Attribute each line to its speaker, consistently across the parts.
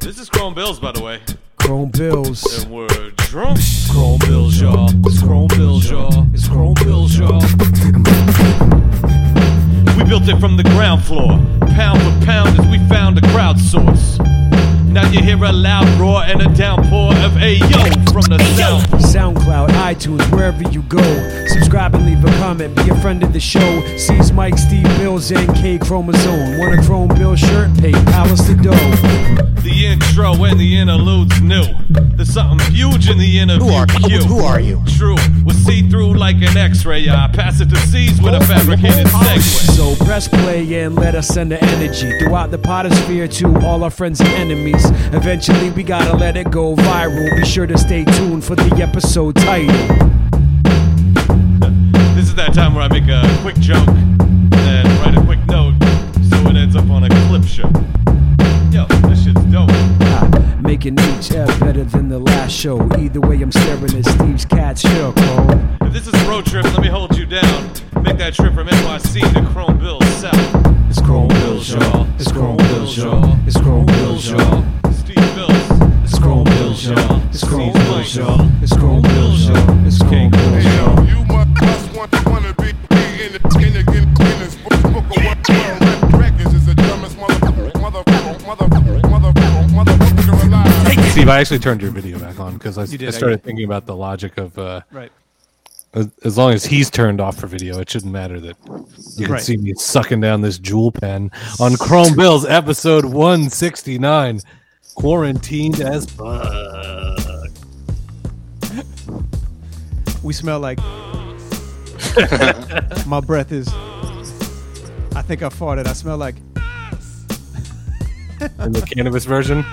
Speaker 1: This is Chrome Bills, by the way.
Speaker 2: Chrome Bills.
Speaker 1: And we're drunk.
Speaker 2: Chrome Bills, y'all. It's Chrome Bills, y'all. It's Chrome Bills, y'all.
Speaker 1: We built it from the ground floor, pound for pound, as we found a crowdsource. Now you hear a loud roar and a downpour of Ayo from the south.
Speaker 2: SoundCloud, iTunes, wherever you go. Subscribe and leave a comment. Be a friend of the show. Sees Mike, Steve Bills, and K Chromosome. Want a Chrome Bill shirt? Pay Palace the dough.
Speaker 1: The intro and the interlude's new. There's something huge in the interview.
Speaker 3: Who are-
Speaker 1: you?
Speaker 3: who are you?
Speaker 1: True, we're see through like an x ray. I pass it to C's with a fabricated segue.
Speaker 2: So press play and let us send the energy throughout the potosphere to all our friends and enemies. Eventually, we gotta let it go viral. Be sure to stay tuned for the episode title.
Speaker 1: This is that time where I make a quick joke and then write a quick note so it ends up on a clip show. Yo, this shit's dope.
Speaker 2: Ah, Making each F better than the last show. Either way, I'm staring at Steve's cat shook. Oh,
Speaker 1: If this is a road trip, let me hold you down. Make that trip from NYC to Chromeville South.
Speaker 2: it's Chrome Bills, y'all. It's Chrome Bills, y'all. It's Chrome Bills, y'all.
Speaker 1: Steve Bills.
Speaker 2: It's Chrome Bills, y'all. It's Chrome Bills, y'all. It's Chrome Bills, y'all. It's Chrome Bills, y'all.
Speaker 4: You must want to wanna be be in the in the in the- in this book book of what world rap records is the dumbest motherfucker motherfucker motherfucker motherfucker motherfucker alive.
Speaker 5: Steve, I actually turned your video back on because I,
Speaker 6: did,
Speaker 5: I
Speaker 6: I
Speaker 5: started thinking about the logic of uh,
Speaker 6: Right.
Speaker 5: as, as long as he's turned off for video, it shouldn't matter that you can
Speaker 6: Right.
Speaker 5: see me sucking down this jewel pen on Chrome Bills episode 169, quarantined as fuck.
Speaker 6: We smell like. My breath is. I think I farted. I smell like.
Speaker 5: in the cannabis version.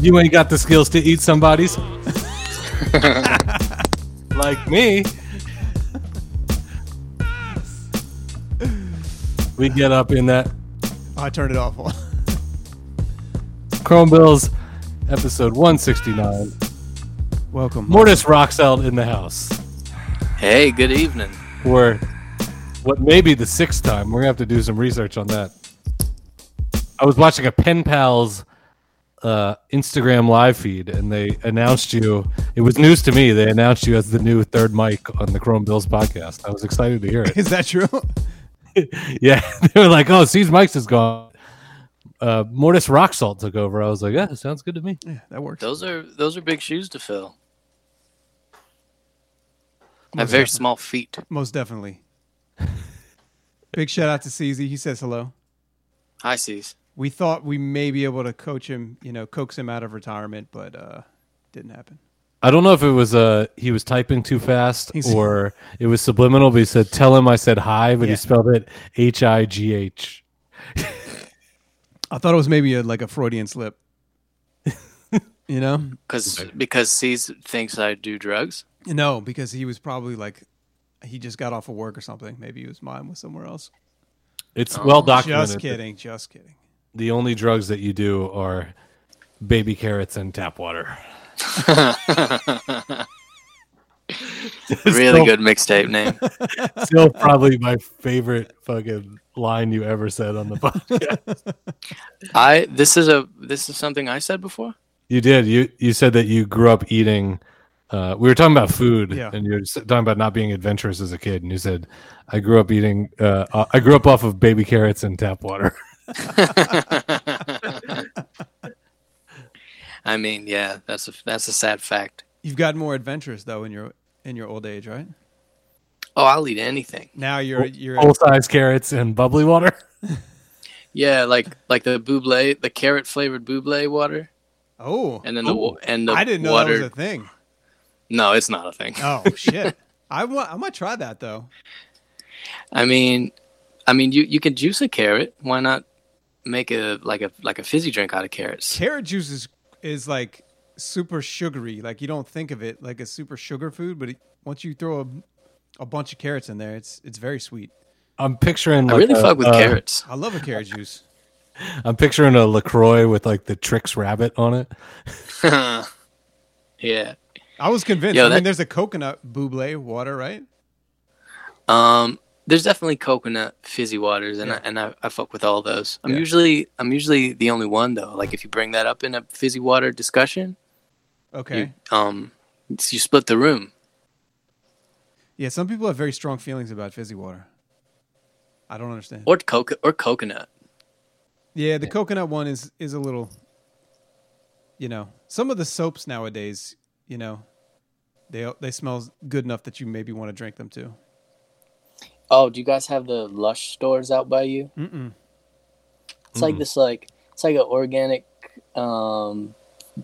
Speaker 5: You ain't got the skills to eat somebody's. like me. We get up in that
Speaker 6: I turned it off.
Speaker 5: Chrome Bills episode 169.
Speaker 6: Welcome.
Speaker 5: Mortis Roxeld in the house.
Speaker 7: Hey, good evening.
Speaker 5: Or what may be the sixth time. We're gonna have to do some research on that. I was watching a pen pals uh, Instagram live feed, and they announced you. It was news to me. They announced you as the new third mic on the Chrome Bills podcast. I was excited to hear it.
Speaker 6: Is that true?
Speaker 5: yeah, they were like, "Oh, Steve's mics is gone." Uh, Mortis Roxalt took over. I was like, "Yeah, sounds good to me."
Speaker 6: yeah, that works.
Speaker 7: Those are those are big shoes to fill. I have very small feet.
Speaker 6: Most definitely. Big shout out to CZ. He says hello.
Speaker 7: Hi, C's.
Speaker 6: We thought we may be able to coach him, you know, coax him out of retirement, but uh didn't happen.
Speaker 5: I don't know if it was uh he was typing too fast
Speaker 6: He's-
Speaker 5: or it was subliminal, but he said, "Tell him I said hi," but
Speaker 6: Yeah.
Speaker 5: he spelled it H I G H.
Speaker 6: I thought it was maybe a, like a Freudian slip. you know?
Speaker 7: Because because C's thinks I do drugs.
Speaker 6: No, because he was probably like he just got off of work or something. Maybe his mind was somewhere else.
Speaker 5: It's well documented.
Speaker 6: Oh, Just
Speaker 5: that
Speaker 6: kidding. Just kidding.
Speaker 5: The only drugs that you do are baby carrots and tap water.
Speaker 7: Really good mixtape name.
Speaker 5: Still, probably my favorite fucking line you ever said on the podcast.
Speaker 7: I this is a this is something I said before.
Speaker 5: you did. You you said that you grew up eating. Uh, we were talking about food,
Speaker 6: Yeah.
Speaker 5: and you were s- talking about not being adventurous as a kid, and you said, "I grew up eating. Uh, uh, I grew up off of baby carrots and tap water."
Speaker 7: I mean, yeah, that's a that's a sad fact.
Speaker 6: You've gotten more adventurous though in your in your old age, right?
Speaker 7: Oh, I'll eat anything.
Speaker 6: Now you're you're
Speaker 5: full size carrots and bubbly water.
Speaker 7: Yeah, like like the buble, the carrot flavored buble water,
Speaker 6: oh
Speaker 7: and then the wa- and the
Speaker 6: I didn't know
Speaker 7: water.
Speaker 6: that was a thing.
Speaker 7: No, it's not a thing.
Speaker 6: Oh shit. I want I might try that though.
Speaker 7: I mean, I mean, you you can juice a carrot. Why not make a like a like a fizzy drink out of carrots?
Speaker 6: Carrot juice is is like super sugary. Like you don't think of it like a super sugar food, but it, once you throw a a bunch of carrots in there, it's it's very sweet.
Speaker 5: I'm picturing.
Speaker 7: I
Speaker 5: like
Speaker 7: really
Speaker 5: a-
Speaker 7: fuck with
Speaker 5: uh,
Speaker 7: carrots.
Speaker 6: I love a carrot juice.
Speaker 5: I'm picturing a Lacroix with like the Trix rabbit on it.
Speaker 7: Yeah.
Speaker 6: I was convinced.
Speaker 7: Yo,
Speaker 6: I mean,
Speaker 7: that-
Speaker 6: there's a coconut buble water, right?
Speaker 7: Um, there's definitely coconut fizzy waters, and I, and I, I fuck with all those. I'm usually I'm usually the only one though. Like if you bring that up in a fizzy water discussion,
Speaker 6: Okay.
Speaker 7: you, um, it's- you split the room.
Speaker 6: Yeah, some people have very strong feelings about fizzy water. I don't understand.
Speaker 7: or coca or coconut.
Speaker 6: Yeah, the coconut one is is a little you know, some of the soaps nowadays, you know, they they smell good enough that you maybe want to drink them too.
Speaker 7: Oh, do you guys have the Lush stores out by you? Mm-mm. It's like this, like it's like an organic, um,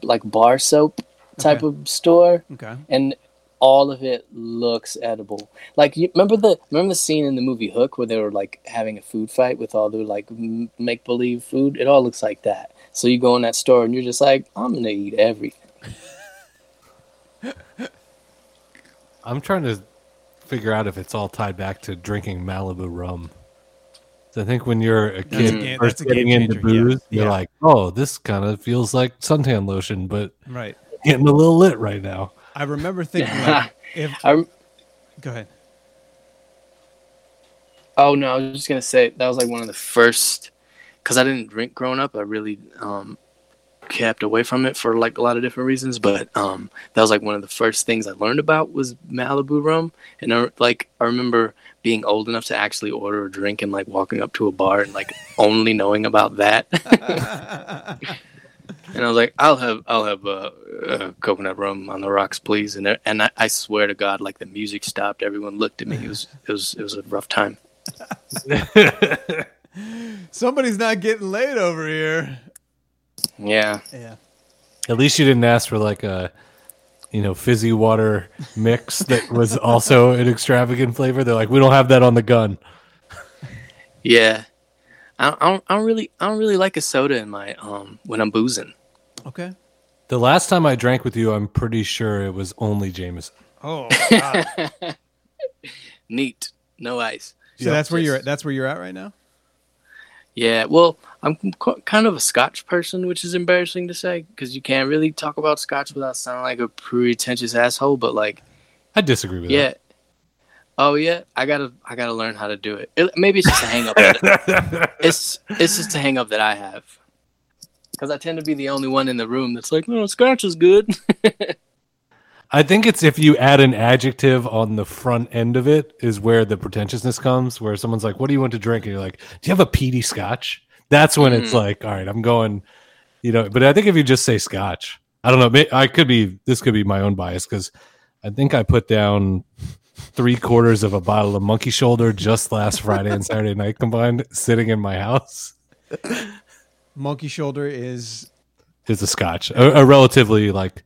Speaker 7: like bar soap type of store,
Speaker 6: Okay.
Speaker 7: and all of it looks edible. Like you remember the remember the scene in the movie Hook where they were like having a food fight with all their like make believe food. It all looks like that. So you go in that store and you're just like, I'm gonna eat everything.
Speaker 5: I'm trying to figure out if it's all tied back to drinking Malibu rum. 'Cause I think when you're a
Speaker 6: a
Speaker 5: kid
Speaker 6: game- that's
Speaker 5: first
Speaker 6: a game
Speaker 5: getting into
Speaker 6: changer, yeah.
Speaker 5: booze, you're
Speaker 6: Yeah.
Speaker 5: like, "Oh, this kind of feels like suntan lotion, but
Speaker 6: Right.
Speaker 5: getting a little lit right now."
Speaker 6: I remember thinking like, if
Speaker 7: I
Speaker 6: go ahead.
Speaker 7: Oh no, I was just gonna say that was like one of the first, because I didn't drink growing up. I really um, kept away from it for like a lot of different reasons. But um, that was like one of the first things I learned about was Malibu rum. And I, like I remember being old enough to actually order a drink and like walking up to a bar and like only knowing about that. and I was like, I'll have I'll have uh, uh, coconut rum on the rocks, please. And there, and I, I swear to God, like the music stopped. Everyone looked at me. It was it was it was a rough time.
Speaker 6: Somebody's not getting laid over here.
Speaker 7: Yeah.
Speaker 6: Yeah.
Speaker 5: At least you didn't ask for like a, you know, fizzy water mix that was also an extravagant flavor. They're like, "We don't have that on the gun."
Speaker 7: Yeah, I don't, I don't, I don't really, I don't really like a soda in my um when I'm boozing.
Speaker 6: Okay.
Speaker 5: The last time I drank with you, I'm pretty sure it was only Jameson.
Speaker 6: Oh, God.
Speaker 7: Neat, no ice.
Speaker 6: so that's where you're at. That's where you're at right now.
Speaker 7: Yeah, well, I'm qu- kind of a Scotch person, which is embarrassing to say because you can't really talk about Scotch without sounding like a pretentious asshole. But like,
Speaker 5: I disagree with
Speaker 7: yeah, oh yeah, I gotta, I gotta learn how to do it. it maybe it's just a hang up. that- it's it's just a hang up that I have because I tend to be the only one in the room that's like, no, Scotch is good.
Speaker 5: I think it's if you add an adjective on the front end of it is where the pretentiousness comes, where someone's like, What do you want to drink? And you're like, Do you have a peaty scotch? That's when it's like, All right, I'm going, you know. But I think if you just say scotch, I don't know. may- I could be, this could be my own bias because I think I put down three quarters of a bottle of monkey shoulder just last Friday and Saturday night combined sitting in my house.
Speaker 6: Monkey shoulder is
Speaker 5: It's a scotch, a, a relatively like,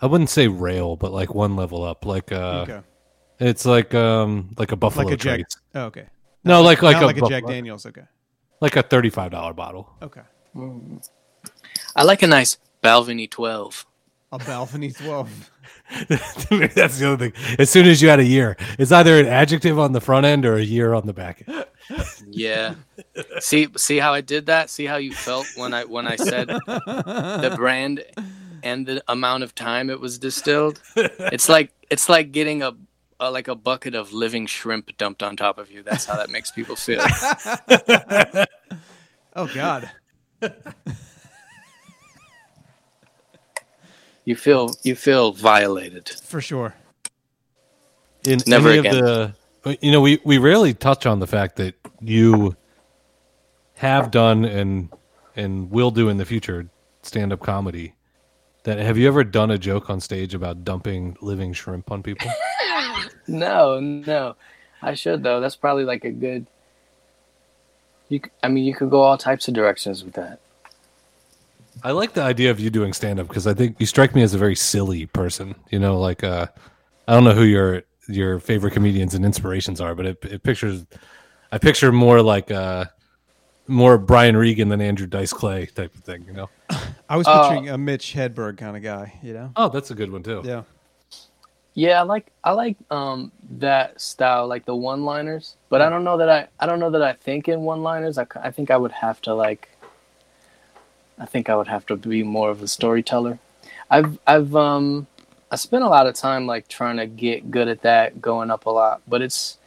Speaker 5: I wouldn't say rail, but like one level up, like, uh,
Speaker 6: okay.
Speaker 5: It's like um like a buffalo
Speaker 6: like a Jack.
Speaker 5: Trace.
Speaker 6: Oh, okay.
Speaker 5: No, like like
Speaker 6: Not
Speaker 5: a,
Speaker 6: like a Jack
Speaker 5: Buffalo-
Speaker 6: Daniels. Okay.
Speaker 5: like a thirty five dollar bottle.
Speaker 6: Okay.
Speaker 7: I like a nice Balvenie twelve.
Speaker 6: A Balvenie twelve.
Speaker 5: That's the other thing. As soon as you add a year, it's either an adjective on the front end or a year on the back end.
Speaker 7: Yeah. see, see how I did that. See how you felt when I when I said the brand and the amount of time it was distilled. It's like it's like getting a, a like a bucket of living shrimp dumped on top of you. That's how that makes people feel.
Speaker 6: Oh God.
Speaker 7: You feel you feel violated.
Speaker 6: For sure.
Speaker 5: In
Speaker 7: Never
Speaker 5: any
Speaker 7: again.
Speaker 5: of the, uh, you know, we we rarely touch on the fact that you have done and and will do in the future stand up comedy. That have you ever done a joke on stage about dumping living shrimp on people?
Speaker 7: No, no. I should though. That's probably like a good. You, c- I mean, you could go all types of directions with that.
Speaker 5: I like the idea of you doing stand up because I think you strike me as a very silly person. You know, like uh, I don't know who your your favorite comedians and inspirations are, but it, it pictures I picture more like uh, more Brian Regan than Andrew Dice Clay type of thing. You know?
Speaker 6: I was
Speaker 7: Uh,
Speaker 6: picturing a Mitch Hedberg kind of guy. You know.
Speaker 5: Oh, that's a good one too.
Speaker 6: Yeah.
Speaker 7: Yeah, I like I like um that style, like the one-liners. But I don't know that I I don't know that I think in one-liners. I, c- I think I would have to like. I think I would have to be more of a storyteller. I've I've um I spent a lot of time like trying to get good at that, going up a lot. But it's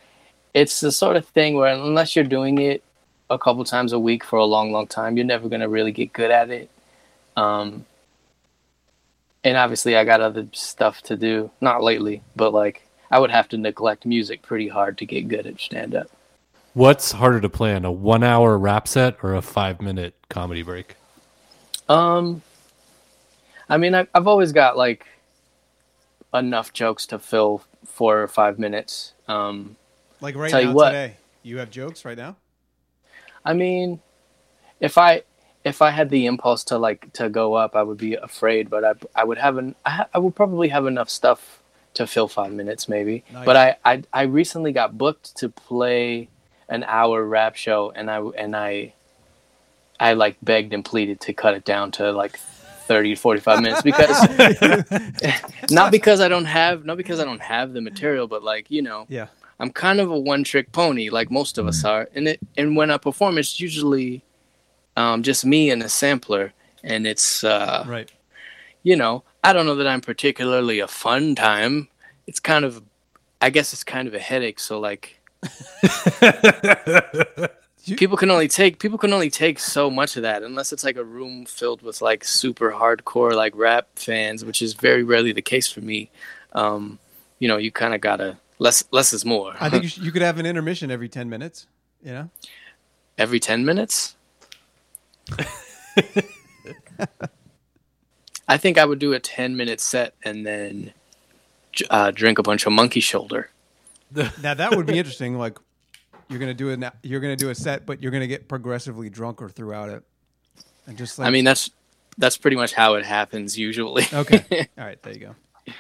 Speaker 7: it's the sort of thing where unless you're doing it a couple times a week for a long, long time, you're never gonna really get good at it. Um, and obviously, I got other stuff to do. Not lately, but like I would have to neglect music pretty hard to get good at stand up.
Speaker 5: What's harder to plan, a one hour rap set or a five minute comedy break?
Speaker 7: Um, I mean, I, I've always got like enough jokes to fill four or five minutes. Um,
Speaker 6: Like right
Speaker 7: Tell you
Speaker 6: now
Speaker 7: what.
Speaker 6: today, you have jokes right now.
Speaker 7: I mean, if I if I had the impulse to like to go up, I would be afraid, but I I would have an I, ha- I would probably have enough stuff to fill five minutes maybe.
Speaker 6: Nice.
Speaker 7: But I, I I recently got booked to play an hour rap show, and I and I I like begged and pleaded to cut it down to like. 30 to 45 minutes because not because I don't have not because I don't have the material but like you know
Speaker 6: Yeah.
Speaker 7: I'm kind of a one trick pony, like most of us are. And it and when I perform, it's usually um, just me and a sampler, and it's uh,
Speaker 6: Right.
Speaker 7: you know I don't know that I'm particularly a fun time. It's kind of, I guess it's kind of a headache. So like, people can only take people can only take so much of that unless it's like a room filled with like super hardcore like rap fans, which is very rarely the case for me. Um, you know, you kind of gotta less less is more.
Speaker 6: I think you, sh- you could have an intermission every ten minutes. You know.
Speaker 7: every 10 minutes i think i would do a 10 minute set and then j- uh, drink a bunch of monkey shoulder
Speaker 6: Now that would be interesting. Like you're gonna do it. You're gonna do a set, but you're gonna get progressively drunker throughout it, and just like
Speaker 7: i mean that's that's pretty much how it happens usually
Speaker 6: Oh. okay, all right, there you go.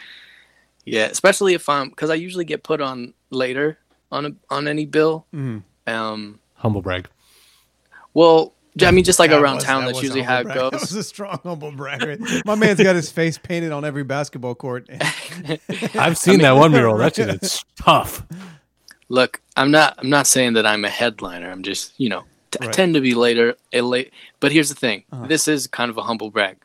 Speaker 7: yeah especially if i'm because i usually get put on later on a, on any bill
Speaker 6: Mm-hmm.
Speaker 7: um
Speaker 5: Humble brag.
Speaker 7: well j- i mean just like
Speaker 6: That
Speaker 7: around
Speaker 6: was-
Speaker 7: town
Speaker 6: that
Speaker 7: that's
Speaker 6: was
Speaker 7: usually
Speaker 6: humble
Speaker 7: how it
Speaker 6: brag. That was
Speaker 7: goes
Speaker 6: a strong humble brag. right? My man's got his face painted on every basketball court.
Speaker 5: I've seen that one mural. That shit is tough.
Speaker 7: look i'm not i'm not saying that i'm a headliner i'm just you know t- I
Speaker 6: Right.
Speaker 7: tend to be later a late but here's the thing this is kind of a humble brag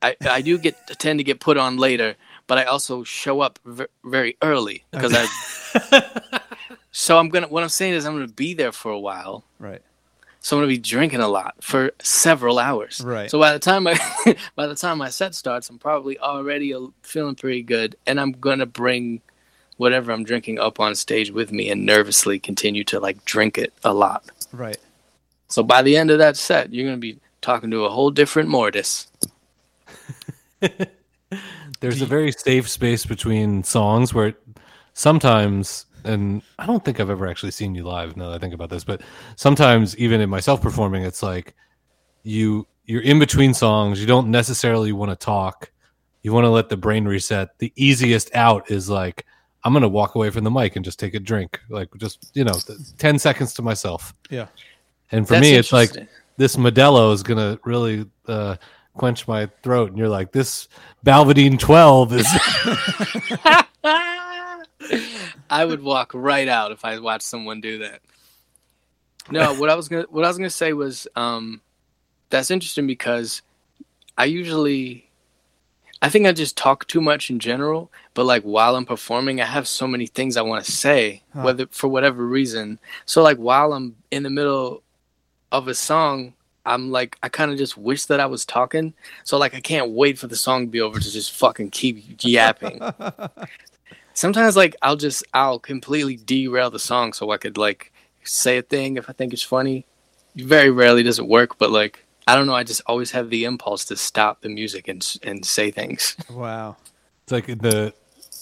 Speaker 7: i i do get tend to get put on later but i also show up ver- very early because i so i'm gonna what i'm saying is i'm gonna be there for a while
Speaker 6: right.
Speaker 7: so i'm gonna be drinking a lot for several hours
Speaker 6: Right.
Speaker 7: so by the time i by the time my set starts i'm probably already a- feeling pretty good and i'm gonna bring whatever i'm drinking up on stage with me and nervously continue to like drink it a lot
Speaker 6: Right.
Speaker 7: so by the end of that set, you're gonna be talking to a whole different Mortis.
Speaker 5: There's a very safe space between songs where it, sometimes, and I don't think I've ever actually seen you live now that I think about this, but sometimes even in myself performing, it's like you you're in between songs. You don't necessarily want to talk. You want to let the brain reset. The easiest out is like I'm gonna walk away from the mic and just take a drink, like just you know, th- ten seconds to myself.
Speaker 6: Yeah.
Speaker 5: And for
Speaker 7: That's
Speaker 5: me, it's like
Speaker 7: interesting.
Speaker 5: this Modelo is gonna really uh, quench my throat, and you're like, this Balverdine Twelve is.
Speaker 7: I would walk right out if I watched someone do that. No, what I was gonna what I was gonna say was um, that's interesting because I usually I think I just talk too much in general, but like while I'm performing, I have so many things I want to say, whether for whatever reason. So like while I'm in the middle of a song, I'm like I kind of just wish that I was talking. So like I can't wait for the song to be over to just fucking keep yapping. Sometimes like I'll just I'll completely derail the song so I could like say a thing if I think it's funny. Very rarely does it work, but like I don't know, I just always have the impulse to stop the music and s- and say things.
Speaker 6: Wow.
Speaker 5: It's like the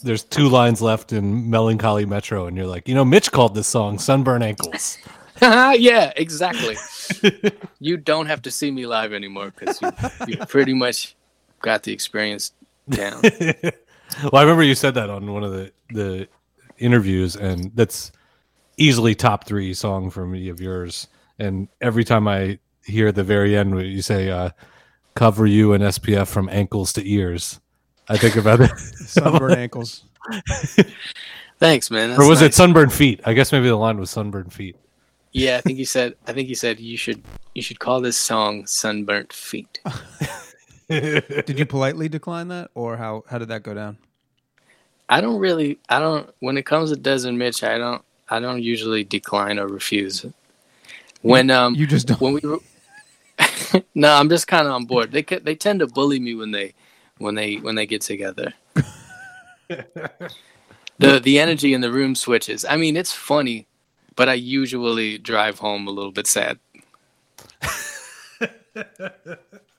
Speaker 5: there's two lines left in Melancholy Metro, and you're like, you know, Mitch called this song "Sunburn Ankles."
Speaker 7: yeah, exactly. you don't have to see me live anymore because you, you pretty much got the experience down.
Speaker 5: well, I remember you said that on one of the the interviews, and that's easily top three song for me of yours. And every time I hear the very end where you say, uh, "Cover you in SPF from ankles to ears," I think about it.
Speaker 6: Sunburn ankles.
Speaker 7: Thanks, man.
Speaker 5: or
Speaker 7: That's
Speaker 5: was
Speaker 7: nice.
Speaker 5: it sunburned feet? I guess maybe the line was sunburned feet.
Speaker 7: Yeah, I think he said. I think he said you should you should call this song "Sunburnt Feet."
Speaker 6: Did you politely decline that, or how how did that go down?
Speaker 7: I don't really. I don't. When it comes to Des and Mitch, I don't. I don't usually decline or refuse. When um
Speaker 6: You just don't.
Speaker 7: when we were no i'm just kind of on board they ca- they tend to bully me when they when they when they get together the the energy in the room switches i mean it's funny but i usually drive home a little bit sad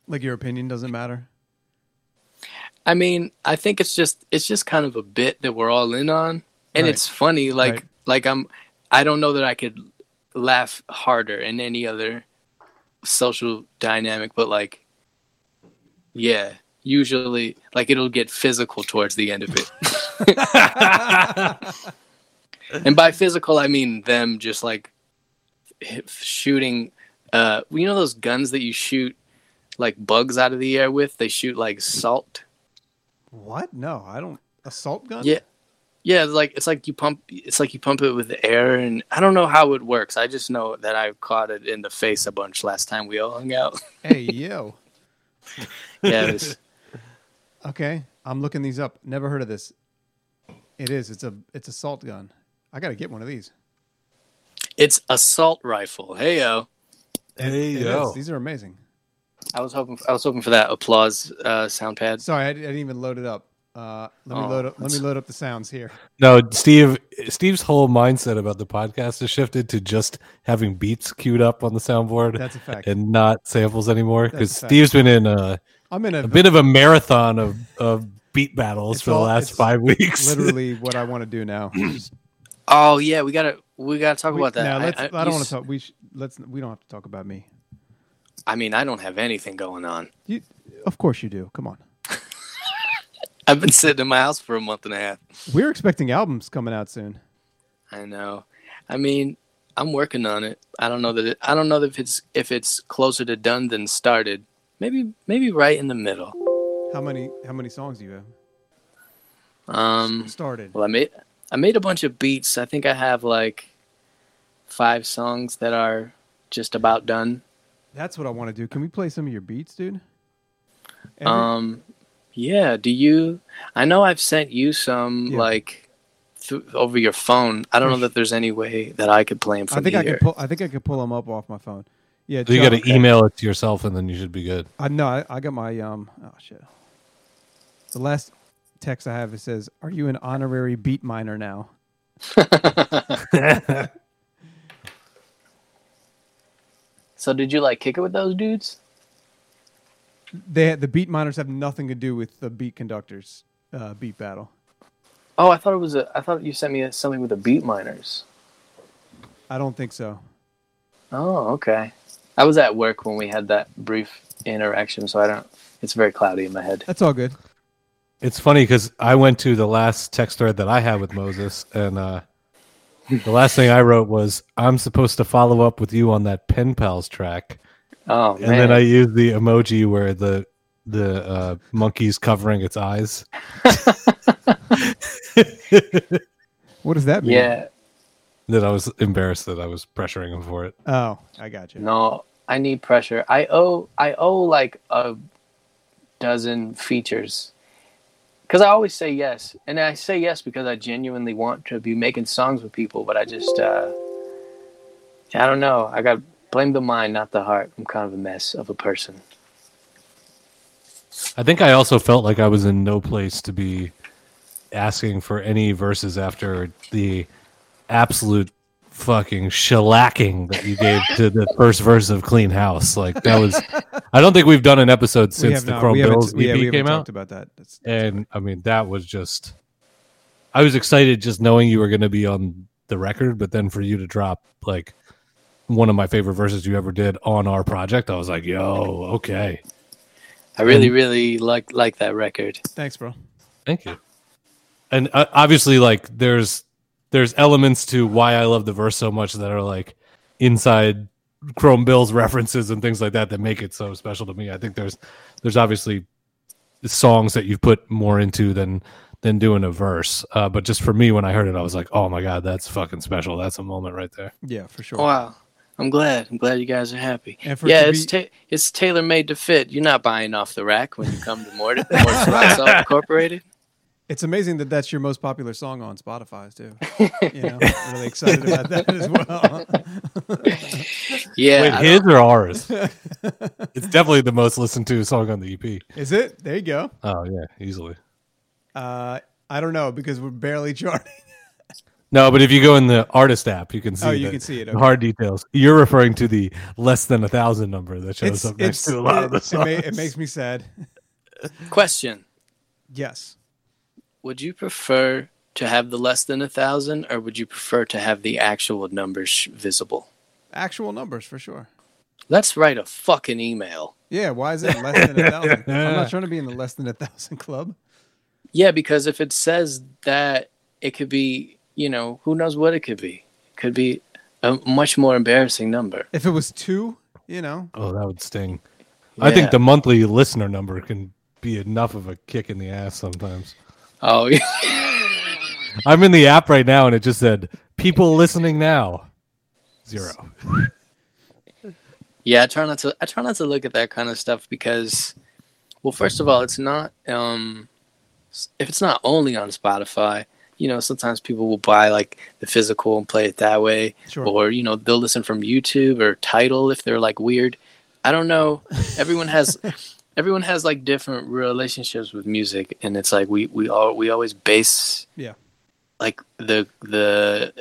Speaker 6: Like your opinion doesn't matter.
Speaker 7: i mean i think it's just it's just kind of a bit that we're all in on and
Speaker 6: Right.
Speaker 7: it's funny like
Speaker 6: Right.
Speaker 7: like i'm i don't know that i could laugh harder in any other social dynamic but like yeah usually like it'll get physical towards the end of it and by physical i mean them just like h- shooting uh you know those guns that you shoot like bugs out of the air with they shoot like salt
Speaker 6: What? No, I don't. Assault gun?
Speaker 7: yeah, yeah. It's like it's like you pump. It's like you pump it with air, and I don't know how it works. I just know that I caught it in the face a bunch last time we all hung out.
Speaker 6: Hey yo.
Speaker 7: yeah, it was-
Speaker 6: Okay, I'm looking these up. Never heard of this. It is. It's a. It's a salt gun. I gotta get one of these.
Speaker 7: it's assault rifle. Hey yo,
Speaker 5: Hey,
Speaker 6: It
Speaker 5: yo.
Speaker 6: is. These are amazing.
Speaker 7: I was hoping I was hoping for that applause uh, sound pad.
Speaker 6: Sorry, I, I didn't even load it up. Uh, let me
Speaker 7: Oh,
Speaker 6: load up. Let me
Speaker 7: that's-
Speaker 6: load up the sounds here.
Speaker 5: No, Steve. Steve's whole mindset about the podcast has shifted to just having beats queued up on the soundboard.
Speaker 6: That's a fact.
Speaker 5: And not samples anymore
Speaker 6: That's a
Speaker 5: because
Speaker 6: fact.
Speaker 5: Steve's been in a,
Speaker 6: I'm in a,
Speaker 5: a bit of a marathon of, of beat battles
Speaker 6: It's
Speaker 5: for
Speaker 6: all-
Speaker 5: the last
Speaker 6: it's
Speaker 5: five weeks.
Speaker 6: literally what I want to do now. Just-
Speaker 7: Oh yeah, we gotta we gotta talk
Speaker 6: we-
Speaker 7: about that.
Speaker 6: No, let's, I,
Speaker 7: you
Speaker 6: don't want
Speaker 7: s-
Speaker 6: to talk. We sh- let's. We don't have to talk about me.
Speaker 7: I mean, I don't have anything going on.
Speaker 6: You, of course you do. Come on.
Speaker 7: I've been sitting in my house for a month and a half.
Speaker 6: We're expecting albums coming out soon.
Speaker 7: I know. I mean, I'm working on it. I don't know that it, I don't know if it's if it's closer to done than started. Maybe maybe right in the middle.
Speaker 6: How many? How many songs do you have
Speaker 7: Um,
Speaker 6: started?
Speaker 7: well, I made I made a bunch of beats. I think I have like five songs that are just about done.
Speaker 6: That's what I want to do. Can we play some of your beats, dude? Every-
Speaker 7: Um, yeah. Do you? I know I've sent you some
Speaker 6: Yeah. Mm.
Speaker 7: like th- over your phone. I don't know that there's any way that I could play them from
Speaker 6: I think I
Speaker 7: here.
Speaker 6: could pull. I think I could pull them up off my phone. Yeah,
Speaker 5: So you
Speaker 6: Joe,
Speaker 5: got to email it to yourself, and then you should be good.
Speaker 6: I know. I, I got my um. Oh shit. The last text I have it says, "Are you an honorary beat miner now?"
Speaker 7: so did you like kick it with those dudes?
Speaker 6: They the beat miners have nothing to do with the beat conductors uh, beat battle.
Speaker 7: Oh, I thought it was a. I thought you sent me something with the beat miners.
Speaker 6: I don't think so.
Speaker 7: Oh, okay. I was at work when we had that brief interaction, so I don't. It's very cloudy in my head.
Speaker 6: That's all good.
Speaker 5: It's funny because I went to the last text thread that I had with Moses, and uh, the last thing I wrote was, "I'm supposed to follow up with you on that pen pals track,"
Speaker 7: Oh
Speaker 5: and
Speaker 7: man.
Speaker 5: then I used the emoji where the the uh, monkey's covering its eyes.
Speaker 6: What does that mean?
Speaker 7: yeah.
Speaker 5: That I was embarrassed that I was pressuring him for it.
Speaker 6: Oh, I got you.
Speaker 7: No, I need pressure. I owe. I owe like a dozen features. Because I always say yes, and I say yes because I genuinely want to be making songs with people, but I just. uh I don't know. I got blame the mind, not the heart. I'm kind of a mess of a person.
Speaker 5: I think I also felt like I was in no place to be asking for any verses after the absolute fucking shellacking that you gave to the first verse of Clean House. Like that was I don't think we've done an episode
Speaker 6: we
Speaker 5: since
Speaker 6: have
Speaker 5: the
Speaker 6: not.
Speaker 5: Chrome
Speaker 6: we
Speaker 5: Bills
Speaker 6: haven't, yeah,
Speaker 5: EP
Speaker 6: we haven't
Speaker 5: came out.
Speaker 6: talked about that. That's,
Speaker 5: And I mean that was just I was excited just knowing you were gonna be on the record, but then for you to drop like one of my favorite verses you ever did on our project, I was like, yo, okay.
Speaker 7: I really, really like like that record.
Speaker 6: thanks, bro.
Speaker 5: Thank you. And uh, obviously, like there's there's elements to why I love the verse so much that are like inside Chrome Bill's references and things like that that make it so special to me. I think there's there's obviously songs that you've put more into than than doing a verse. Uh, but just for me, when I heard it, I was like, oh my god, that's fucking special. That's a moment right there.
Speaker 6: Yeah, for sure.
Speaker 7: Wow. I'm glad. I'm glad you guys are happy.
Speaker 6: And for it
Speaker 7: Yeah,
Speaker 6: to
Speaker 7: it's ta- it's tailor made to fit. You're not buying off the rack when you come to Morton Morton Consult Incorporated.
Speaker 6: It's amazing that that's your most popular song on Spotify too. You know, really excited about that as well.
Speaker 7: Yeah.
Speaker 5: Wait,
Speaker 7: I
Speaker 5: his or ours? it's definitely the most listened to song on the EP.
Speaker 6: Is it? There you go.
Speaker 5: Oh yeah, easily.
Speaker 6: Uh, I don't know because we're barely charting.
Speaker 5: No, but if you go in the artist app, you can see.
Speaker 6: Oh, you
Speaker 5: the-
Speaker 6: can see it,
Speaker 5: the
Speaker 6: okay.
Speaker 5: Hard details. You're referring to the less than a thousand number that shows up next to a lot of the
Speaker 6: it, it,
Speaker 5: songs.
Speaker 6: ma- it makes me sad.
Speaker 7: don't- Question.
Speaker 6: Yes.
Speaker 7: Would you prefer to have the less than a thousand, or would you prefer to have the actual numbers sh- visible?
Speaker 6: Actual numbers for sure.
Speaker 7: Let's write a fucking email.
Speaker 6: Yeah. Why is it less than a thousand? I'm not trying to be in the less than a thousand club.
Speaker 7: Yeah, because if it says that, it could be, you know, who knows what it could be. It could be a much more embarrassing number.
Speaker 6: If it was two, you know,
Speaker 5: oh, that would sting. I think
Speaker 7: Yeah.
Speaker 5: the monthly listener number can be enough of a kick in the ass sometimes.
Speaker 7: Oh, yeah.
Speaker 5: I'm in the app right now, and it just said "people listening now." Zero.
Speaker 7: Yeah, I try not to. I try not to look at that kind of stuff because, well, first of all, it's not. Um, s- if it's not only on Spotify, you know, sometimes people will buy like the physical and play it that way,
Speaker 6: Sure.
Speaker 7: or you know, they'll listen from YouTube or Title if they're like weird. I don't know. Everyone has. Everyone has like different relationships with music, and it's like we we all we always base
Speaker 6: Yeah.
Speaker 7: like the the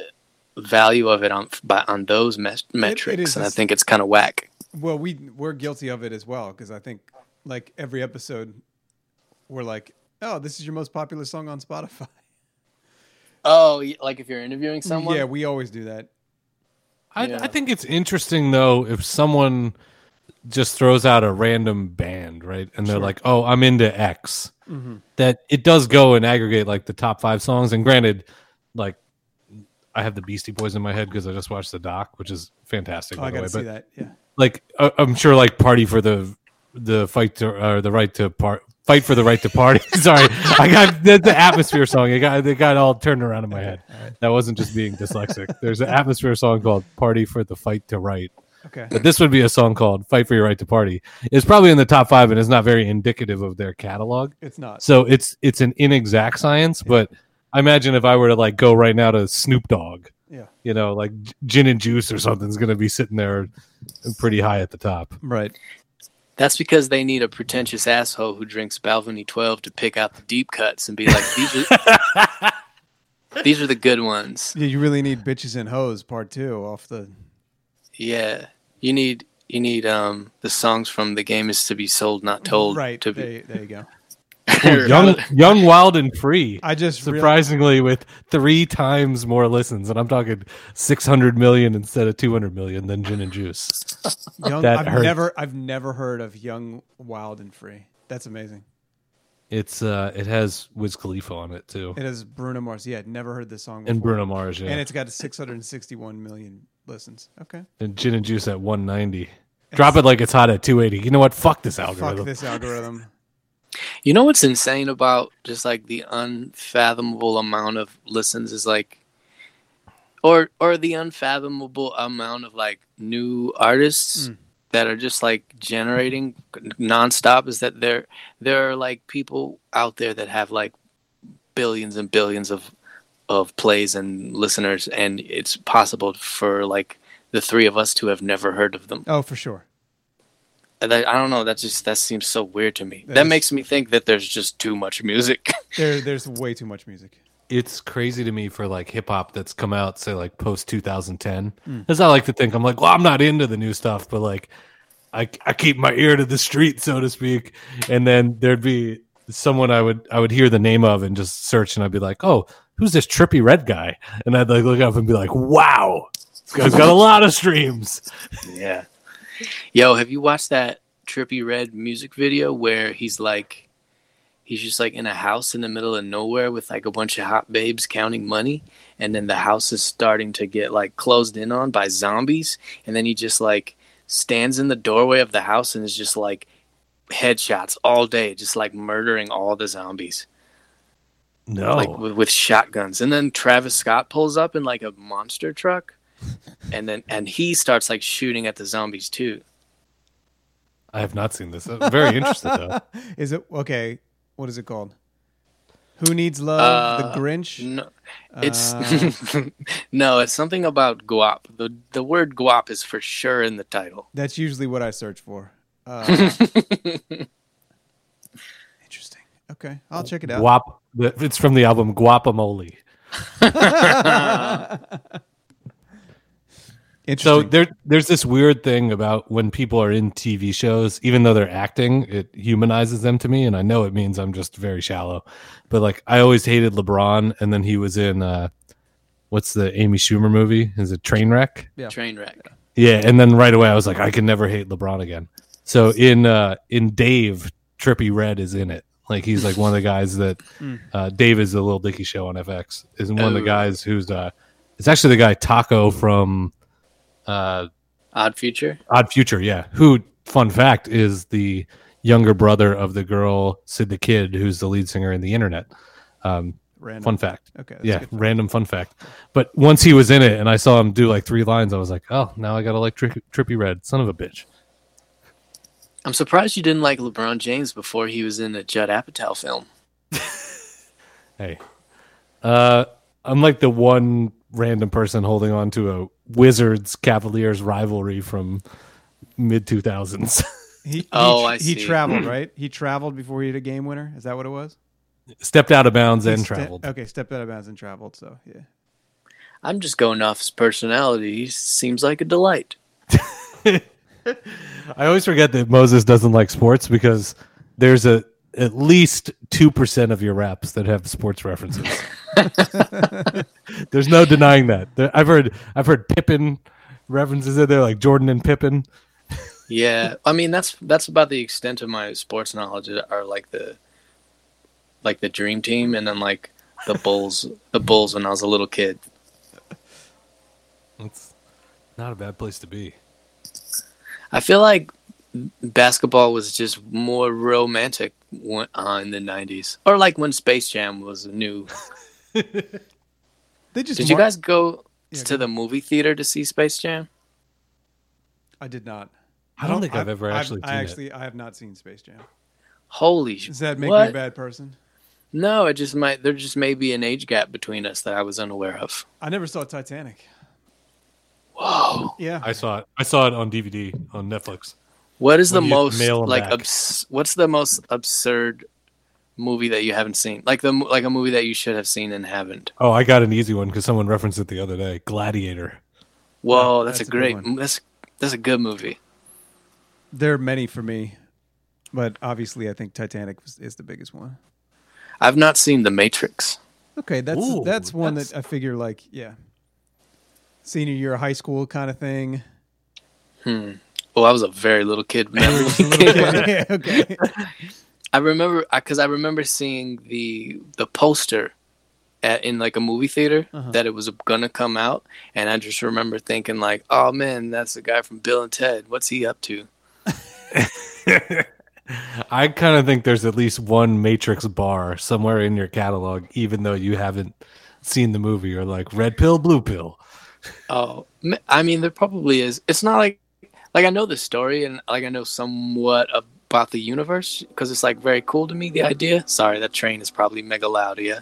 Speaker 7: value of it on by on those mes- metrics,
Speaker 6: is
Speaker 7: and I
Speaker 6: a s-
Speaker 7: think it's kind of whack.
Speaker 6: well, we we're guilty of it as well because I think like every episode, we're like, oh, this is your most popular song on Spotify.
Speaker 7: Oh, y- like if you're interviewing someone?
Speaker 6: Yeah, we always do that.
Speaker 5: I,
Speaker 7: Yeah.
Speaker 5: I think it's interesting though if someone just throws out a random band, right? And they're like, "Oh, I'm into X."
Speaker 6: Mm-hmm.
Speaker 5: That it does go and aggregate like the top five songs. And granted, like I have the Beastie Boys in my head because I just watched the doc, which is fantastic.
Speaker 6: Oh,
Speaker 5: by
Speaker 6: I
Speaker 5: the
Speaker 6: gotta
Speaker 5: way.
Speaker 6: see
Speaker 5: but
Speaker 6: that. Yeah.
Speaker 5: like I- I'm sure like party for the the fight to or the right to part fight for the right to party. Sorry, I got the, the atmosphere song. It got it got all turned around in my head. That wasn't just being dyslexic. There's an atmosphere song called "Party for the Fight to Right."
Speaker 6: Okay.
Speaker 5: But this would be a song called "Fight for Your Right to Party." It's probably in the top five, and it's not very indicative of their catalog.
Speaker 6: It's not.
Speaker 5: So it's it's an inexact science. But I imagine if I were to like go right now to Snoop Dogg,
Speaker 6: Yeah.
Speaker 5: you know, like gin and juice or something's gonna be sitting there pretty high at the top.
Speaker 6: Right.
Speaker 7: That's because they need a pretentious asshole who drinks Balvenie 12 to pick out the deep cuts and be like, these are, these are the good ones.
Speaker 6: Yeah, you really need bitches and hoes part two off the.
Speaker 7: Yeah. You need. You need um the songs from the game is to be sold, not told.
Speaker 6: Right.
Speaker 7: To
Speaker 6: there,
Speaker 7: be
Speaker 6: you- there you go.
Speaker 5: young, young, wild, and free.
Speaker 6: I just real-
Speaker 5: surprisingly with three times more listens, and I'm talking 600 million instead of 200 million than Gin and Juice.
Speaker 6: young,
Speaker 5: that
Speaker 6: I've
Speaker 5: hurts.
Speaker 6: never I've never heard of Young, Wild, and Free. That's amazing.
Speaker 5: It's uh, it has Wiz Khalifa on it too,
Speaker 6: It is Bruno Mars. Yeah, I'd never heard this song. Before.
Speaker 5: and Bruno Mars, yeah,
Speaker 6: And
Speaker 5: and,
Speaker 6: it's got 661 million listens. Okay.
Speaker 5: Gin and Juice at 190. Drop it like it's hot at 280. You know what? Fuck this algorithm.
Speaker 6: Fuck this algorithm.
Speaker 7: You know what's insane about just like the unfathomable amount of listens is like or or the unfathomable amount of like new artists that are just like generating nonstop is that there there are like people out there that have like billions and billions of of plays and listeners and it's possible for like the three of us to have never heard of them.
Speaker 6: Oh, for sure.
Speaker 7: And that- I don't know. That just that seems so weird to me. That,
Speaker 6: is-
Speaker 7: makes me think that there's just too much music.
Speaker 6: There, there's way too much music.
Speaker 5: it's crazy to me for like hip hop that's come out say like post 2010 as i like to think i'm like well i'm not into the new stuff but like I, I keep my ear to the street so to speak and then there'd be someone i would i would hear the name of and just search and i'd be like oh who's this trippy red guy and i'd like look up and be like wow this guy's got a lot of streams
Speaker 7: yeah. Yo, have you watched that Trippy Red music video where he's like, he's just like in a house in the middle of nowhere with like a bunch of hot babes counting money, and then the house is starting to get like closed in on by zombies, and then he just like stands in the doorway of the house and is just like headshots all day, just like murdering all the zombies.
Speaker 5: no
Speaker 7: like with, with shotguns. And then Travis Scott pulls up in like a monster truck, and then and he starts like shooting at the zombies too.
Speaker 5: i have not seen this i'm very interested though
Speaker 6: Is it okay? What is it called? Who needs love?
Speaker 7: Uh,
Speaker 6: the Grinch.
Speaker 7: No, it's no, it's something about guap. the The word guap is for sure in the title.
Speaker 6: That's usually what I search for. Uh, interesting. Okay, I'll check it out.
Speaker 5: Guap. It's from the album Guapamole. So
Speaker 6: Interesting.
Speaker 5: there, there's this weird thing about when people are in TV shows, even though they're acting, it humanizes them to me, and I know it means I'm just very shallow. But like, I always hated LeBron, and then he was in uh, what's the Amy Schumer movie? Is it Trainwreck?
Speaker 6: Yeah.
Speaker 7: Train wreck.
Speaker 5: Yeah, and then right away I was like, I can never hate LeBron again. So in uh in Dave, Trippy Red is in it. Like he's like one of the guys that uh Dave is the little Dicky show on FX. Is one of the
Speaker 7: Oh.
Speaker 5: guys who's uh it's actually the guy Taco from uh
Speaker 7: Odd future.
Speaker 5: Odd Future, yeah. Who fun fact is the younger brother of the girl Sid the Kid who's the lead singer in the internet.
Speaker 6: Random.
Speaker 5: Fun fact.
Speaker 6: Okay, that's
Speaker 5: Yeah,
Speaker 6: good.
Speaker 5: random fun fact. But once he was in it and I saw him do like three lines, I was like, oh, now I got to like tri- Trippy Red, son of a bitch.
Speaker 7: I'm surprised you didn't like LeBron James before he was in a Judd Apatow film.
Speaker 5: Hey, uh, I'm like the one random person holding on to a Wizards Cavaliers rivalry from mid 2000s.
Speaker 6: He, he
Speaker 7: Oh,
Speaker 6: tr-
Speaker 7: I
Speaker 6: He
Speaker 7: see.
Speaker 6: traveled, right? He traveled before he hit a game winner. Is that what it was?
Speaker 5: Stepped out of bounds and
Speaker 6: Ste-
Speaker 5: traveled.
Speaker 6: okay, stepped out of bounds and traveled. So yeah,
Speaker 7: I'm just going off his personality. He seems like a delight.
Speaker 5: I always forget that Moses doesn't like sports because there's a at least two percent of your raps that have sports references. there's no denying that. There- I've heard I've heard Pippin references in there, like Jordan and Pippin.
Speaker 7: Yeah, I mean that's that's about the extent of my sports knowledge are like the like the dream team and then like the Bulls, the Bulls when I was a little kid.
Speaker 5: It's not a bad place to be.
Speaker 7: I feel like basketball was just more romantic when, uh, in the 90s or like when Space Jam was new.
Speaker 6: they just.
Speaker 7: Did you
Speaker 6: mar-
Speaker 7: guys go
Speaker 6: Yeah, go
Speaker 7: to the movie theater to see Space Jam?
Speaker 6: I did not. Oh,
Speaker 5: I don't think I've, ever actually
Speaker 6: I
Speaker 5: seen it.
Speaker 6: actually I have not seen Space Jam.
Speaker 7: Holy sh-
Speaker 6: Does that make me
Speaker 7: what?
Speaker 6: a bad person?
Speaker 7: No, it just might there just may be an age gap between us that I was unaware of.
Speaker 6: I never saw Titanic.
Speaker 7: Whoa.
Speaker 6: Yeah,
Speaker 5: I saw it. I saw it on DVD on Netflix.
Speaker 7: What is
Speaker 5: When
Speaker 7: the
Speaker 5: you
Speaker 7: most
Speaker 5: mail 'em
Speaker 7: like
Speaker 5: back.
Speaker 7: abs- what's the most absurd movie that you haven't seen? Like the mo- like a movie that you should have seen and haven't.
Speaker 5: Oh, I got an easy one because someone referenced it the other day. Gladiator.
Speaker 7: Whoa, that's,
Speaker 6: that's
Speaker 7: a
Speaker 6: a good
Speaker 7: great
Speaker 6: one.
Speaker 7: that's that's a good movie.
Speaker 6: there are many for me, but obviously I think Titanic was, is the biggest one.
Speaker 7: I've not seen The Matrix.
Speaker 6: Okay, that's
Speaker 5: Ooh,
Speaker 6: that's one
Speaker 5: that's-
Speaker 6: that I figure like yeah, senior year of high school kind of thing.
Speaker 7: Well, Oh, I was a very little kid when that movie came out.
Speaker 6: yeah, okay.
Speaker 7: I remember because I, remember seeing the the poster at, in like a movie theater that it was gonna come out, and I just remember thinking like, "Oh man, that's the guy from Bill and Ted. What's he up to?"
Speaker 5: I kind of think there's at least one Matrix bar somewhere in your catalog, even though you haven't seen the movie or like red pill, blue pill.
Speaker 7: Oh, m- I mean, there probably is. It's not like like I know the story and like I know somewhat about the universe because it's like very cool to me the idea. Sorry, that train is probably mega loud. Yeah,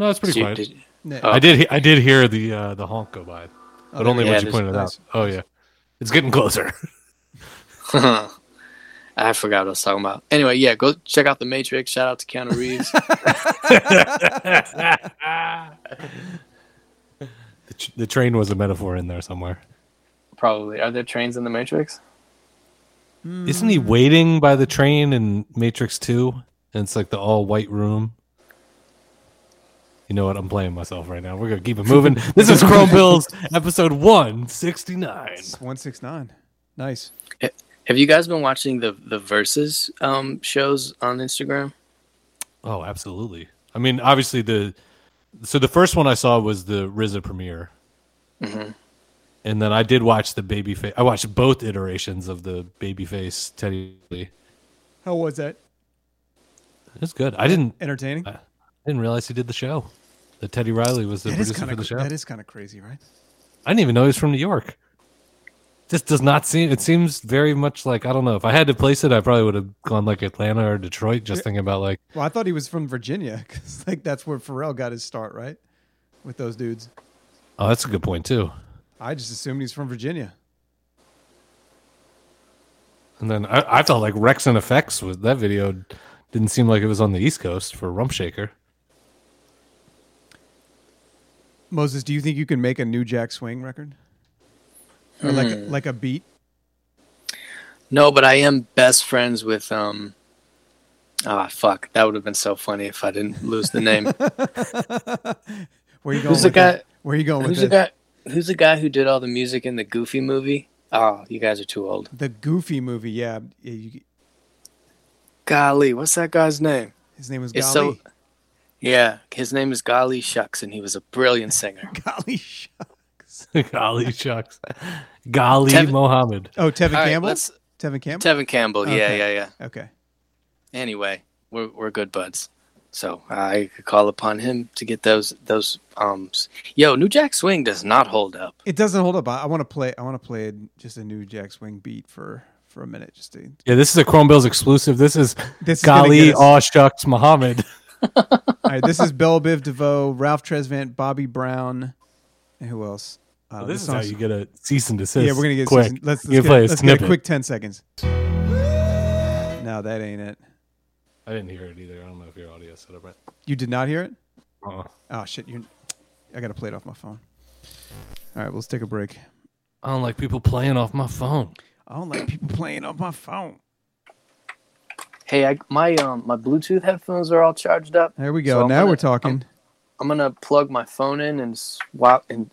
Speaker 5: No, it's pretty
Speaker 7: Did you-
Speaker 5: quiet.
Speaker 7: did you-
Speaker 6: Yeah.
Speaker 7: Oh.
Speaker 5: I did. he- I did hear the uh, the honk go by, but only
Speaker 7: yeah,
Speaker 5: once you
Speaker 7: there's-
Speaker 5: pointed it out. Oh yeah, it's getting closer.
Speaker 7: I forgot what I was talking about. Anyway, yeah, go check out the Matrix. Shout out to Keanu Reeves.
Speaker 5: The, tr- the train was a metaphor in there somewhere.
Speaker 7: probably are there trains in the Matrix?
Speaker 5: Isn't he waiting by the train in Matrix Two? And it's like the all white room. You know what? I'm playing myself right now. We're gonna keep it moving. This is Chrome Bills, episode one sixty nine.
Speaker 6: One six nine. Nice.
Speaker 7: Have you guys been watching the the versus um, shows on Instagram?
Speaker 5: Oh, absolutely. I mean, obviously the so the first one I saw was the RZA premiere, and then I did watch the babyface. I watched both iterations of the babyface Teddy. Lee.
Speaker 6: How was that?
Speaker 5: It's good. I didn't
Speaker 6: Entertaining.
Speaker 5: I didn't realize he did the show. That Teddy Riley was Uh, the
Speaker 6: that is
Speaker 5: producer
Speaker 6: kind
Speaker 5: for the
Speaker 6: of
Speaker 5: show.
Speaker 6: that is kind of crazy, right?
Speaker 5: I didn't even know he was from New York. just does not seem. It seems very much like I don't know. If I had to place it, I probably would have gone like Atlanta or Detroit. Just thinking about like
Speaker 6: Well, I thought he was from Virginia because like that's where Pharrell got his start, right? With those dudes.
Speaker 5: oh, that's a good point too.
Speaker 6: I just assumed he's from Virginia.
Speaker 5: And then I, I felt like Rex and Effects was that video didn't seem like it was on the East Coast for Rump Shaker.
Speaker 6: Moses, do you think you can make a new Jack Swing record? Or like a,
Speaker 7: Hmm.
Speaker 6: like a beat?
Speaker 7: No, but I am best friends with um. Ah, fuck! That would have been so funny if I didn't lose the name.
Speaker 6: Where you going
Speaker 7: Who's the
Speaker 6: with
Speaker 7: guy?
Speaker 6: that? Where you going with
Speaker 7: Who's the
Speaker 6: this?
Speaker 7: guy? Who's the guy who did all the music in the Goofy movie? Oh, you guys are too old.
Speaker 6: The Goofy movie, yeah. yeah you,
Speaker 7: Golly, what's that guy's name?
Speaker 6: his name was
Speaker 7: It's
Speaker 6: Golly.
Speaker 7: so. Yeah, his name is Golly Shucks, and he was a brilliant singer.
Speaker 6: Golly. Sh-
Speaker 5: Golly shucks, Golly
Speaker 7: Tevin-
Speaker 5: Mohammed.
Speaker 6: Oh, Tevin
Speaker 7: All right,
Speaker 6: Campbell?
Speaker 7: let's-
Speaker 6: Tevin Campbell?
Speaker 7: Tevin Campbell. Yeah,
Speaker 6: Okay.
Speaker 7: yeah, yeah.
Speaker 6: okay.
Speaker 7: Anyway, we're we're good buds, so I could call upon him to get those those ums. Yo, New Jack Swing does not hold up.
Speaker 6: It doesn't hold up. I, I want to play. I want to play just a new Jack Swing beat for for a minute. Just to,
Speaker 5: Yeah, this is a Chrome Bills exclusive. This is
Speaker 6: This is gonna
Speaker 5: Golly
Speaker 6: get us-
Speaker 5: Aw Shucks Muhammad.
Speaker 6: all right. This is Bell Biv DeVoe, Ralph Tresvant, Bobby Brown, and who else? Uh,
Speaker 5: this is how
Speaker 6: song's-
Speaker 5: you get a cease and desist.
Speaker 6: Yeah, we're gonna get
Speaker 5: quick.
Speaker 6: season- Let's,
Speaker 5: You
Speaker 6: let's, get,
Speaker 5: play a
Speaker 6: let's get a
Speaker 5: snippet.
Speaker 6: quick ten seconds. No, that ain't it.
Speaker 5: I didn't hear it either. I don't know if your audio set up right.
Speaker 6: You did not hear it.
Speaker 5: Uh-uh.
Speaker 6: Oh shit! You, I gotta play it off my phone. All right, well, let's take a break.
Speaker 5: I don't like people playing off my phone.
Speaker 6: I don't like people playing off my phone.
Speaker 7: Hey, I, my um my Bluetooth headphones are all charged up.
Speaker 6: There we go.
Speaker 7: So I'm
Speaker 6: now
Speaker 7: gonna-
Speaker 6: we're talking.
Speaker 7: I'm gonna plug my phone in and swap and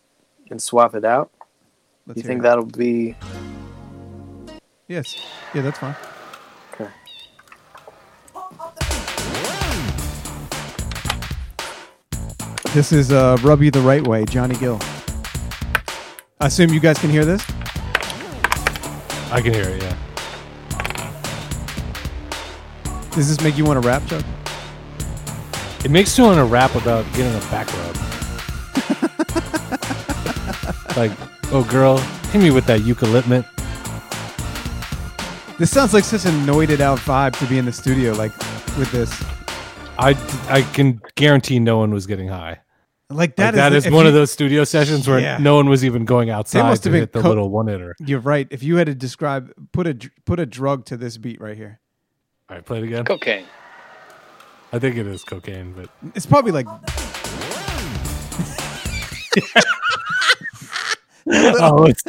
Speaker 7: and swap it out.
Speaker 6: Let's
Speaker 7: You
Speaker 6: hear
Speaker 7: think
Speaker 6: it.
Speaker 7: that'll be
Speaker 6: Yes. Yeah, that's fine.
Speaker 7: okay?
Speaker 6: This is uh, "Rub You the Right Way," Johnny Gill. I assume you guys can hear this.
Speaker 5: I can hear it. Yeah.
Speaker 6: Does this make you want to rap, Chuck?
Speaker 5: It makes you want to rap about getting a back rub. like, oh girl, hit me with that eucalyptus.
Speaker 6: This sounds like such a noited out vibe to be in the studio, like with this.
Speaker 5: I I can guarantee no one was getting high.
Speaker 6: Like
Speaker 5: Like,
Speaker 6: that is
Speaker 5: that
Speaker 6: the-
Speaker 5: is
Speaker 6: if
Speaker 5: one of
Speaker 6: you-
Speaker 5: those studio sessions where
Speaker 6: Yeah.
Speaker 5: no one was even going outside
Speaker 6: must
Speaker 5: to
Speaker 6: have been
Speaker 5: hit the
Speaker 6: co-
Speaker 5: little one hitter.
Speaker 6: You're right. If you had to describe, put a dr- put a drug to this beat right here.
Speaker 5: All right, play it again.
Speaker 7: Cocaine.
Speaker 5: I think it is cocaine, but
Speaker 6: It's probably like
Speaker 5: oh, it's,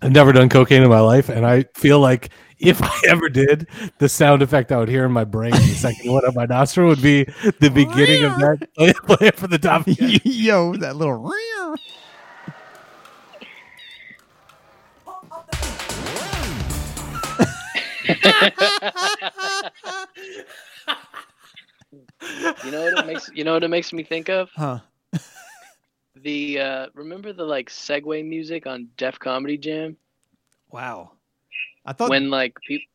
Speaker 5: I've never done cocaine in my life, and I feel like if I ever did, the sound effect I would hear in my brain, the second one up my nostril, would be the beginning of that. Play, play it for the top. again.
Speaker 6: yo that little. rear.
Speaker 7: You know what it makes you know what it makes me think of?
Speaker 6: Huh.
Speaker 7: The uh remember the like segue music on Def Comedy Jam
Speaker 6: Wow. I
Speaker 5: Oh.
Speaker 6: thought
Speaker 7: when like pe-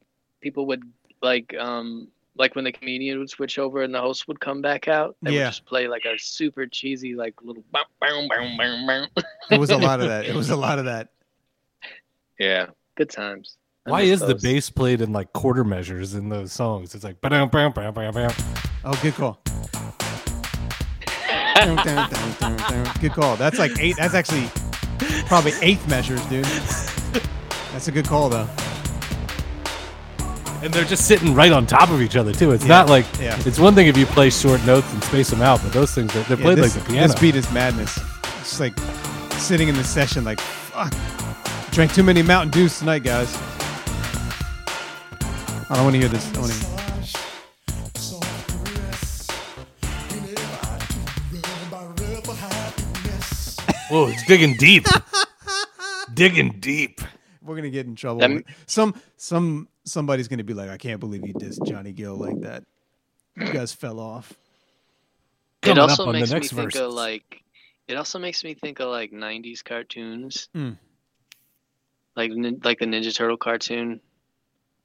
Speaker 7: people would like um like when the comedian would switch over and the host would come back out, they
Speaker 6: Yeah.
Speaker 7: would just play like a super cheesy like little bow, bow, bow, bow, bow.
Speaker 6: there was a lot of that. It was a lot of that.
Speaker 7: Yeah. Good times. I
Speaker 5: Why
Speaker 7: miss
Speaker 5: is the
Speaker 7: those.
Speaker 5: bass played in like quarter measures in those songs? It's like ba-dum, ba-dum, ba-dum, ba-dum, ba-dum.
Speaker 6: Oh, good call. Dun, dun, dun, dun, dun. good call. That's like eight. That's actually probably eighth measures, dude. That's a good call, though.
Speaker 5: and they're just sitting right on top of each other too. It's
Speaker 6: Yeah,
Speaker 5: not like
Speaker 6: yeah.
Speaker 5: it's one thing if you play short notes and space them out, but those things they're, they're
Speaker 6: Yeah,
Speaker 5: played
Speaker 6: this,
Speaker 5: like the piano.
Speaker 6: This beat is madness. It's like sitting in the session, like, fuck. Drank too many Mountain Dews tonight, guys. I don't want to hear this. I want to hear.
Speaker 5: Whoa, it's digging deep, digging deep.
Speaker 6: We're gonna get in trouble.
Speaker 7: Them-
Speaker 6: some some somebody's gonna be like, I can't believe you dissed Johnny Gill like that. You guys fell off.
Speaker 5: Coming
Speaker 7: it also
Speaker 5: up on the
Speaker 7: makes
Speaker 5: next
Speaker 7: me think of
Speaker 5: verses.
Speaker 7: like it also makes me think of like 90s cartoons
Speaker 5: Hmm.
Speaker 6: Mm.
Speaker 7: like nin- like the ninja turtle cartoon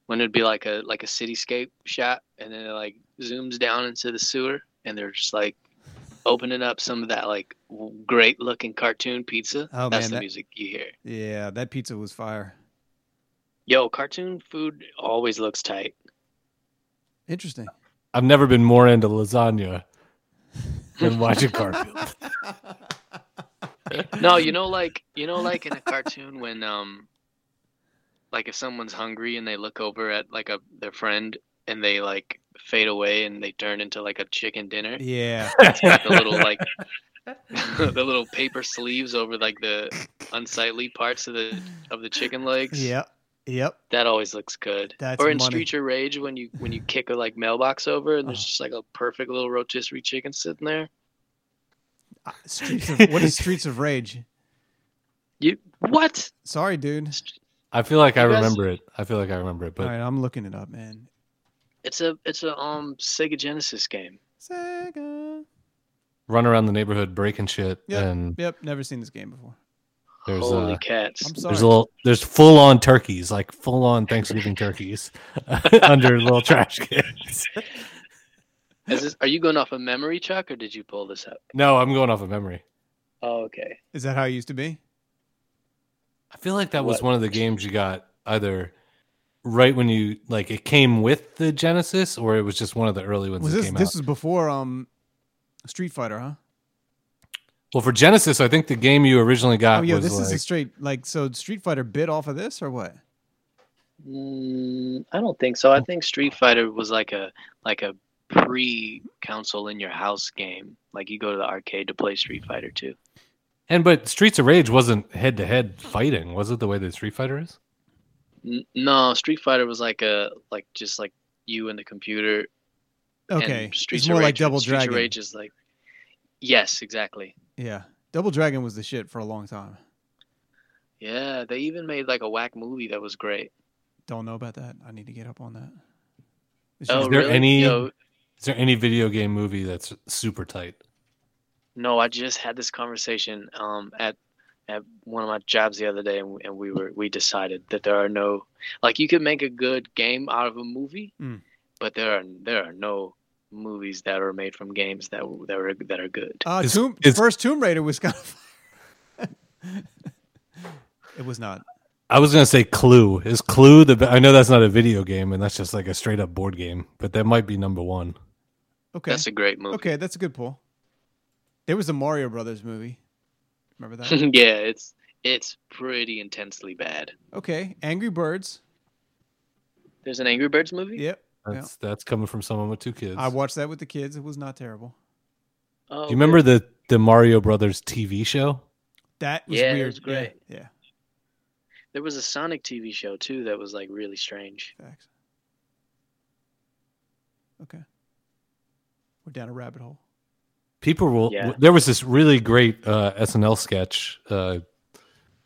Speaker 7: when it'd be like a like a cityscape shot and then it like zooms down into the sewer and they're just like opening up some of that like great looking cartoon pizza.
Speaker 6: Oh,
Speaker 7: That's
Speaker 6: man,
Speaker 7: the
Speaker 6: that-
Speaker 7: music you hear.
Speaker 6: Yeah, that pizza was fire.
Speaker 7: Yo, cartoon food always looks tight.
Speaker 6: Interesting.
Speaker 5: I've never been more into lasagna than watching Garfield.
Speaker 7: No, you know, like you know, like in a cartoon when um, like if someone's hungry and they look over at like a their friend and they like fade away and they turn into like a chicken dinner.
Speaker 6: Yeah.
Speaker 7: the little like the little paper sleeves over like the unsightly parts of the of the chicken legs.
Speaker 6: yep. Yep.
Speaker 7: That always looks good.
Speaker 6: That's
Speaker 7: or in
Speaker 6: money. Oh.
Speaker 7: Street Your Rage when you when you kick a like mailbox over and there's just like a perfect little rotisserie chicken sitting there.
Speaker 6: Streets of, what is Streets of Rage?
Speaker 7: You what?
Speaker 6: Sorry, dude.
Speaker 5: I feel like I
Speaker 7: You guys-
Speaker 5: remember it. I feel like I remember it,
Speaker 6: All
Speaker 5: but
Speaker 6: right, I'm looking it up, man.
Speaker 7: It's a it's a um Sega Genesis game.
Speaker 6: Sega.
Speaker 5: run around the neighborhood breaking shit
Speaker 6: Yep.
Speaker 5: and
Speaker 6: Yep. Never seen this game before.
Speaker 5: there's
Speaker 7: Holy
Speaker 5: uh,
Speaker 7: cats.
Speaker 6: I'm sorry.
Speaker 5: there's a little there's full on turkeys, like full on Thanksgiving turkeys under little trash cans.
Speaker 7: Is this, are you going off a memory chuck or did you pull this up?
Speaker 5: No, I'm going off of memory.
Speaker 7: Oh, okay.
Speaker 6: is that how it used to be?
Speaker 5: I feel like that was
Speaker 7: What?
Speaker 5: one of the games you got either right when you like it came with the Genesis or it was just one of the early ones
Speaker 6: Was
Speaker 5: that
Speaker 6: this
Speaker 5: came out.
Speaker 6: this was before um Street Fighter, huh?
Speaker 5: Well, for Genesis, I think the game you originally got
Speaker 6: oh, yeah,
Speaker 5: was
Speaker 6: this
Speaker 5: like,
Speaker 6: is a straight like so Street Fighter bit off of this or what?
Speaker 7: Mm, I don't think so. I think Street Fighter was like a like a pre console in your house game. Like you go to the arcade to play Street Fighter too.
Speaker 5: and but Streets of Rage wasn't head to head fighting, was it? The way that Street Fighter is.
Speaker 7: N- no, Street Fighter was like a like just like you and the computer. and
Speaker 6: Okay,
Speaker 7: Streets
Speaker 6: it's
Speaker 7: of
Speaker 6: more like
Speaker 7: Rage-
Speaker 6: Double
Speaker 7: Streets of
Speaker 6: Dragon.
Speaker 7: Rage is like yes, exactly.
Speaker 6: Yeah, Double Dragon was the shit for a long time.
Speaker 7: Yeah, they even made like a whack movie that was great.
Speaker 6: Don't know about that. I need to get up on that. It's
Speaker 7: Oh,
Speaker 5: Is
Speaker 6: just-
Speaker 5: there
Speaker 7: really?
Speaker 5: any-
Speaker 7: Yo,
Speaker 5: Is there any video game movie that's super tight?
Speaker 7: No, I just had this conversation um, at at one of my jobs the other day, and, and we were we decided that there are no like you could make a good game out of a movie,
Speaker 6: Mm.
Speaker 7: but there are there are no movies that are made from games that that are that are good.
Speaker 6: Uh,
Speaker 5: Is-
Speaker 6: Tomb,
Speaker 5: is-
Speaker 6: first Tomb Raider was kind of. it was not.
Speaker 5: I was gonna say Clue. Is Clue the? Be- I know that's not a video game, and that's just like a straight up board game. But that might be number one.
Speaker 6: Okay.
Speaker 7: That's a great movie.
Speaker 6: okay, that's a good pull. There was a Mario Brothers movie. Remember that?
Speaker 7: yeah, it's it's pretty intensely bad.
Speaker 6: okay, Angry Birds.
Speaker 7: There's an Angry Birds movie.
Speaker 6: Yep. yeah.
Speaker 5: That's that's coming from someone with two kids.
Speaker 6: I watched that with the kids. It was not terrible.
Speaker 7: Oh,
Speaker 5: Do you remember the the Mario Brothers TV show?
Speaker 6: That was
Speaker 7: Yeah, it
Speaker 6: weird.
Speaker 7: was great.
Speaker 6: Yeah, yeah,
Speaker 7: There was a Sonic TV show too that was like really strange.
Speaker 6: facts. Okay. We're down a rabbit hole.
Speaker 5: People will.
Speaker 7: Yeah.
Speaker 5: There was this really great uh, SNL sketch uh,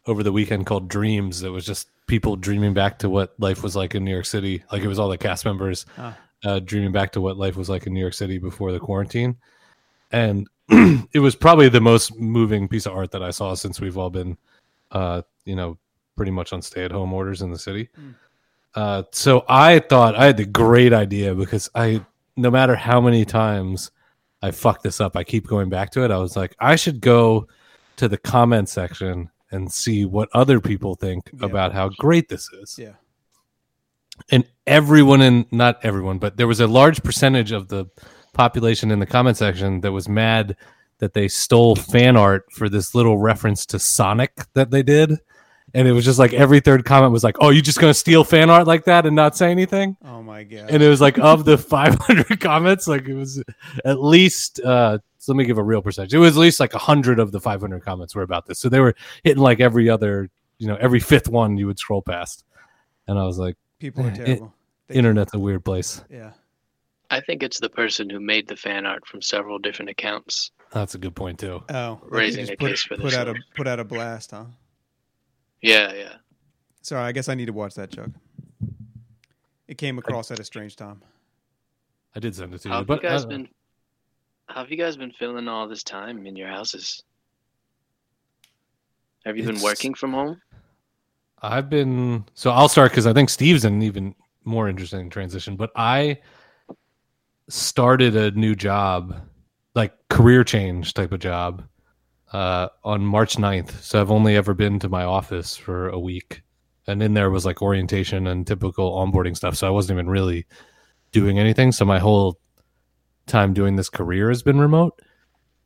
Speaker 5: over the weekend called "Dreams" that was just people dreaming back to what life was like in New York City. Like it was all the cast members
Speaker 6: Ah.
Speaker 5: uh, dreaming back to what life was like in New York City before the quarantine, and it was probably the most moving piece of art that I saw since we've all been, uh, you know, pretty much on stay-at-home orders in the city.
Speaker 6: Mm.
Speaker 5: Uh, so I thought I had the great idea because I, no matter how many times I fuck this up, I keep going back to it. I was like, I should go to the comment section and see what other people think
Speaker 6: Yeah.
Speaker 5: about how great this is.
Speaker 6: Yeah.
Speaker 5: And everyone in, not everyone, but there was a large percentage of the population in the comment section that was mad that they stole fan art for this little reference to Sonic that they did. And it was just like every third comment was like, "Oh, you just gonna steal fan art like that and not say anything?"
Speaker 6: Oh my god.
Speaker 5: And it was like of the 500 comments, like it was at least. uh so Let me give a real percentage. It was at least like 100 of the 500 comments were about this. So they were hitting like every other, you know, every fifth one you would scroll past. And I was like,
Speaker 6: People are
Speaker 5: it-
Speaker 6: terrible. They-
Speaker 5: "Internet's a weird place."
Speaker 6: yeah.
Speaker 7: I think it's the person who made the fan art from several different accounts.
Speaker 5: That's a good point too.
Speaker 6: Oh, they could
Speaker 7: Raising
Speaker 6: just
Speaker 7: a
Speaker 6: put,
Speaker 7: case for
Speaker 6: put
Speaker 7: this
Speaker 6: out a
Speaker 7: one.
Speaker 6: put out a blast, huh?
Speaker 7: Yeah, yeah.
Speaker 6: Sorry, I guess I need to watch that, Chuck. It came across at a strange time.
Speaker 5: I did send it to
Speaker 7: How
Speaker 5: you,
Speaker 7: have
Speaker 5: but uh,
Speaker 7: you
Speaker 5: I
Speaker 7: guys
Speaker 5: don't know.
Speaker 7: been? How have you guys been feeling all this time in your houses? Have you been
Speaker 5: It's-
Speaker 7: working from home?
Speaker 5: I've been so I'll start because I think Steve's in an even more interesting transition. But I started a new job like career change type of job uh, on March 9th. So I've only ever been to my office for a week. And in there was like orientation and typical onboarding stuff. So I wasn't even really doing anything. So my whole time doing this career has been remote,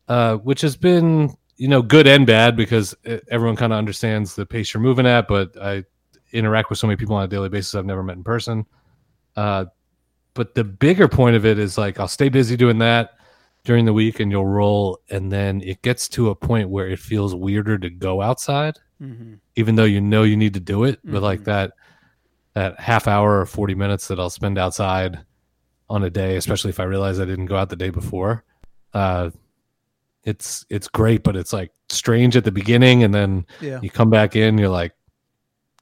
Speaker 5: uh, which has been, you know, good and bad because uh, everyone kind of understands the pace you're moving at. But I interact with so many people on a daily basis I've never met in person. Uh, but the bigger point of it is like I'll stay busy doing that during the week and you'll roll and then it gets to a point where it feels weirder to go outside
Speaker 6: Mm-hmm.
Speaker 5: even though you know you need to do it but like that that half hour or 40 minutes that i'll spend outside on a day especially if i realize i didn't go out the day before uh it's it's great but it's like strange at the beginning and then
Speaker 6: Yeah.
Speaker 5: you come back in you're like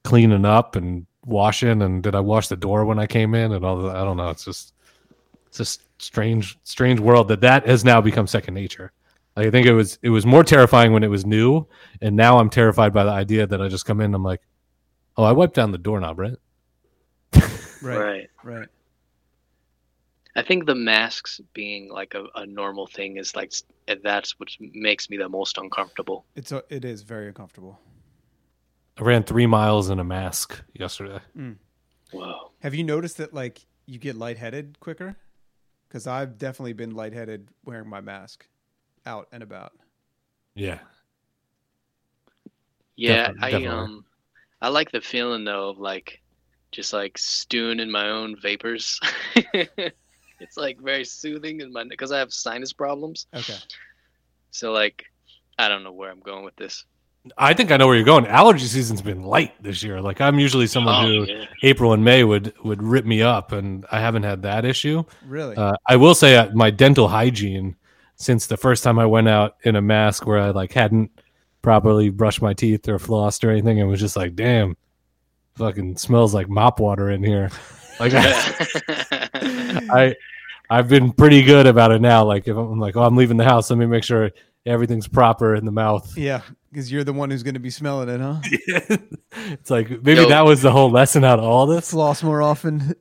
Speaker 5: cleaning up and washing and did i wash the door when i came in and all that i don't know it's just it's just strange strange world that that has now become second nature like i think it was it was more terrifying when it was new and now i'm terrified by the idea that i just come in and i'm like oh i wiped down the doorknob right
Speaker 6: Right. Right.
Speaker 7: right. I think the masks being like a, a normal thing is like s- that's what makes me the most uncomfortable.
Speaker 6: It's a, it is very uncomfortable.
Speaker 5: i ran three miles in a mask yesterday
Speaker 7: Whoa.
Speaker 6: Have you noticed that like you get lightheaded quicker? Because I've definitely been lightheaded wearing my mask out and about.
Speaker 5: yeah
Speaker 7: Yeah,
Speaker 5: Defi-
Speaker 7: I
Speaker 5: definitely.
Speaker 7: um, I like the feeling though of like just like stewing in my own vapors. it's like very soothing in my because I have sinus problems.
Speaker 6: Okay.
Speaker 7: So like, I don't know where I'm going with this.
Speaker 5: i think i know where you're going allergy season's been light this year like i'm usually someone who
Speaker 7: Oh, yeah.
Speaker 5: april and may would would rip me up and i haven't had that issue
Speaker 6: Really?
Speaker 5: Uh, I will say uh, my dental hygiene since the first time I went out in a mask where I like hadn't properly brushed my teeth or flossed or anything and was just like, damn, fucking smells like mop water in here. Like I, I I've been pretty good about it now. Like if I'm I'm like, oh, I'm leaving the house, let me make sure everything's proper in the mouth.
Speaker 6: yeah. Because you're the one who's going to be smelling it, huh?
Speaker 5: it's like maybe
Speaker 7: Yo.
Speaker 5: that was the whole lesson out of all this.
Speaker 6: Floss more often.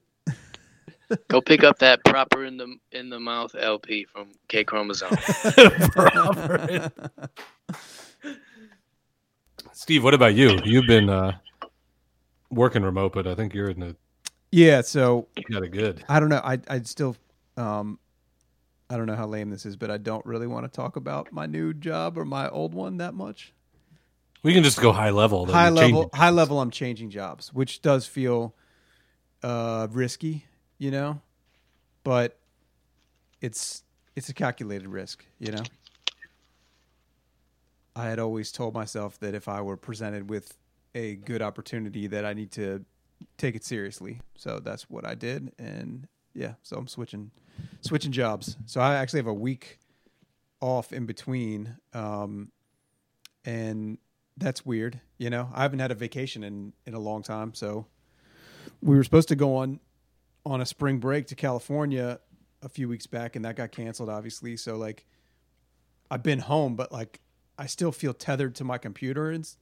Speaker 7: Go pick up that proper in the in the mouth LP from K chromosome.
Speaker 5: Proper. Steve, what about you? You've been uh, working remote, but I think you're in a
Speaker 6: Yeah. So
Speaker 5: you got a good.
Speaker 6: I don't know. I I still, um, I don't know how lame this is, but I don't really want to talk about my new job or my old one that much.
Speaker 5: We can just go high level. though.
Speaker 6: high
Speaker 5: You're changing-
Speaker 6: level high level i'm changing jobs which does feel uh risky you know but it's it's a calculated risk you know i had always told myself that if i were presented with a good opportunity that i need to take it seriously so that's what i did and yeah so i'm switching switching jobs so i actually have a week off in between um and that's weird. You know, I haven't had a vacation in in a long time, so we were supposed to go on on a spring break to California a few weeks back, and that got canceled, obviously. So like, I've been home, but like, I still feel tethered to my computer in s-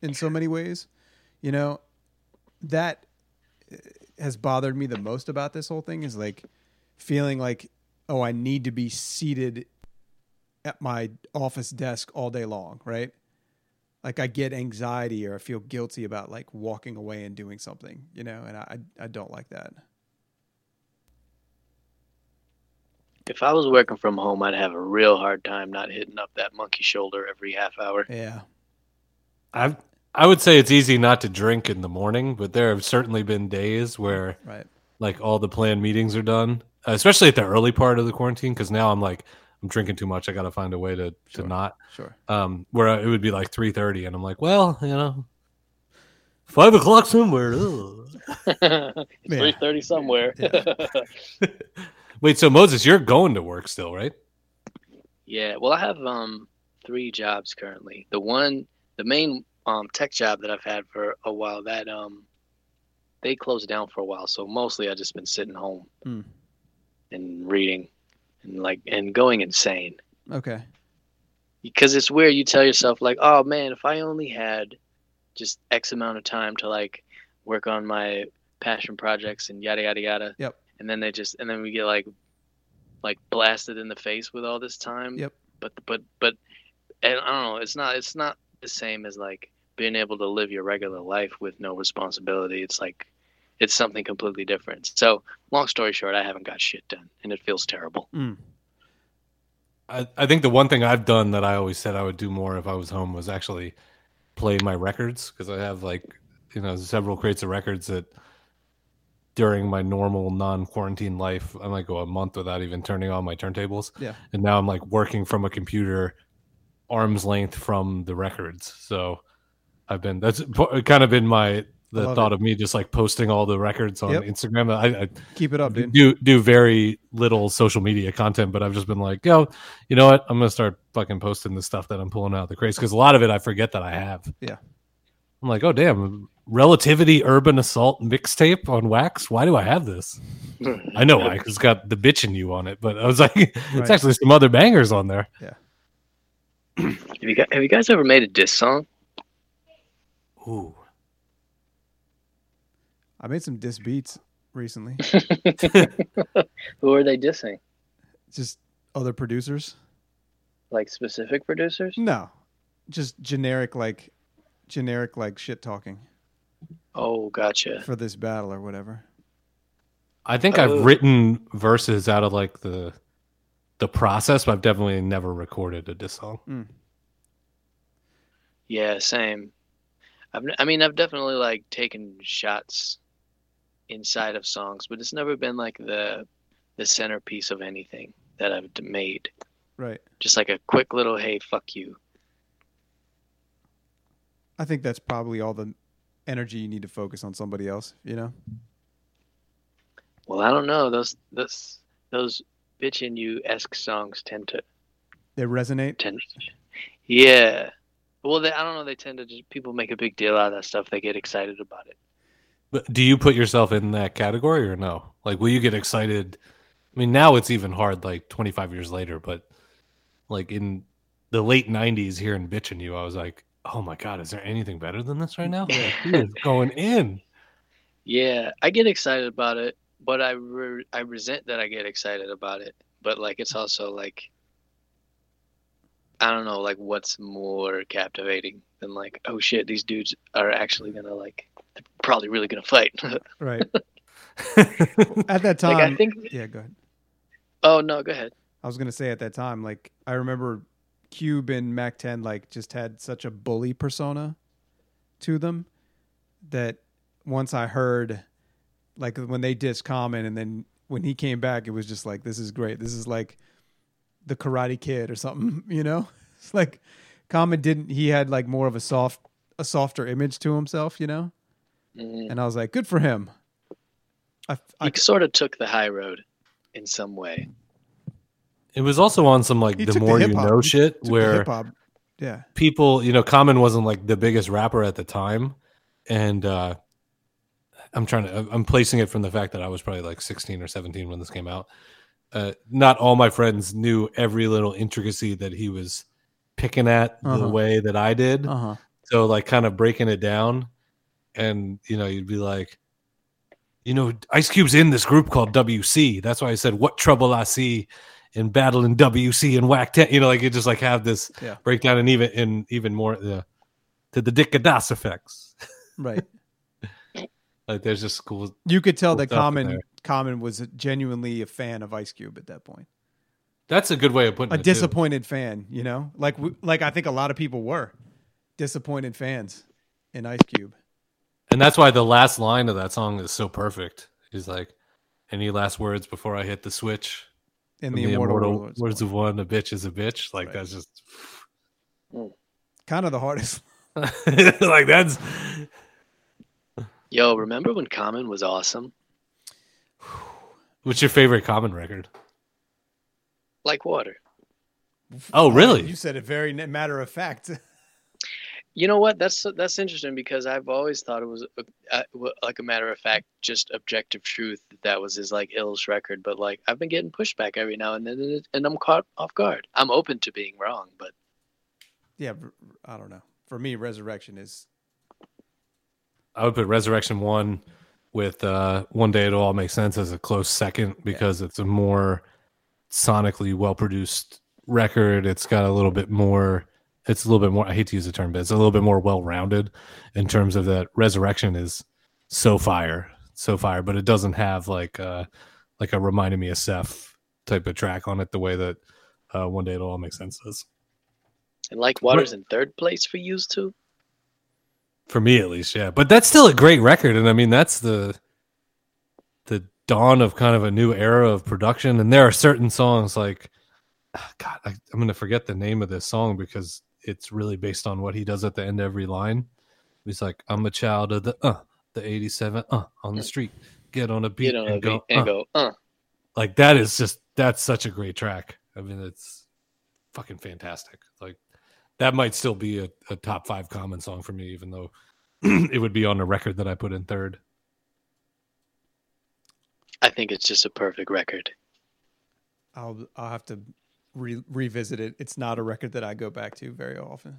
Speaker 6: in so many ways. You know, that eh, has bothered me the most about this whole thing is like feeling like, oh, I need to be seated at my office desk all day long, right? like I get anxiety or I feel guilty about like walking away and doing something, you know, and I I don't like that.
Speaker 7: if I was working from home, I'd have a real hard time not hitting up that monkey shoulder every half hour.
Speaker 6: Yeah.
Speaker 5: I've, I would say it's easy not to drink in the morning, but there have certainly been days where
Speaker 6: Right.
Speaker 5: like all the planned meetings are done, especially at the early part of the quarantine. Because now I'm like I'm drinking too much. I got to find a way to to not
Speaker 6: Sure.
Speaker 5: um, where it would be like three thirty, and I'm like, well, you know, five o'clock somewhere. ugh.
Speaker 7: it's
Speaker 6: Yeah.
Speaker 7: three thirty somewhere.
Speaker 6: Yeah.
Speaker 7: Yeah.
Speaker 5: Wait, so Moses, you're going to work still, right?
Speaker 7: Well, I have um three jobs currently. The one, the main um tech job that I've had for a while, that um they closed down for a while, so mostly I've just been sitting home
Speaker 6: Hmm.
Speaker 7: and reading and like and going insane.
Speaker 6: Okay.
Speaker 7: because it's where you tell yourself like oh man if i only had just x amount of time to like work on my passion projects and yada yada yada
Speaker 6: Yep.
Speaker 7: and then they just and then we get like like blasted in the face with all this time.
Speaker 6: Yep.
Speaker 7: But but but, and I don't know. It's not it's not the same as like being able to live your regular life with no responsibility. It's like it's something completely different. So long story short, I haven't got shit done, and it feels terrible.
Speaker 5: I, I think the one thing I've done that I always said I would do more if I was home was actually play my records because I have like you know several crates of records that during my normal non-quarantine life I might go a month without even turning on my turntables.
Speaker 6: Yeah.
Speaker 5: And now I'm like working from a computer arm's length from the records. So I've been that's po- kind of been my
Speaker 6: I
Speaker 5: the
Speaker 6: love
Speaker 5: thought of me just like posting all the records on
Speaker 6: Yep.
Speaker 5: Instagram. I, I
Speaker 6: Keep it up, dude.
Speaker 5: do do very little social media content, but I've just been like, yo, you know what? I'm gonna start fucking posting the stuff that I'm pulling out of the crates because a lot of it I forget that I have.
Speaker 6: Yeah.
Speaker 5: I'm like, oh damn, relativity urban assault mixtape on wax. Why do I have this? I know why, 'cause it's got the bitch in you on it, but I was like, it's
Speaker 6: Right.
Speaker 5: actually some other bangers on there.
Speaker 7: Have you guys, have you guys ever made a diss song?
Speaker 5: Ooh.
Speaker 6: I made some diss beats recently.
Speaker 7: Who are they dissing?
Speaker 6: Just other producers.
Speaker 7: Like specific producers?
Speaker 6: No, just generic like, generic like shit talking
Speaker 7: Oh, gotcha.
Speaker 6: for this battle or whatever.
Speaker 5: I think
Speaker 7: Oh.
Speaker 6: Uh.
Speaker 5: I've written verses out of like the the process, but I've definitely never recorded a diss song.
Speaker 7: Yeah, same. I've, n- I mean, I've definitely like taken shots inside of songs, but it's never been like the the centerpiece of anything that I've d- made.
Speaker 6: Right.
Speaker 7: Just like a quick little "Hey, fuck you."
Speaker 6: I think that's probably all the energy you need to focus on somebody else. You know.
Speaker 7: Well, I don't know. Those those those bitch and you esque songs tend to
Speaker 6: They resonate.
Speaker 7: tend. Yeah. Well, they, I don't know. They tend to just people make a big deal out of that stuff. They get excited about it.
Speaker 5: But do you put yourself in that category or no? Like, will you get excited? I mean, now it's even hard, like 25 years later, but like in the late 90s, hearing bitching you, I was like, oh my God, is there anything better than this right now? Like, he is going in.
Speaker 7: Yeah, I get excited about it, but I re- I resent that I get excited about it. But like, it's also like, I don't know, like what's more captivating than like, oh shit, these dudes are actually gonna like, they're probably really gonna fight. like
Speaker 6: Right. At that time.
Speaker 7: I think.
Speaker 6: yeah. Go ahead.
Speaker 7: Oh no, go ahead.
Speaker 6: I was gonna say at that time, like I remember Cube and Mac Ten like just had such a bully persona to them that once I heard like when they dissed Common and then when he came back, it was just like this is great. This is like the Karate Kid or something, you know? It's like Common didn't he had like more of a soft a softer image to himself, you know? And I was like, good for him. I, I,
Speaker 7: He sort of took the high road, in some way.
Speaker 5: It was also on some like
Speaker 6: he
Speaker 5: the
Speaker 6: took
Speaker 5: more you
Speaker 6: hip-hop-
Speaker 5: know
Speaker 6: he
Speaker 5: shit,
Speaker 6: took the
Speaker 5: where
Speaker 6: hip-hop- yeah.
Speaker 5: people, you know, Common wasn't like the biggest rapper at the time, and uh, I'm trying to, I'm- I'm placing it from the fact that I was probably like 16 or 17 when this came out. Uh, not all my friends knew every little intricacy that he was picking at
Speaker 6: Uh-huh.
Speaker 5: the way that I did.
Speaker 6: Uh-huh.
Speaker 5: So like kind of breaking it down, and you know, you'd be like, you know, Ice Cube's in this group called WC. That's why I said, "What trouble I see in battling WC and Whack 10. You know, like you just like have this
Speaker 6: Yeah.
Speaker 5: breakdown, and even and even more uh, to the Dick and Das effects.
Speaker 6: Right.
Speaker 5: Like there's just cool.
Speaker 6: You could tell
Speaker 5: Cool
Speaker 6: that
Speaker 5: stuff in
Speaker 6: Common
Speaker 5: there.
Speaker 6: Common was genuinely a fan of Ice Cube at that point.
Speaker 5: That's a good way of putting
Speaker 6: A
Speaker 5: it. too.
Speaker 6: disappointed fan, you know? Like we, like I think a lot of people were disappointed fans in Ice Cube.
Speaker 5: And that's why the last line of that song is so perfect. He's like, any last words before I hit the switch?
Speaker 6: In
Speaker 5: From
Speaker 6: the, Immortal, Warlords.
Speaker 5: words of one, a bitch is a bitch. Like
Speaker 6: Right.
Speaker 5: that's just
Speaker 6: Kind of the hardest.
Speaker 5: like that's
Speaker 7: Yo, remember when Common was awesome?
Speaker 5: what's your favorite common record?
Speaker 7: Like water.
Speaker 5: Oh, really?
Speaker 6: You said it very na- matter of fact.
Speaker 7: You know what? That's that's interesting because I've always thought it was uh, uh, w- like a matter of fact, just objective truth that that was his like illest record. But like I've been getting pushback every now and then, and, it- and I'm caught off guard. I'm open to being wrong, but
Speaker 6: yeah, r- I don't know. For me, Resurrection is
Speaker 5: I would put Resurrection One with uh, One Day It'll All Make Sense as a close second because it's a more sonically well produced record. It's got a little bit more. It's a little bit more. I hate to use the term, but it's a little bit more well rounded in terms of that. Resurrection is so fire, so fire, but it doesn't have like uh like a reminded me of Seth type of track on it. The way that uh, one day it'll all make sense does
Speaker 7: And like Waters in third place for used to.
Speaker 5: for me at least. Yeah, but that's still a great record, and I mean that's the the dawn of kind of a new era of production. And there are certain songs like ah, God, I, I'm going to forget the name of this song because it's really based on what he does at the end of every line. He's like, "I'm a child of the uh, the '87 uh on the street, get on a beat,
Speaker 7: You know,
Speaker 5: and,
Speaker 7: and
Speaker 5: go, uh."
Speaker 7: and go, uh.
Speaker 5: like that is just that's such a great track. I mean, it's fucking fantastic. Like that might still be a, a top five common song for me, even though it would be on a record that I put in third.
Speaker 7: I think it's just a perfect record.
Speaker 6: I'll I'll have to re- revisit it. It's not a record that I go back to very often.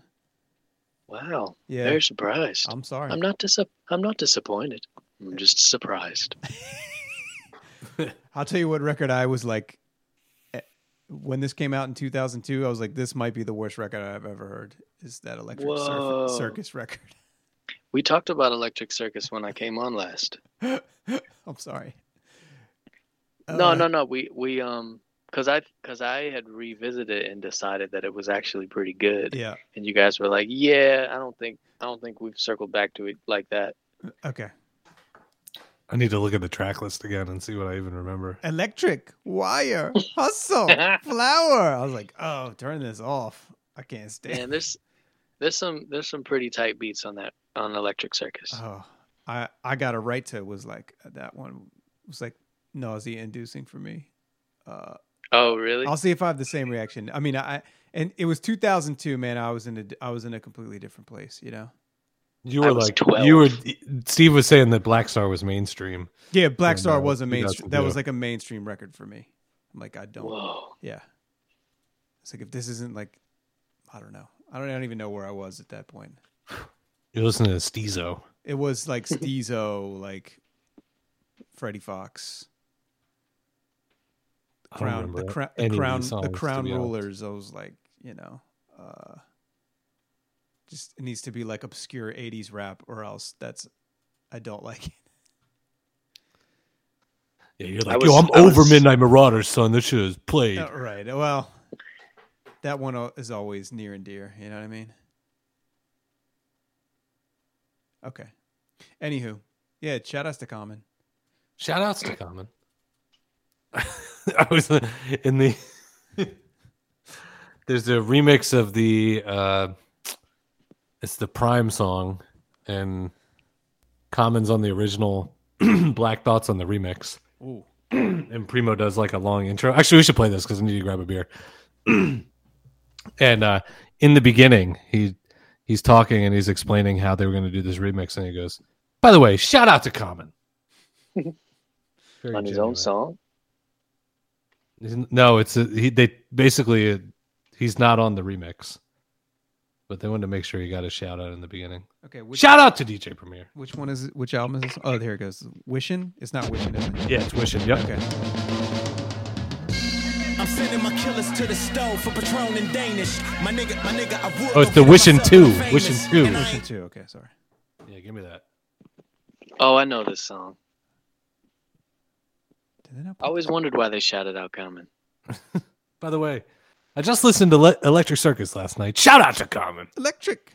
Speaker 7: Wow.
Speaker 6: Yeah.
Speaker 7: Very surprised.
Speaker 6: I'm sorry.
Speaker 7: I'm not dis- I'm not disappointed. I'm just surprised.
Speaker 6: I'll tell you what record I was like eh, when this came out in 2002. I was like, this might be the worst record I've ever heard. Is that Electric
Speaker 7: Whoa.
Speaker 6: Surf- Circus record?
Speaker 7: We talked about Electric Circus when I came on last.
Speaker 6: I'm sorry.
Speaker 7: no,
Speaker 6: Uh,
Speaker 7: no, no. We we um because I because I had revisited it and decided that it was actually pretty good.
Speaker 6: Yeah.
Speaker 7: And you guys were like, yeah, I don't think I don't think we've circled back to it like that.
Speaker 6: Okay.
Speaker 5: I need to look at the track list again and see what I even remember.
Speaker 6: Electric Wire Hustle Flower. I was like, oh, turn this off. I can't stand.
Speaker 7: And there's there's some there's some pretty tight beats on that on Electric Circus.
Speaker 6: Oh, I I got a right to was like that one was like nausea inducing for me. Uh,
Speaker 7: oh really?
Speaker 6: I'll see if I have the same reaction. I mean, I and it was 2002, man. I was in a I was in a completely different place, you know.
Speaker 5: You
Speaker 7: I
Speaker 5: were
Speaker 7: was
Speaker 5: like
Speaker 7: 12.
Speaker 5: you were. Steve was saying that Black Star was mainstream.
Speaker 6: Yeah, Black
Speaker 5: Yeah,
Speaker 6: Star
Speaker 5: no,
Speaker 6: was a
Speaker 5: you
Speaker 6: mainstream.
Speaker 5: got
Speaker 6: That
Speaker 5: to
Speaker 6: was
Speaker 5: do.
Speaker 6: like a mainstream record for me. I'm like, I don't.
Speaker 7: Whoa.
Speaker 6: Yeah. It's like if this isn't like, I don't know. I don't, I don't even know where I was at that point.
Speaker 5: You listen to Steezo.
Speaker 6: It was like Steezo, like Freddie Fox,
Speaker 5: I don't
Speaker 6: Crown,
Speaker 5: remember
Speaker 6: the, cra-
Speaker 5: any
Speaker 6: the
Speaker 5: of these
Speaker 6: Crown,
Speaker 5: songs,
Speaker 6: the
Speaker 5: to
Speaker 6: Crown
Speaker 5: be honest.
Speaker 6: Rulers. I was like, you know, uh, just it needs to be like obscure '80s rap, or else that's I don't like it.
Speaker 5: Yeah, you're
Speaker 7: I
Speaker 5: like,
Speaker 7: was-
Speaker 5: yo, I'm
Speaker 7: I
Speaker 5: over
Speaker 7: was-
Speaker 5: Midnight Marauders, son. This shit is played.
Speaker 6: Uh, right. Well, that one al- is always near and dear. You know what I mean? Okay. Anywho, yeah. Shout outs to Common.
Speaker 5: Shout outs to Common. I was uh, in the There's a remix of the uh it's the Prime song and Common's on the original, Black Thoughts on the remix.
Speaker 6: Ooh.
Speaker 5: And Primo does like a long intro. Actually, we should play this because I need to grab a beer. and uh in the beginning, he he's talking and he's explaining how they were going to do this remix and he goes, "By the way, shout out to Common." Very
Speaker 7: on his
Speaker 5: genuine.
Speaker 7: own song.
Speaker 5: Isn't- No, it's a, he. They basically uh he's not on the remix, but they wanted to make sure he got a shout out in the beginning.
Speaker 6: Okay. Which,
Speaker 5: shout out to DJ Premier.
Speaker 6: which one is it? Which album is this? Oh, there it goes. Wishing. It's not wishing. Is it?
Speaker 5: Yeah, it's wishing. Yep.
Speaker 6: Okay.
Speaker 3: I'm sending my killers to the stove for Patron and Danish. My nigga, my nigga, I would.
Speaker 5: Oh, it's the wishing two. Wishing two.
Speaker 6: Wishing two. Okay. Sorry.
Speaker 5: Yeah, give me that.
Speaker 7: Oh, I know this song.
Speaker 6: Did they not
Speaker 7: I
Speaker 6: put-
Speaker 7: always wondered why they shouted out Common.
Speaker 5: By the way, I just listened to Le- Electric Circus last night. Shout out to Common.
Speaker 6: Electric.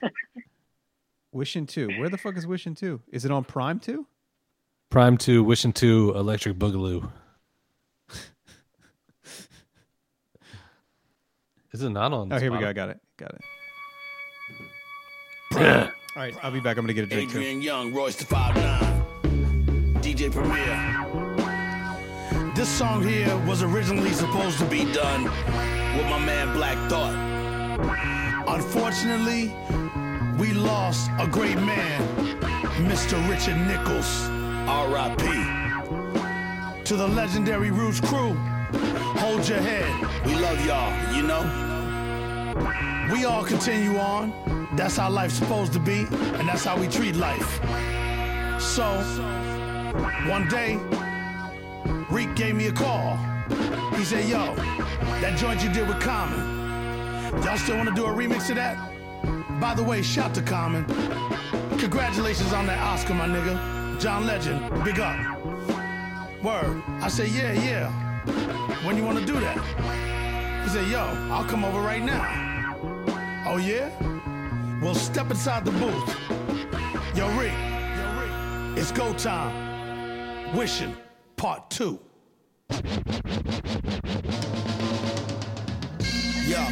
Speaker 6: wishing two. Where the fuck is wishing two? Is it on Prime two?
Speaker 5: Prime two, wishing two, Electric Boogaloo. Is it not on?
Speaker 6: Oh, here we go. I
Speaker 5: Spotify?
Speaker 6: got it. Got it. All right. I'll be back. I'm gonna get a drink too.
Speaker 3: Adrian Young, Royce the Five Nine, DJ Premier. This song here was originally supposed to be done with my man Black Thought. Unfortunately, we lost a great man, Mr. Richard Nichols, R.I.P. To the legendary Roots crew, hold your head. We love y'all, you know? We all continue on. That's how life's supposed to be, and that's how we treat life. So, one day, Reek gave me a call. He said, yo, that joint you did with Common. Y'all still wanna do a remix of that? By the way, shout to Common. Congratulations on that Oscar, my nigga. John Legend, big up. Word. I said, yeah, yeah. When you wanna do that? He said, yo, I'll come over right now. Oh yeah? Well, step inside the booth. Yo, Rick. Yo, Rick. It's go time. Wishing, part two.
Speaker 8: Yo,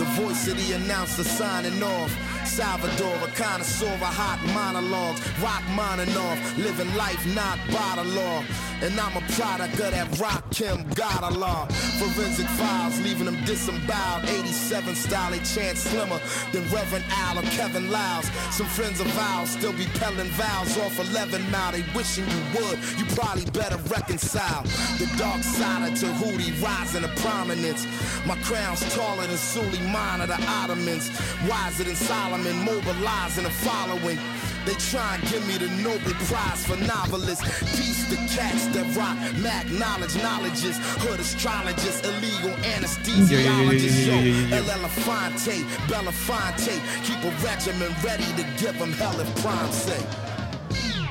Speaker 8: the voice of the announcer signing off. Salvador, a connoisseur of hot monologues. Rock mining off, living life not by the law. And I'm a product of that rock Kim God law. Forensic files, leaving them disemboweled. 87 style, they chant slimmer than Reverend Al or Kevin Lyles. Some friends of ours still be pelling vows off 11 now. They wishing you would, you probably better reconcile. The dark side of Tahuti rising to prominence. My crown's taller than Suleiman of the Ottomans. Wiser than Solomon, mobilizing and following. They try and give me the Nobel Prize for novelists. Peace to cats that rock, Mac knowledge, knowledges, hood astrologists, illegal anesthesiologists. Yo, Elelafonte, Belafonte, keep a regimen ready to give them hell if prime say.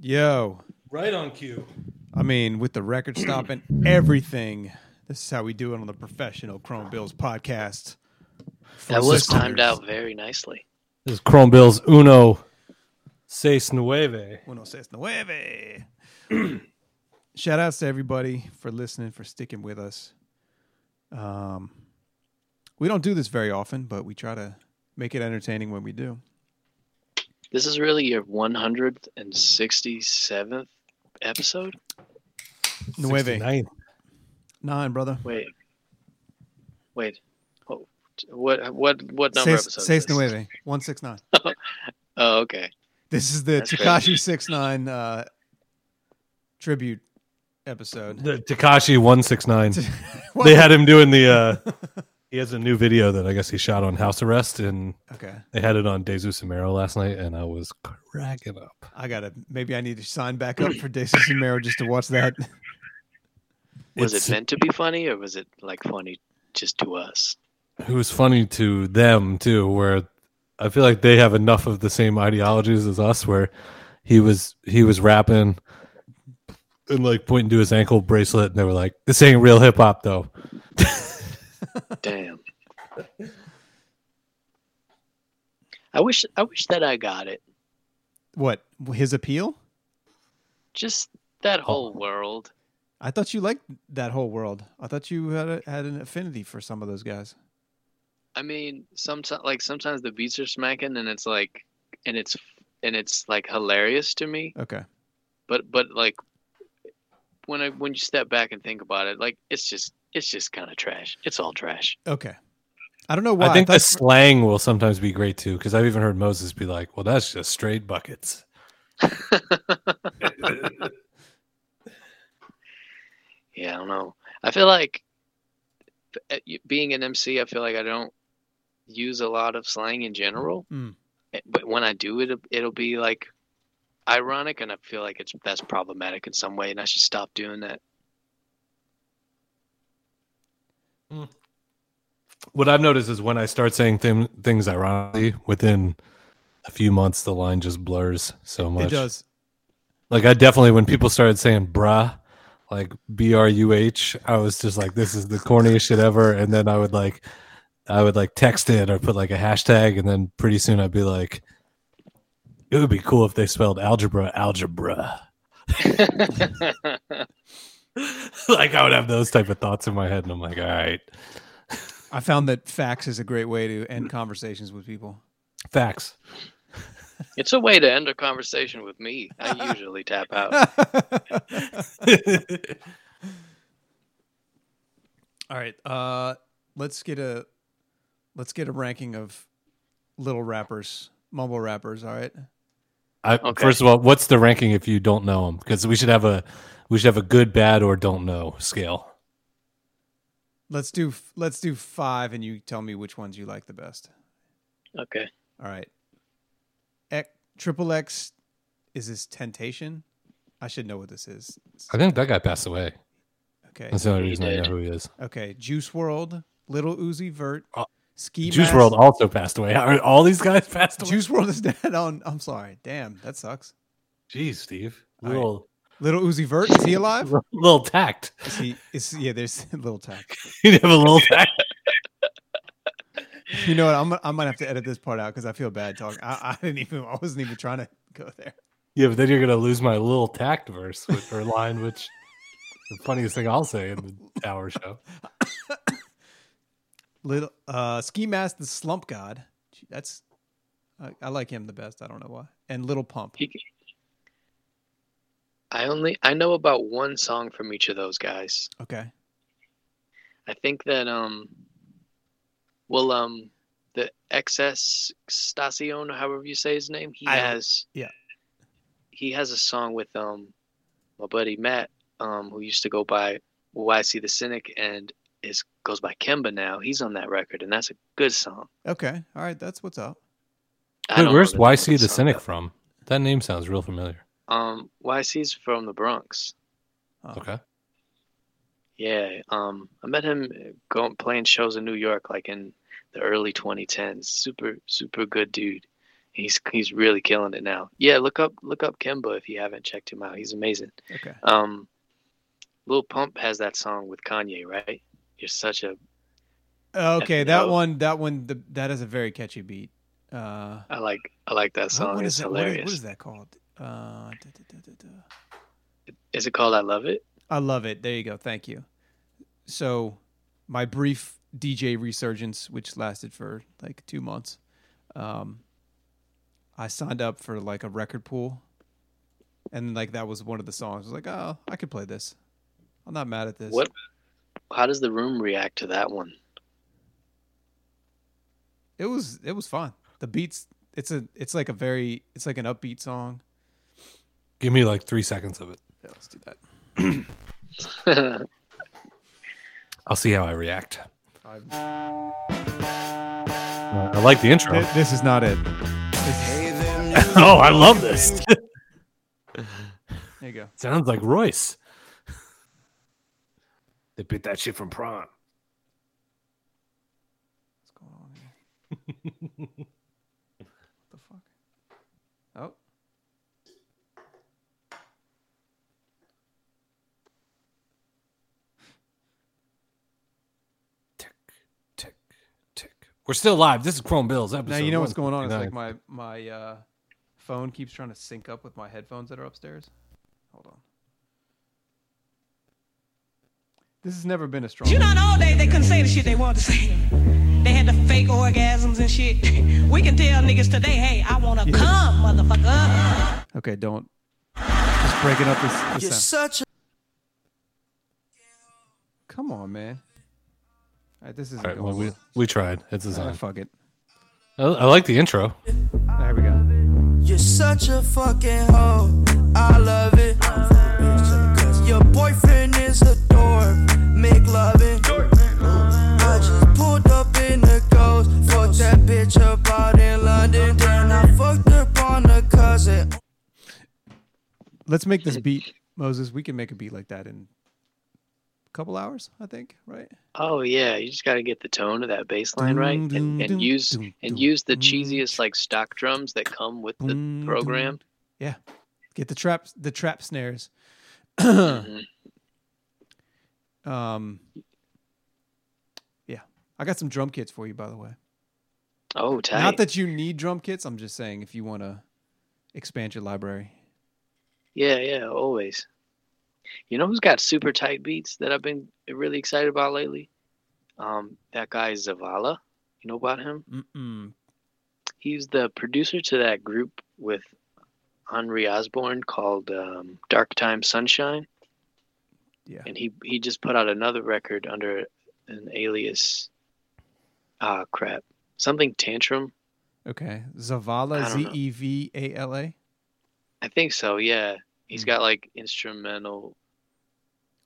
Speaker 6: Yo,
Speaker 5: Right on cue.
Speaker 6: I mean, with the record stop and everything, this is how we do it on the professional Chrome Bills podcast.
Speaker 7: That was timed out very nicely.
Speaker 5: This is Chrome Bills Uno Seis Nueve.
Speaker 6: Uno seis nueve. Shout outs to everybody for listening, for sticking with us. Um, we don't do this very often, but we try to make it entertaining when we do.
Speaker 7: This is really your 167th episode.
Speaker 6: Nueve.
Speaker 5: 69.
Speaker 6: Nine, brother.
Speaker 7: Wait, wait. Oh, what what what number
Speaker 6: Seis,
Speaker 7: episode?
Speaker 6: seis
Speaker 7: is this?
Speaker 6: nueve. One six nine.
Speaker 7: Oh, okay.
Speaker 6: This is the
Speaker 7: That's crazy.
Speaker 6: Takashi six nine uh, tribute episode.
Speaker 5: The Takashi 169. they had him doing the. Uh, he has a new video that I guess he shot on house arrest, and
Speaker 6: Okay,
Speaker 5: they had it on Jesus Amaro last night, and I was cracking up.
Speaker 6: I gotta. Maybe I need to sign back up for Desus and Mero just to watch that.
Speaker 7: Was
Speaker 5: It's-
Speaker 7: it meant to be funny, or was it like funny just to us?
Speaker 5: It was funny to them too, where I feel like they have enough of the same ideologies as us. Where he was he was rapping and like pointing to his ankle bracelet, and they were like, "This ain't real hip hop, though."
Speaker 7: Damn. I wish I wish that I got it.
Speaker 6: What his appeal?
Speaker 7: Just that whole world.
Speaker 6: I thought you liked that whole world. I thought you had a, had an affinity for some of those guys.
Speaker 7: I mean, sometimes like sometimes the beats are smacking, and it's like, and it's and it's like hilarious to me.
Speaker 6: Okay,
Speaker 7: But but like when I when you step back and think about it, like it's just it's just kind of trash. It's all trash.
Speaker 6: okay. I don't know why.
Speaker 5: I think
Speaker 6: thought-
Speaker 5: the slang will sometimes be great too, because I've even heard Moses be like, "Well, that's just straight buckets."
Speaker 7: Yeah, I don't know. I feel like uh, y- being an MC, I feel like I don't use a lot of slang in general.
Speaker 6: Mm.
Speaker 7: Eh, But when I do it, it'll be like ironic, and I feel like it's that's problematic in some way, and I should stop doing that.
Speaker 5: What I've noticed is when I start saying thim- things ironically, within a few months, the line just blurs so much.
Speaker 6: it does.
Speaker 5: Like I definitely, when people started saying "bruh," like B R U H, I was just like, "This is the corniest shit ever." And then I would like, I would like text it or put like a hashtag, and then pretty soon I'd be like, "It would be cool if they spelled algebra algebra." like I would have those type of thoughts in my head, and I'm like, "All right,
Speaker 6: I found that facts is a great way to end conversations with people.
Speaker 5: facts."
Speaker 7: It's a way to end a conversation with me. I usually tap out.
Speaker 6: All right, uh, let's get a let's get a ranking of little rappers, mumble rappers. All right,
Speaker 5: I,
Speaker 7: Okay.
Speaker 5: First of all, what's the ranking if you don't know them? Because we should have a we should have a good, bad, or don't know scale.
Speaker 6: let's do f- let's do five, and you tell me which ones you like the best.
Speaker 7: Okay.
Speaker 6: All right, X, triple X is this Temptation? I should know what this is.
Speaker 5: I think that guy passed away.
Speaker 6: Okay.
Speaker 5: That's the only reason I know
Speaker 7: did.
Speaker 5: who he is.
Speaker 6: Okay. Juice World, Little Uzi Vert, Ski
Speaker 5: Uh, Juice
Speaker 6: Mask-
Speaker 5: World uh, also passed away. Are all these guys passed away?
Speaker 6: Juice World is dead. On I'm sorry. Damn, that sucks.
Speaker 5: Jeez, Steve.
Speaker 6: right.
Speaker 5: Little
Speaker 6: Little Uzi Vert is he alive?
Speaker 5: little tact.
Speaker 6: Is he? Is yeah? There's little tack.
Speaker 5: you have a little tact.
Speaker 6: You know what? I'm I might have to edit this part out because I feel bad talking. I, I didn't even. I wasn't even trying to go there.
Speaker 5: Yeah, but then you're gonna lose my little tact verse which, or line, which the funniest thing I'll say in the hour show.
Speaker 6: Little uh, Ski Mask, the Slump God. Gee, That's I, I like him the best. I don't know why. And Little Pump.
Speaker 7: He- I only I know about one song from each of those guys.
Speaker 6: Okay.
Speaker 7: I think that um, well um, the XS Stacion, however you say his name, he
Speaker 6: I-
Speaker 7: has
Speaker 6: yeah.
Speaker 7: he has a song with um, my buddy Matt, um, who used to go by YC the Cynic and is goes by Kemba now. He's on that record, and that's a good song.
Speaker 6: Okay. All right. That's what's up.
Speaker 7: I
Speaker 5: Wait,
Speaker 7: don't know
Speaker 5: where's
Speaker 7: the name of
Speaker 5: YC the
Speaker 7: song,
Speaker 5: Cynic from? That name sounds real familiar.
Speaker 7: though. Um, YC's from the Bronx.
Speaker 6: Oh.
Speaker 5: Okay.
Speaker 7: Yeah, um, I met him uh, going playing shows in New York, like in the early 2010s. Super, super good dude. He's he's really killing it now. Yeah, look up look up Kemba if you haven't checked him out. He's amazing.
Speaker 6: Okay.
Speaker 7: Um, Lil Pump has that song with Kanye, right? You're such a
Speaker 6: Okay. That
Speaker 7: No.
Speaker 6: one. That one. The, that is a very catchy beat. Uh,
Speaker 7: I like I like that
Speaker 6: what-
Speaker 7: song.
Speaker 6: what
Speaker 7: it's
Speaker 6: is that? What is,
Speaker 7: hilarious.
Speaker 6: what is that called? Uh, da, da, da, da, da.
Speaker 7: Is it called I Love It?
Speaker 6: I love it. There you go. Thank you. So, my brief DJ resurgence, which lasted for like two months, um, I signed up for like a record pool, and like that was one of the songs. I was like, oh, I could play this. I'm not mad at this.
Speaker 7: What? How does the room react to that one?
Speaker 6: It was. It was fun. The beats. It's a. It's like a very. It's like an upbeat song.
Speaker 5: Give me like three seconds of it.
Speaker 6: Yeah, let's do that.
Speaker 5: I'll see how I react. Uh, I like the intro.
Speaker 6: This is not it.
Speaker 5: oh, I love this.
Speaker 6: There you go.
Speaker 5: Sounds like Royce. They bit that shit from prom.
Speaker 6: What's going on here? what the fuck? Oh.
Speaker 5: Tick, tick, tick. We're still live. This is Chrome Bills episode.
Speaker 6: Now you know what's going on. It's
Speaker 5: 159.
Speaker 6: like my my uh, phone keeps trying to sync up with my headphones that are upstairs. Hold on. This has never been a strong.
Speaker 9: You know, in the old days they couldn't say the shit they wanted to say. They had the fake orgasms and shit. We can tell niggas today, hey, I wanna come, motherfucker.
Speaker 6: Okay, don't. Just breaking up this. this
Speaker 8: You're
Speaker 6: sound.
Speaker 8: such a
Speaker 6: Come on, man. All right, this isn't
Speaker 5: All right,
Speaker 6: going.
Speaker 5: well, we,
Speaker 6: well.
Speaker 5: we tried. It's a
Speaker 6: Ah,
Speaker 5: sign.
Speaker 6: fuck it.
Speaker 5: I,
Speaker 6: Uh-huh.
Speaker 5: I like the intro.
Speaker 6: There we go.
Speaker 8: you're such a fucking hoe. I love it. Cause your boyfriend is a dork. Make loving. I just pulled up in the ghost. Fucked that bitch up out in London. Then I fucked up on a cousin.
Speaker 6: Let's make this beat, Moses. We can make a beat like that in a couple hours, I think. Right?
Speaker 7: Oh yeah, you just got to get the tone of that bass line right,
Speaker 6: Dun,
Speaker 7: and,
Speaker 6: dun, dun,
Speaker 7: and use
Speaker 6: dun, dun,
Speaker 7: and use the
Speaker 6: dun.
Speaker 7: cheesiest like stock drums that come with the
Speaker 6: Dun,
Speaker 7: program.
Speaker 6: Yeah. Get the traps. The trap snares.
Speaker 7: Mhm.
Speaker 6: Um, yeah, I got some drum kits for you, by the way.
Speaker 7: Oh, tight.
Speaker 6: Not that you need drum kits. I'm just saying if you want to expand your library.
Speaker 7: yeah, yeah, always. You know who's got super tight beats that I've been really excited about lately? Um, that guy Zavala. You know about him?
Speaker 6: Mm. Mm-mm.
Speaker 7: He's the producer to that group with Henry Osborne called um, Dark Time Sunshine.
Speaker 6: Yeah.
Speaker 7: and he he just put out another record under an alias. Ah, crap. Something tantrum.
Speaker 6: Okay.
Speaker 7: I
Speaker 6: Zavala.
Speaker 7: don't
Speaker 6: Z
Speaker 7: know.
Speaker 6: e v a l a.
Speaker 7: I think so. Yeah,
Speaker 6: Hmm.
Speaker 7: he's got like instrumental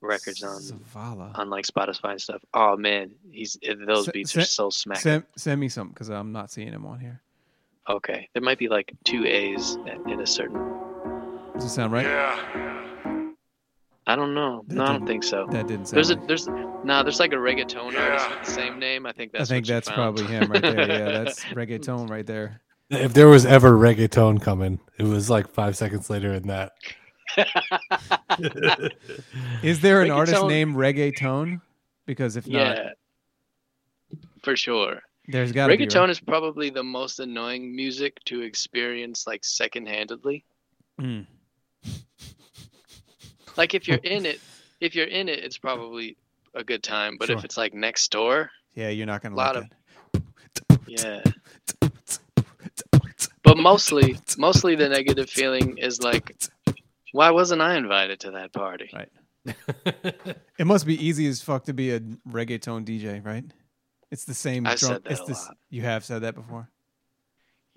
Speaker 7: records on
Speaker 6: Zavala.
Speaker 7: on like Spotify and stuff. Oh man, he's Uh, those
Speaker 6: Se-
Speaker 7: beats
Speaker 6: se-
Speaker 7: are so smacking.
Speaker 6: Send, send me some because I'm not seeing him on here.
Speaker 7: okay, there might be like two A's at, in a certain.
Speaker 6: Does it sound right?
Speaker 4: Yeah.
Speaker 7: I don't know. No, I don't think so.
Speaker 6: That didn't sound.
Speaker 7: There's a
Speaker 6: like-
Speaker 7: there's nah. There's like a reggaeton artist
Speaker 4: Yeah.
Speaker 7: with the same name. I think
Speaker 6: I
Speaker 7: that's.
Speaker 6: think
Speaker 7: what you
Speaker 6: that's
Speaker 7: found.
Speaker 6: probably him right there. Yeah, that's reggaeton right there.
Speaker 5: If there was ever reggaeton coming, it was like five seconds later in that.
Speaker 6: Is there an artist
Speaker 7: Reggaeton-
Speaker 6: named Reggaeton? Because if
Speaker 7: yeah.
Speaker 6: not,
Speaker 7: For sure.
Speaker 6: there's got to be.
Speaker 7: Reggaeton is probably the most annoying music to experience like secondhandedly.
Speaker 6: Mm.
Speaker 7: Like if you're in it, if you're in it, it's probably a good time. But
Speaker 6: Sure.
Speaker 7: if it's like next door,
Speaker 6: Yeah, you're not gonna
Speaker 7: Lot
Speaker 6: like
Speaker 7: of-
Speaker 6: that.
Speaker 7: yeah. But mostly, mostly the negative feeling is like, why wasn't I invited to that party?
Speaker 6: Right. It must be easy as fuck to be a reggaeton DJ, right? It's the same.
Speaker 7: I've
Speaker 6: drum-
Speaker 7: said that
Speaker 6: it's
Speaker 7: a
Speaker 6: this-
Speaker 7: lot.
Speaker 6: You have said that before.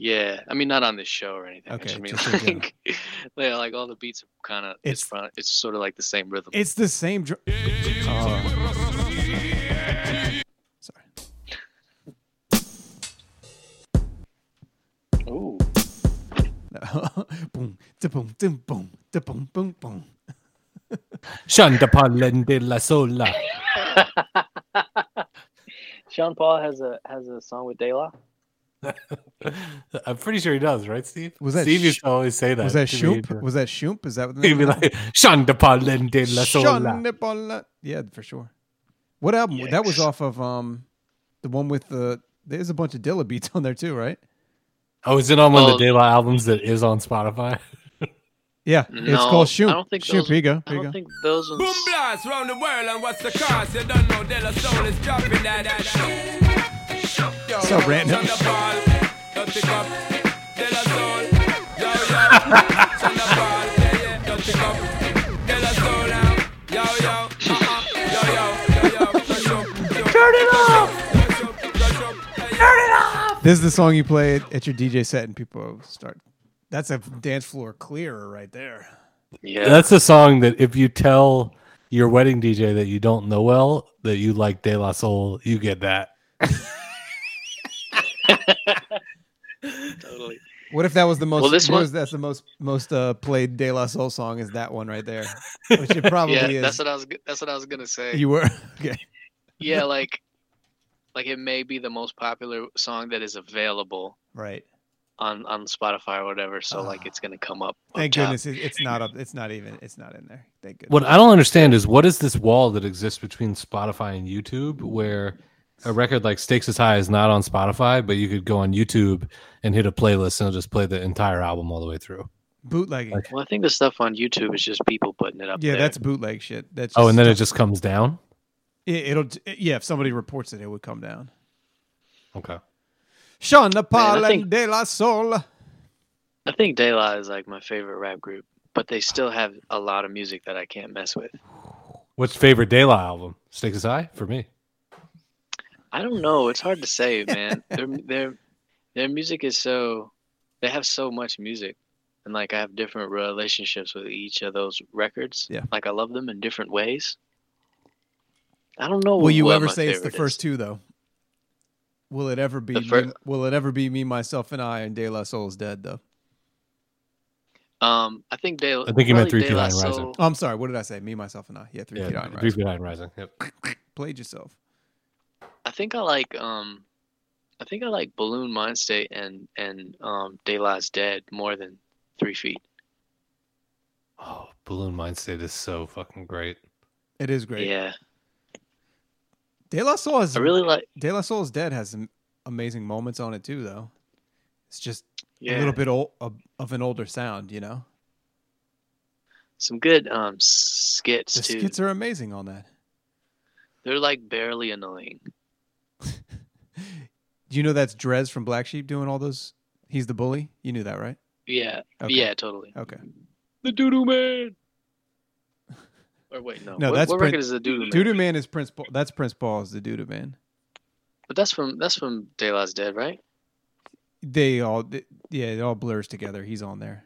Speaker 7: Yeah, I mean not on this show or anything.
Speaker 6: Okay,
Speaker 7: I just mean
Speaker 6: just in general.
Speaker 7: like, yeah, like all the beats are kind of it's
Speaker 6: It's-
Speaker 7: front. It's sort of like the same rhythm.
Speaker 6: It's the same. Dr- Oh. Sorry.
Speaker 7: Ooh,
Speaker 6: No. boom, da boom, dum, boom, da boom, boom, boom.
Speaker 5: Shanda palende la sola.
Speaker 7: Sean Paul has a has a song with De La.
Speaker 5: I'm pretty sure he does, right, Steve?
Speaker 6: Was that
Speaker 5: Steve
Speaker 6: sh-
Speaker 5: used to always say that.
Speaker 6: Was that
Speaker 5: to me.
Speaker 6: Shoop? Was that Shoop? Is that what the
Speaker 5: He'd
Speaker 6: name
Speaker 5: be
Speaker 6: of
Speaker 5: like, Shanda palende la sola.
Speaker 6: Shonda Paula- Yeah, for sure. What album? That was
Speaker 7: Yikes.
Speaker 6: off of um, the one with the. There's a bunch of Dilla beats on there too, right?
Speaker 5: Oh, is it on one of
Speaker 7: Well-
Speaker 5: the De La albums that is on Spotify?
Speaker 6: Yeah,
Speaker 7: No,
Speaker 6: it's called Shoop.
Speaker 7: I don't think
Speaker 6: Shoop.
Speaker 7: those,
Speaker 6: Here you go.
Speaker 7: I
Speaker 6: Here you
Speaker 7: don't
Speaker 6: go.
Speaker 7: think those ones.
Speaker 10: Boom blast round the world and what's the cost? You don't know De La Soul is dropping that that Yo,
Speaker 6: So random.
Speaker 10: Son of Paul, Dirty Cup, De La Soul, yo yo. Son of Paul, yeah, yeah, Dirty Cup, De La Soul now, yo yo, uh-uh, yo yo, yo yo. Turn it off! Turn it off!
Speaker 6: This is the song you play at- at your DJ set, and people start. That's a dance floor clearer right there.
Speaker 7: Yeah,
Speaker 5: That's a song that if you tell your wedding DJ that you don't know well, that you like De La Soul, you get that.
Speaker 7: totally.
Speaker 6: What if that was the most?
Speaker 7: Well, this
Speaker 6: what
Speaker 7: one-
Speaker 6: is- that's the most most uh, played De La Soul song is that one right there, which it probably
Speaker 7: Yeah,
Speaker 6: is.
Speaker 7: that's what I was. g- That's what I was gonna say.
Speaker 6: you were okay.
Speaker 7: yeah, like, like it may be the most popular song that is available
Speaker 6: Right.
Speaker 7: on on Spotify or whatever. So like, it's gonna come up. up
Speaker 6: Ah. Thank
Speaker 7: top.
Speaker 6: goodness it, it's not up. It's not even. It's not in there. Thank goodness.
Speaker 5: What I don't understand is what is this wall that exists between Spotify and YouTube where a record like Stakes as High is not on Spotify, but you could go on YouTube and hit a playlist and it'll just play the entire album all the way through.
Speaker 6: bootlegging?
Speaker 7: Well, I think the stuff on YouTube is just people putting it up.
Speaker 6: yeah,
Speaker 7: there.
Speaker 6: that's bootleg shit. That's
Speaker 5: Oh, and then
Speaker 6: just-
Speaker 5: it just comes down?
Speaker 6: it, it'll. it- yeah, if somebody reports it, it would come down.
Speaker 5: Okay.
Speaker 6: Sean Paul
Speaker 7: think-
Speaker 6: and De La Soul.
Speaker 7: I think De La is like my favorite rap group, but they still have a lot of music that I can't mess with.
Speaker 5: What's your favorite De La album? Stakes as High for me.
Speaker 7: I don't know. It's hard to say, man. their their their music is so they have so much music, and like I have different relationships with each of those records.
Speaker 6: Yeah.
Speaker 7: like I love them in different ways. I don't know.
Speaker 6: Will you
Speaker 7: what
Speaker 6: ever
Speaker 7: my
Speaker 6: say it's the
Speaker 7: favorite is.
Speaker 6: first two though? Will it ever be?
Speaker 7: The
Speaker 6: me-
Speaker 7: fir-
Speaker 6: will it ever be me, myself, and I? And De La Soul's dead though.
Speaker 7: Um, I think De.
Speaker 5: I think you meant
Speaker 7: probably
Speaker 5: 3P
Speaker 7: De La
Speaker 5: Line Rising.
Speaker 7: Soul-
Speaker 6: Oh, I'm sorry. What did I say? Me, myself, and I. Yeah, three feet
Speaker 5: Yeah,
Speaker 6: on.
Speaker 5: Three
Speaker 6: Right.
Speaker 5: Feet High and Rising. Yep.
Speaker 6: Played yourself.
Speaker 7: I think I like um, I think I like Balloon Mind State and and um, De La's Dead more than Three Feet.
Speaker 5: Oh, Balloon Mind State is so fucking great.
Speaker 6: It is great.
Speaker 7: Yeah,
Speaker 6: De La Soul is
Speaker 7: I really like.
Speaker 6: De La Soul's Dead has some amazing moments on it too, though. It's just
Speaker 7: Yeah,
Speaker 6: a little bit old, of, of an older sound, you know.
Speaker 7: some good um skits
Speaker 6: The
Speaker 7: too.
Speaker 6: skits are amazing on that.
Speaker 7: They're like barely annoying.
Speaker 6: Do you know that's Drez from Black Sheep doing all those? He's the bully. You knew that, right?
Speaker 7: Yeah,
Speaker 6: Okay.
Speaker 7: yeah, totally.
Speaker 6: Okay.
Speaker 7: The Doodoo Man. Or wait, no.
Speaker 6: No,
Speaker 7: what,
Speaker 6: that's
Speaker 7: what
Speaker 6: Prince-
Speaker 7: record is the Doodoo Man?
Speaker 6: Doodoo Man is Prince. Paul. That's Prince Paul's the Doodoo Man.
Speaker 7: But that's from that's from De La's Dead, right?
Speaker 6: They all, th- yeah, it all blurs together. He's on there.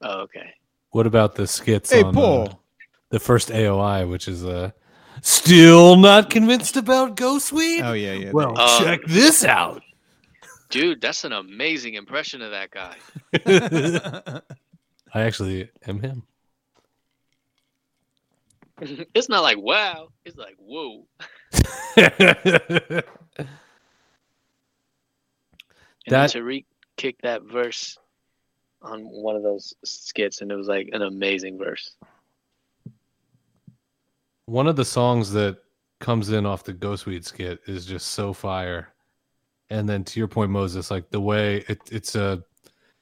Speaker 7: Oh, okay.
Speaker 5: What about the skits?
Speaker 6: Hey,
Speaker 5: on, uh,
Speaker 6: Paul.
Speaker 5: the first AOI, which is uh, still not convinced about Ghostweed.
Speaker 6: Oh yeah, yeah.
Speaker 5: Well,
Speaker 7: Uh,
Speaker 5: check this out.
Speaker 7: Dude, that's an amazing impression of that guy.
Speaker 5: I actually am him.
Speaker 7: it's not like wow. It's like whoa. And
Speaker 5: That-
Speaker 7: Tariq kicked that verse on one of those skits, and it was like an amazing verse.
Speaker 5: One of the songs that comes in off the Ghostweed skit is just so fire. And then to your point, Moses, like the way it, it's a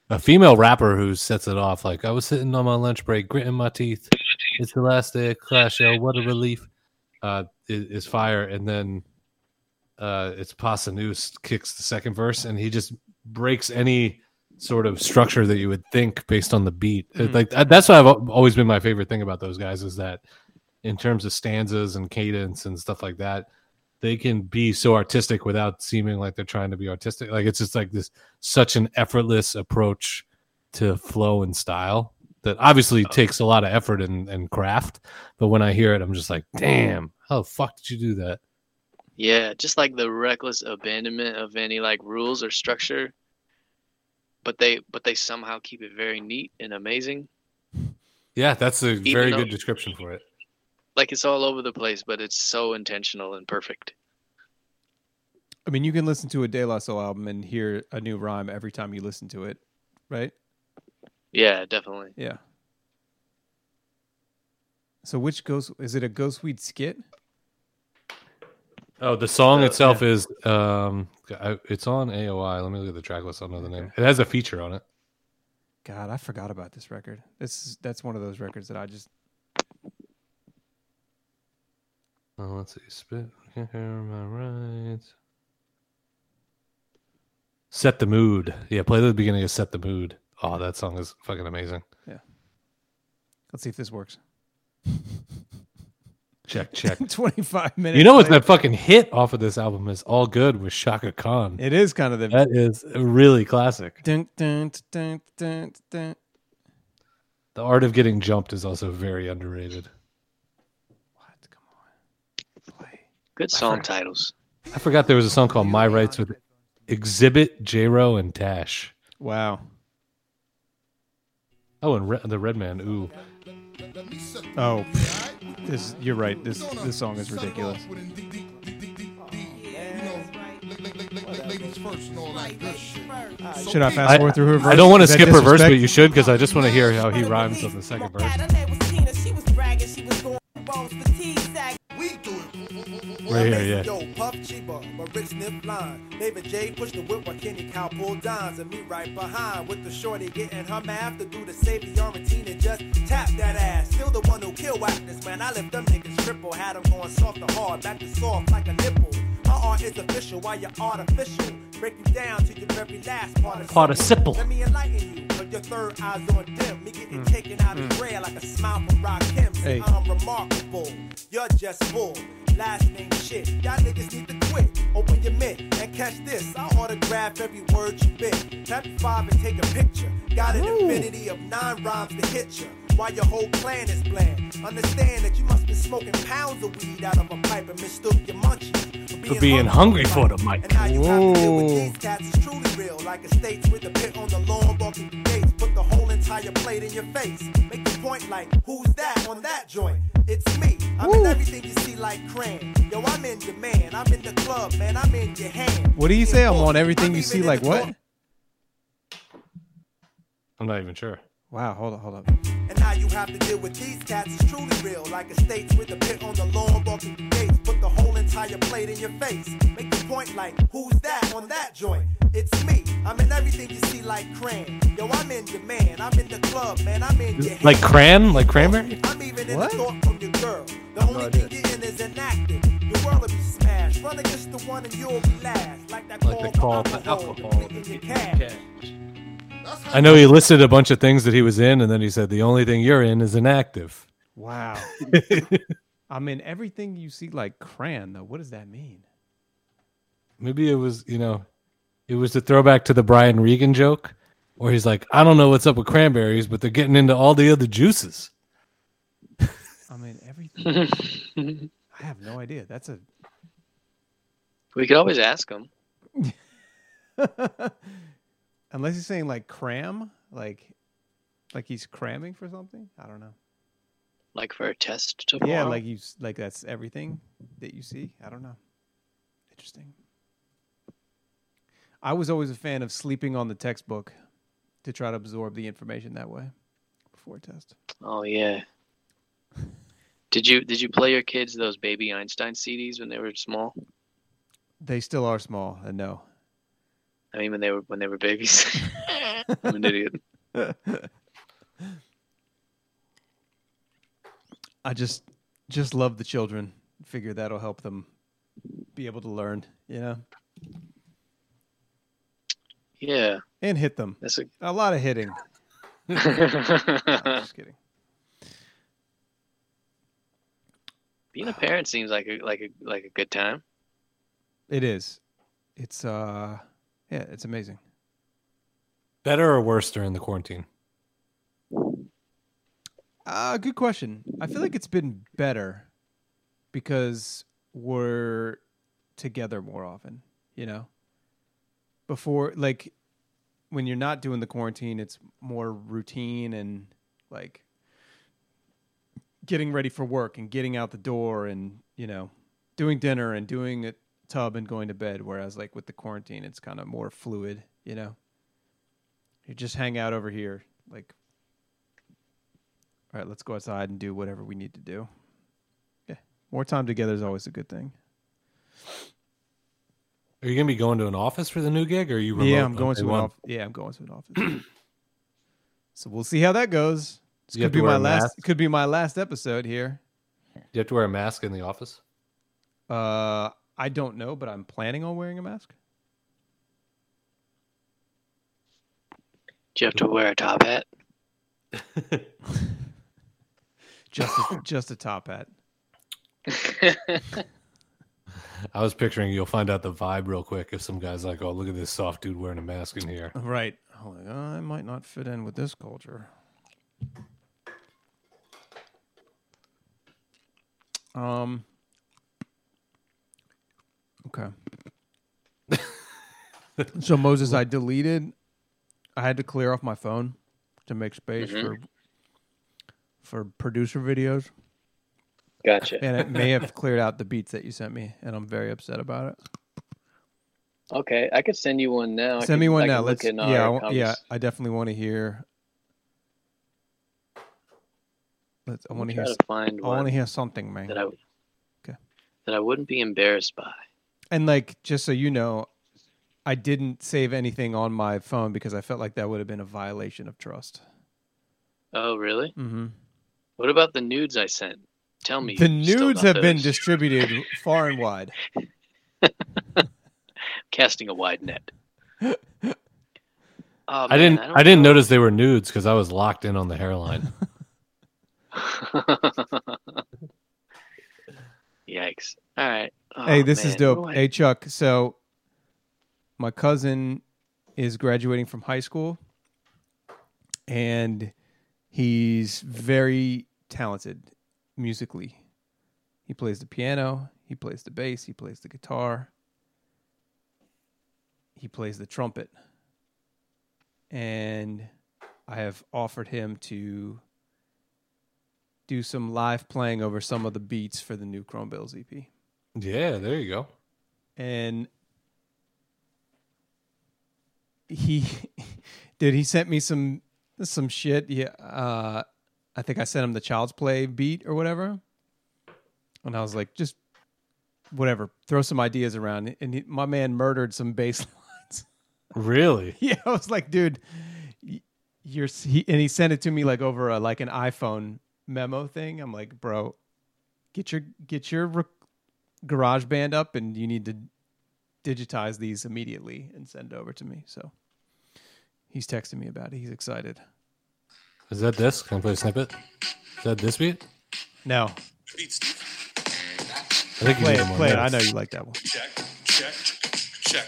Speaker 5: a female rapper who sets it off. Like I was sitting on my lunch break, gritting my teeth. It's the last day of class, yo. What a relief! Uh, i- is fire. And then uh, it's Pasanus kicks the second verse, and he just breaks any sort of structure that you would think based on the beat. It- Like that- that's what I've al- always been my favorite thing about those guys is that in terms of stanzas and cadence and stuff like that, they can be so artistic without seeming like they're trying to be artistic. Like it's just like this such an effortless approach to flow and style that obviously takes a lot of effort and, and craft. But when I hear it, I'm just like, damn, how the fuck did you do that?
Speaker 7: Yeah, just like the reckless abandonment of any like rules or structure, but they but they somehow keep it very neat and amazing.
Speaker 5: Yeah, that's a very
Speaker 7: though-
Speaker 5: good description for it.
Speaker 7: Like it's all over the place, but it's so intentional and perfect.
Speaker 6: I mean, you can listen to a De La Soul album and hear a new rhyme every time you listen to it, right?
Speaker 7: Yeah, definitely.
Speaker 6: Yeah. So which ghost is it a ghostweed skit?
Speaker 5: Oh, the song itself is um, I, it's on AOI. Let me look at the track list. I don't know the name. It has a feature on it.
Speaker 6: God, I forgot about this record. This is, that's one of those records that I just
Speaker 5: Oh, let's see. Spit can't hear my rights. Set the mood. Yeah, play the beginning of Set the Mood. Oh, that song is fucking amazing.
Speaker 6: let's see if this works.
Speaker 5: Check, check.
Speaker 6: Twenty five minutes.
Speaker 5: you know what
Speaker 6: later-
Speaker 5: that fucking hit off of this album is all good with Shaka Khan.
Speaker 6: It is kind of the
Speaker 5: That is really classic.
Speaker 6: dun, dun, dun, dun, dun.
Speaker 5: The Art of Getting Jumped is also very underrated.
Speaker 6: What? Come on, play.
Speaker 7: Good song titles.
Speaker 5: I forgot there was a song called My Rights with Exhibit, J Ro, and Tash.
Speaker 6: Wow.
Speaker 5: Oh, and Re- the Redman. Ooh.
Speaker 6: Oh, pff, this you're right. This this song is ridiculous. Should I fast
Speaker 5: I,
Speaker 6: forward through her verse?
Speaker 5: I don't want to
Speaker 6: Is that
Speaker 5: skip her verse,
Speaker 6: disrespect?
Speaker 5: but you should because I just want to hear how he rhymes on the second verse. Right here, yeah.
Speaker 11: Yo, Puff Chiba, my Rick Sniff line. David J push the whip while Kenny Cow pull dimes and me right behind with the shorty getting her math to do the savior routine and just tap that ass. Still the one who kill whackness, man. I left them niggas crippled, had them going soft and hard, back to soft like a nipple. My art is official, while your artificial. Break you down to your very last part of
Speaker 5: Participle. Mm.
Speaker 11: Let me enlighten you, but your third eye's on dim. Me getting taken out of prayer like a smile from Rock Kim.
Speaker 6: Hey.
Speaker 11: I'm remarkable. You're just bull. Last name shit. Y'all niggas need to quit. Open your mitt and catch this. I'll autograph every word you bit. Tap five and take a picture. Got an infinity of nine rhymes to hit ya. While your whole plan is bland. Understand that you must be smoking pounds of weed out of a pipe and mistook your munchies. for
Speaker 5: For being hungry for the mic.
Speaker 11: And how you have to deal with
Speaker 6: Whoa.
Speaker 11: these cats is truly real. Like estates with a pit on the lawn, walking the gates. Put the whole entire plate in your face. Make the point like, who's that on that joint? It's me. I'm in everything you see like Cran. Yo, I'm in your man. I'm in the club, man. I'm in your hand.
Speaker 6: What do you say? I'm on everything
Speaker 11: I'm
Speaker 6: you
Speaker 11: even
Speaker 6: see.
Speaker 11: in
Speaker 6: Like
Speaker 11: the
Speaker 6: what?
Speaker 11: corner.
Speaker 5: I'm not even sure.
Speaker 6: Wow. Hold up. Hold up.
Speaker 11: And how you have to deal with these cats is truly real. Like estates with a pit on the lawn, walking the gates. Put the whole entire plate in your face. Make the point like, who's that on that joint? It's me. I'm in everything you see like Cran. Yo, I'm in your man. I'm in the club, man. I'm in your
Speaker 5: Like
Speaker 11: hand.
Speaker 5: Cran? Like Cranberry?
Speaker 11: I'm even in
Speaker 6: What?
Speaker 11: the thought from your girl. The only thing you're in is inactive. Your world will be smashed. Run against the one and you'll be last. Like that
Speaker 5: Like the
Speaker 11: call
Speaker 5: call for
Speaker 11: the
Speaker 5: alcohol,
Speaker 11: flick in
Speaker 5: the
Speaker 11: your cash.
Speaker 5: I know he listed a bunch of things that he was in, and then he said, the only thing you're in is inactive.
Speaker 6: Wow. I'm in everything you see. Like Cran though. What does that mean?
Speaker 5: Maybe it was, you know, it was the throwback to the Brian Regan joke where he's like, I don't know what's up with cranberries, but they're getting into all the other juices.
Speaker 6: I'm in everything. I have no idea. That's a.
Speaker 7: We could always ask them.
Speaker 6: Unless he's saying like cram, like, like he's cramming for something. I don't know.
Speaker 7: like for a test tomorrow.
Speaker 6: Yeah, like you s- like that's everything that you see. I don't know. Interesting. I was always a fan of sleeping on the textbook to try to absorb the information that way before a test.
Speaker 7: oh yeah. Did you did you play your kids those baby Einstein CDs when they were small?
Speaker 6: They still are small, and no.
Speaker 7: I mean when they were when they were babies. I'm an idiot.
Speaker 6: I just just love the children. Figure that'll help them be able to learn, you know,
Speaker 7: Yeah,
Speaker 6: and hit them.
Speaker 7: that's a.
Speaker 6: A lot of hitting.
Speaker 7: Being
Speaker 6: Just kidding.
Speaker 7: a parent seems like a like a like a good time.
Speaker 6: It is. It's uh, yeah, it's amazing.
Speaker 5: Better or worse during the quarantine?
Speaker 6: Uh, good question. I feel like it's been better because we're together more often, you know? Before, like, when you're not doing the quarantine, it's more routine and like getting ready for work and getting out the door and, you know, doing dinner and doing a tub and going to bed. Whereas, like, with the quarantine, it's kind of more fluid, you know? You just hang out over here, like, all right, let's go outside and do whatever we need to do. Yeah. More time together is always a good thing.
Speaker 5: Are you gonna be going to an office for the new gig? Or are you? Remote
Speaker 6: yeah, I'm
Speaker 5: on
Speaker 6: going
Speaker 5: day
Speaker 6: to an
Speaker 5: one?
Speaker 6: office. Yeah, I'm going to an office. so we'll see how that goes. This
Speaker 5: You have
Speaker 6: could be
Speaker 5: to wear
Speaker 6: my
Speaker 5: a
Speaker 6: last
Speaker 5: mask?
Speaker 6: could be my last episode here.
Speaker 5: You have to wear a mask in the office.
Speaker 6: Uh I don't know, but I'm planning on wearing a mask.
Speaker 7: Do you have to wear a top hat?
Speaker 6: Just a, just a top hat.
Speaker 5: I was picturing you'll find out the vibe real quick if some guy's like, "Oh, look at this soft dude wearing a mask in here."
Speaker 6: Right. I'm like, "Uh, I might not fit in with this culture. Um. Okay. so Moses, I deleted. I had to clear off my phone to make space for for producer videos,
Speaker 7: Gotcha.
Speaker 6: and it may have cleared out the beats that you sent me, and I'm very upset about it.
Speaker 7: Okay, I could send you one now. I
Speaker 6: Send me
Speaker 7: could-
Speaker 6: one
Speaker 7: I
Speaker 6: now.
Speaker 7: could look
Speaker 6: Let's yeah,
Speaker 7: in uh,
Speaker 6: I
Speaker 7: our
Speaker 6: wa- yeah.
Speaker 7: convers-
Speaker 6: I definitely want to hear. Let's. I want to hear.
Speaker 7: Try
Speaker 6: s-
Speaker 7: to find
Speaker 6: I want
Speaker 7: one
Speaker 6: to hear something, man.
Speaker 7: that I
Speaker 6: Okay.
Speaker 7: that I wouldn't be embarrassed by.
Speaker 6: And like, just so you know, I didn't save anything on my phone because I felt like that would have been a violation of trust.
Speaker 7: Oh, really?
Speaker 6: Mm-hmm.
Speaker 7: What about the nudes I sent? Tell me.
Speaker 6: The
Speaker 7: you still
Speaker 6: nudes
Speaker 7: got
Speaker 6: have been
Speaker 7: those.
Speaker 6: distributed far and wide.
Speaker 7: casting a wide net. Oh,
Speaker 5: I
Speaker 7: man,
Speaker 5: didn't.
Speaker 7: don't
Speaker 5: I, didn't
Speaker 7: know.
Speaker 5: notice they were nudes because I was locked in on the hairline.
Speaker 7: Yikes! All right. Oh,
Speaker 6: hey, this is
Speaker 7: man. What
Speaker 6: dope.
Speaker 7: do I-
Speaker 6: Hey, Chuck. So, my cousin is graduating from high school, and he's very talented musically. He plays the piano, he plays the bass, he plays the guitar, he plays the trumpet. And I have offered him to do some live playing over some of the beats for the new Chrome Bills E EP
Speaker 5: yeah, there you go.
Speaker 6: and he dude he sent me some some shit yeah uh i think i sent him the child's play beat or whatever and i was like just whatever throw some ideas around and he, my man murdered some bass lines
Speaker 5: Really?
Speaker 6: yeah i was like dude y- you're s- he, and he sent it to me like over a, like an iphone memo thing i'm like bro get your get your rec- garage band up and you need to digitize these immediately and send it over to me so he's texting me about it he's excited
Speaker 5: Is that this? Can I play a snippet? Is that this beat?
Speaker 6: no
Speaker 5: I think
Speaker 6: play
Speaker 5: you need
Speaker 6: it
Speaker 5: more
Speaker 6: play it i
Speaker 5: notes.
Speaker 6: know you like that one
Speaker 12: check, check, check.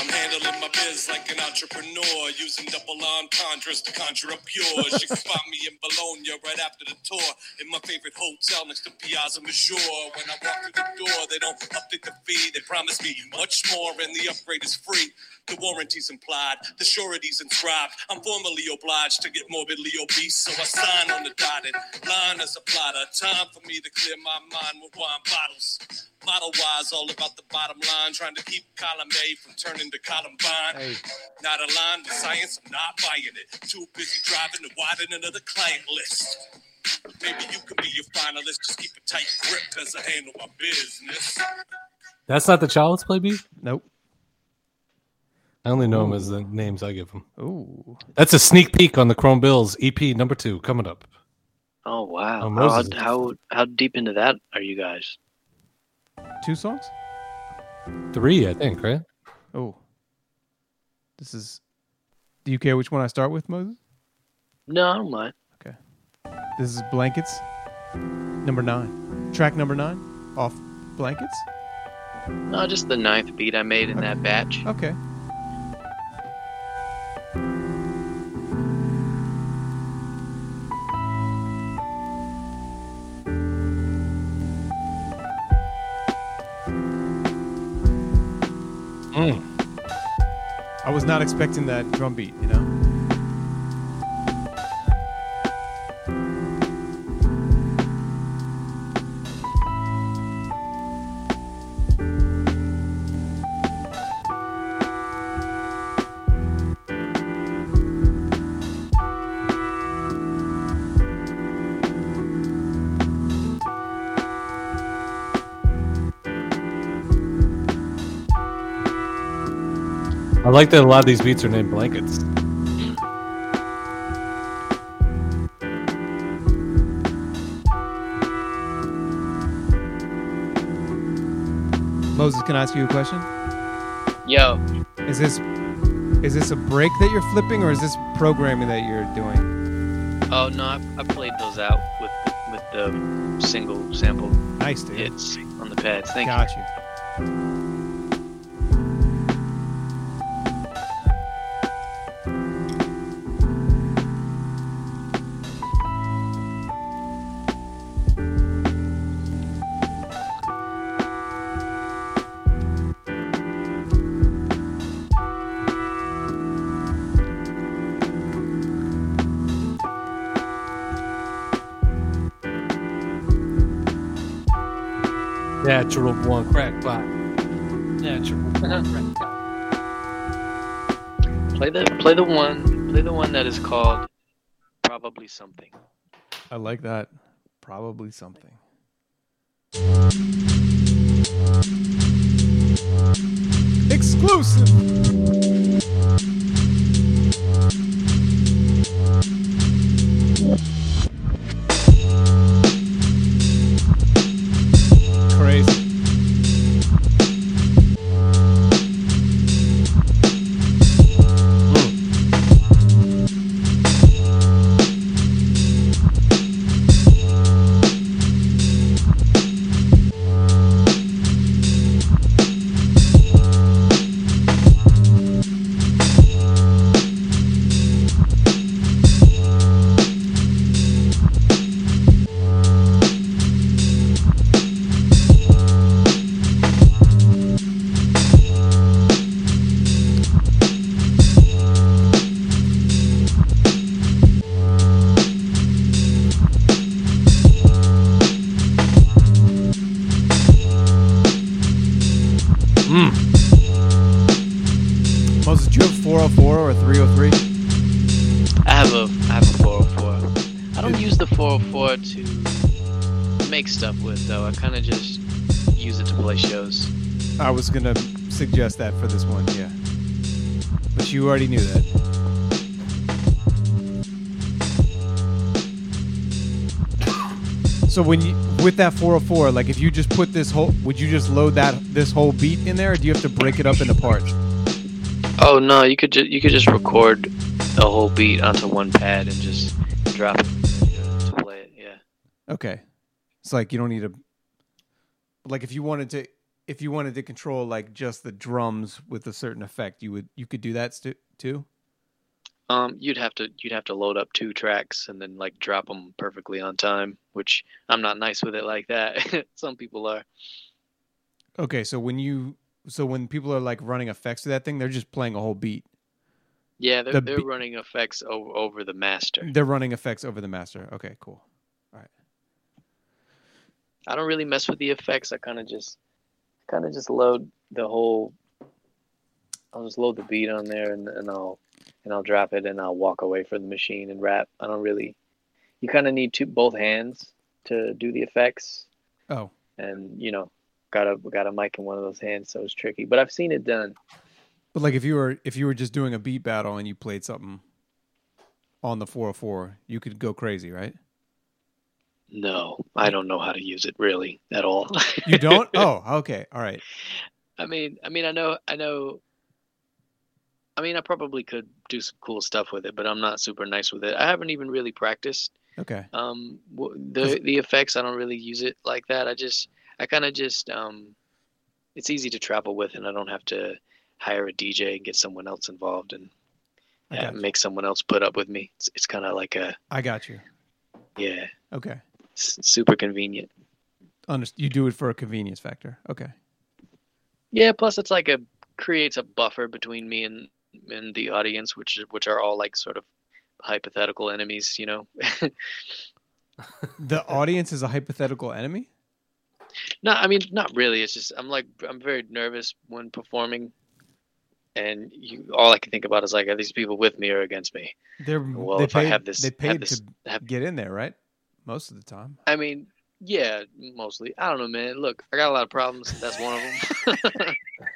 Speaker 12: I'm handling my biz like an entrepreneur using double entendres to conjure up yours. You can find me in Bologna right after the tour in my favorite hotel next to Piazza Maggiore. When I walk through the door, they don't update the fee. They promise me much more, and the upgrade is free. The warranty's implied, the surety's inscribed. I'm formally obliged to get morbidly obese, so I sign on the dotted line as a plotter. Time for me to clear my mind with wine bottles. Model wise, all about the bottom line, trying to keep column A from turning to Columbine. Not aligned with science, I'm not buying it. Too busy driving to widen another client list. Maybe you could be your finalist, just keep a tight grip as I handle my business.
Speaker 5: That's not the Child's Play beat.
Speaker 6: Nope.
Speaker 5: I only know them as the names I give them.
Speaker 6: Ooh.
Speaker 5: That's a sneak peek on the Chrome Bills EP number two coming up.
Speaker 7: Oh wow!
Speaker 5: Oh,
Speaker 7: how,
Speaker 5: Moses.
Speaker 7: how how deep into that are you guys?
Speaker 6: Two songs?
Speaker 5: Three, I think, right?
Speaker 6: Oh. This is. Do you care which one I start with, Moses?
Speaker 7: No, I don't mind.
Speaker 6: Okay. This is Blankets, number nine. Track number nine off Blankets.
Speaker 7: No, just the ninth beat I made in that batch.
Speaker 6: Okay. I was not expecting that drum beat, you know?
Speaker 5: I like that a lot of these beats are named blankets.
Speaker 6: Moses, can I ask you a question?
Speaker 7: Yo,
Speaker 6: Is this is this a break that you're flipping or is this programming that you're doing?
Speaker 7: oh no, I, I played those out with with the single sample
Speaker 6: Nice, dude.
Speaker 7: hits on the pads. Thank you.
Speaker 6: Got you.
Speaker 5: Natural one crackpot. Natural one crackpot.
Speaker 7: Play the play the one play the one that is called probably something.
Speaker 6: I like that. Probably something. Exclusive. Crazy. Moses, do you have 404 or 303?
Speaker 7: I have a I have a 404. I don't use the 404 to make stuff with though. I kind of just use it to play shows.
Speaker 6: I was gonna suggest that for this one, yeah. But you already knew that. So when you with that 404, like if you just put this whole, would you just load that this whole beat in there, or do you have to break it up into parts?
Speaker 7: Oh no, you could just you could just record the whole beat onto one pad and just drop it to play it. Yeah.
Speaker 6: Okay, it's like you don't need to. Like if you wanted to, if you wanted to control like just the drums with a certain effect, you would you could do that stu- two?
Speaker 7: Um, you'd have to you'd have to load up two tracks and then like drop them perfectly on time, which I'm not nice with it like that. Some people are.
Speaker 6: Okay, so when you so when people are like running effects to that thing, they're just playing a whole beat.
Speaker 7: Yeah, they're
Speaker 6: The
Speaker 7: they're
Speaker 6: be-
Speaker 7: running effects over, over the master.
Speaker 6: They're running effects over the master. Okay, cool.
Speaker 7: I don't really mess with the effects. I kind of just kind of just load the whole. I'll just load the beat on there and, and I'll and I'll drop it and I'll walk away from the machine and rap. I don't really. You kind of need two both hands to do the effects.
Speaker 6: Oh.
Speaker 7: And you know, got a got a mic in one of those hands, so it's tricky. But I've seen it done.
Speaker 6: But like if you were if you were just doing a beat battle and you played something on the 404, you could go crazy, right?
Speaker 7: No, I don't know how to use it really at all.
Speaker 6: You don't? oh, okay. All right.
Speaker 7: I mean, I mean, I know, I know. I mean, I probably could do some cool stuff with it, but I'm not super nice with it. I haven't even really practiced.
Speaker 6: Okay.
Speaker 7: Um, w- the the effects, I don't really use it like that. I just, I kind of just, um, it's easy to travel with, and I don't have to hire a DJ and get someone else involved and
Speaker 6: I
Speaker 7: uh,
Speaker 6: got
Speaker 7: make someone else put up with me. It's, it's kind of like a
Speaker 6: I got you.
Speaker 7: yeah,
Speaker 6: Okay.
Speaker 7: s- super convenient.
Speaker 6: Underst- you do it for a convenience factor. Okay.
Speaker 7: Yeah, plus it's like a creates a buffer between me and and the audience, which which are all like sort of hypothetical enemies, you know.
Speaker 6: The audience is a hypothetical enemy?
Speaker 7: no, I mean not really. It's just I'm like I'm very nervous when performing, and you all I can think about is like are these people with me or against me?
Speaker 6: They're
Speaker 7: Well,
Speaker 6: they
Speaker 7: if
Speaker 6: paid,
Speaker 7: I have this,
Speaker 6: they
Speaker 7: have
Speaker 6: paid
Speaker 7: this-
Speaker 6: to
Speaker 7: have-
Speaker 6: get in there, right? Most of the time.
Speaker 7: I mean, yeah, mostly. I don't know, man. Look, I got a lot of problems. That's one of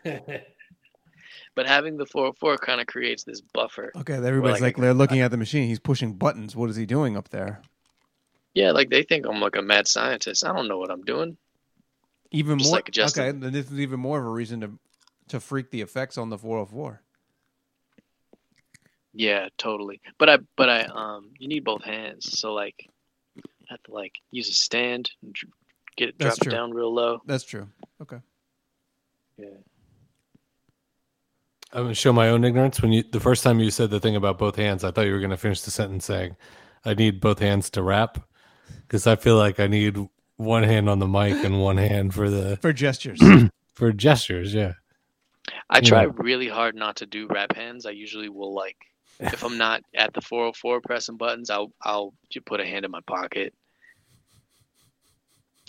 Speaker 7: them. but having the 404 kind of creates this buffer.
Speaker 6: Okay,
Speaker 7: where,
Speaker 6: everybody's like they're looking at the machine. He's pushing buttons. What is he doing up there?
Speaker 7: yeah, like they think I'm like a mad scientist. I don't know what I'm doing.
Speaker 6: Even
Speaker 7: Just
Speaker 6: more.
Speaker 7: like Justin.
Speaker 6: okay, then this is even more of a reason to to freak the effects on the 404.
Speaker 7: Yeah, totally. But I, but I, um, you need both hands. So like, I have to like use a stand, and dr- get it, drop
Speaker 6: That's
Speaker 7: it
Speaker 6: true.
Speaker 7: down real low.
Speaker 6: That's true. Okay.
Speaker 7: Yeah.
Speaker 5: I'm gonna show my own ignorance. When you the first time you said the thing about both hands, I thought you were gonna finish the sentence saying, "I need both hands to rap," because I feel like I need one hand on the mic and one hand for the
Speaker 6: For gestures.
Speaker 5: for gestures. Yeah,
Speaker 7: I try
Speaker 5: Yeah.
Speaker 7: really hard not to do rap hands. I usually will like, if I'm not at the 404 pressing buttons, I'll I'll just put a hand in my pocket.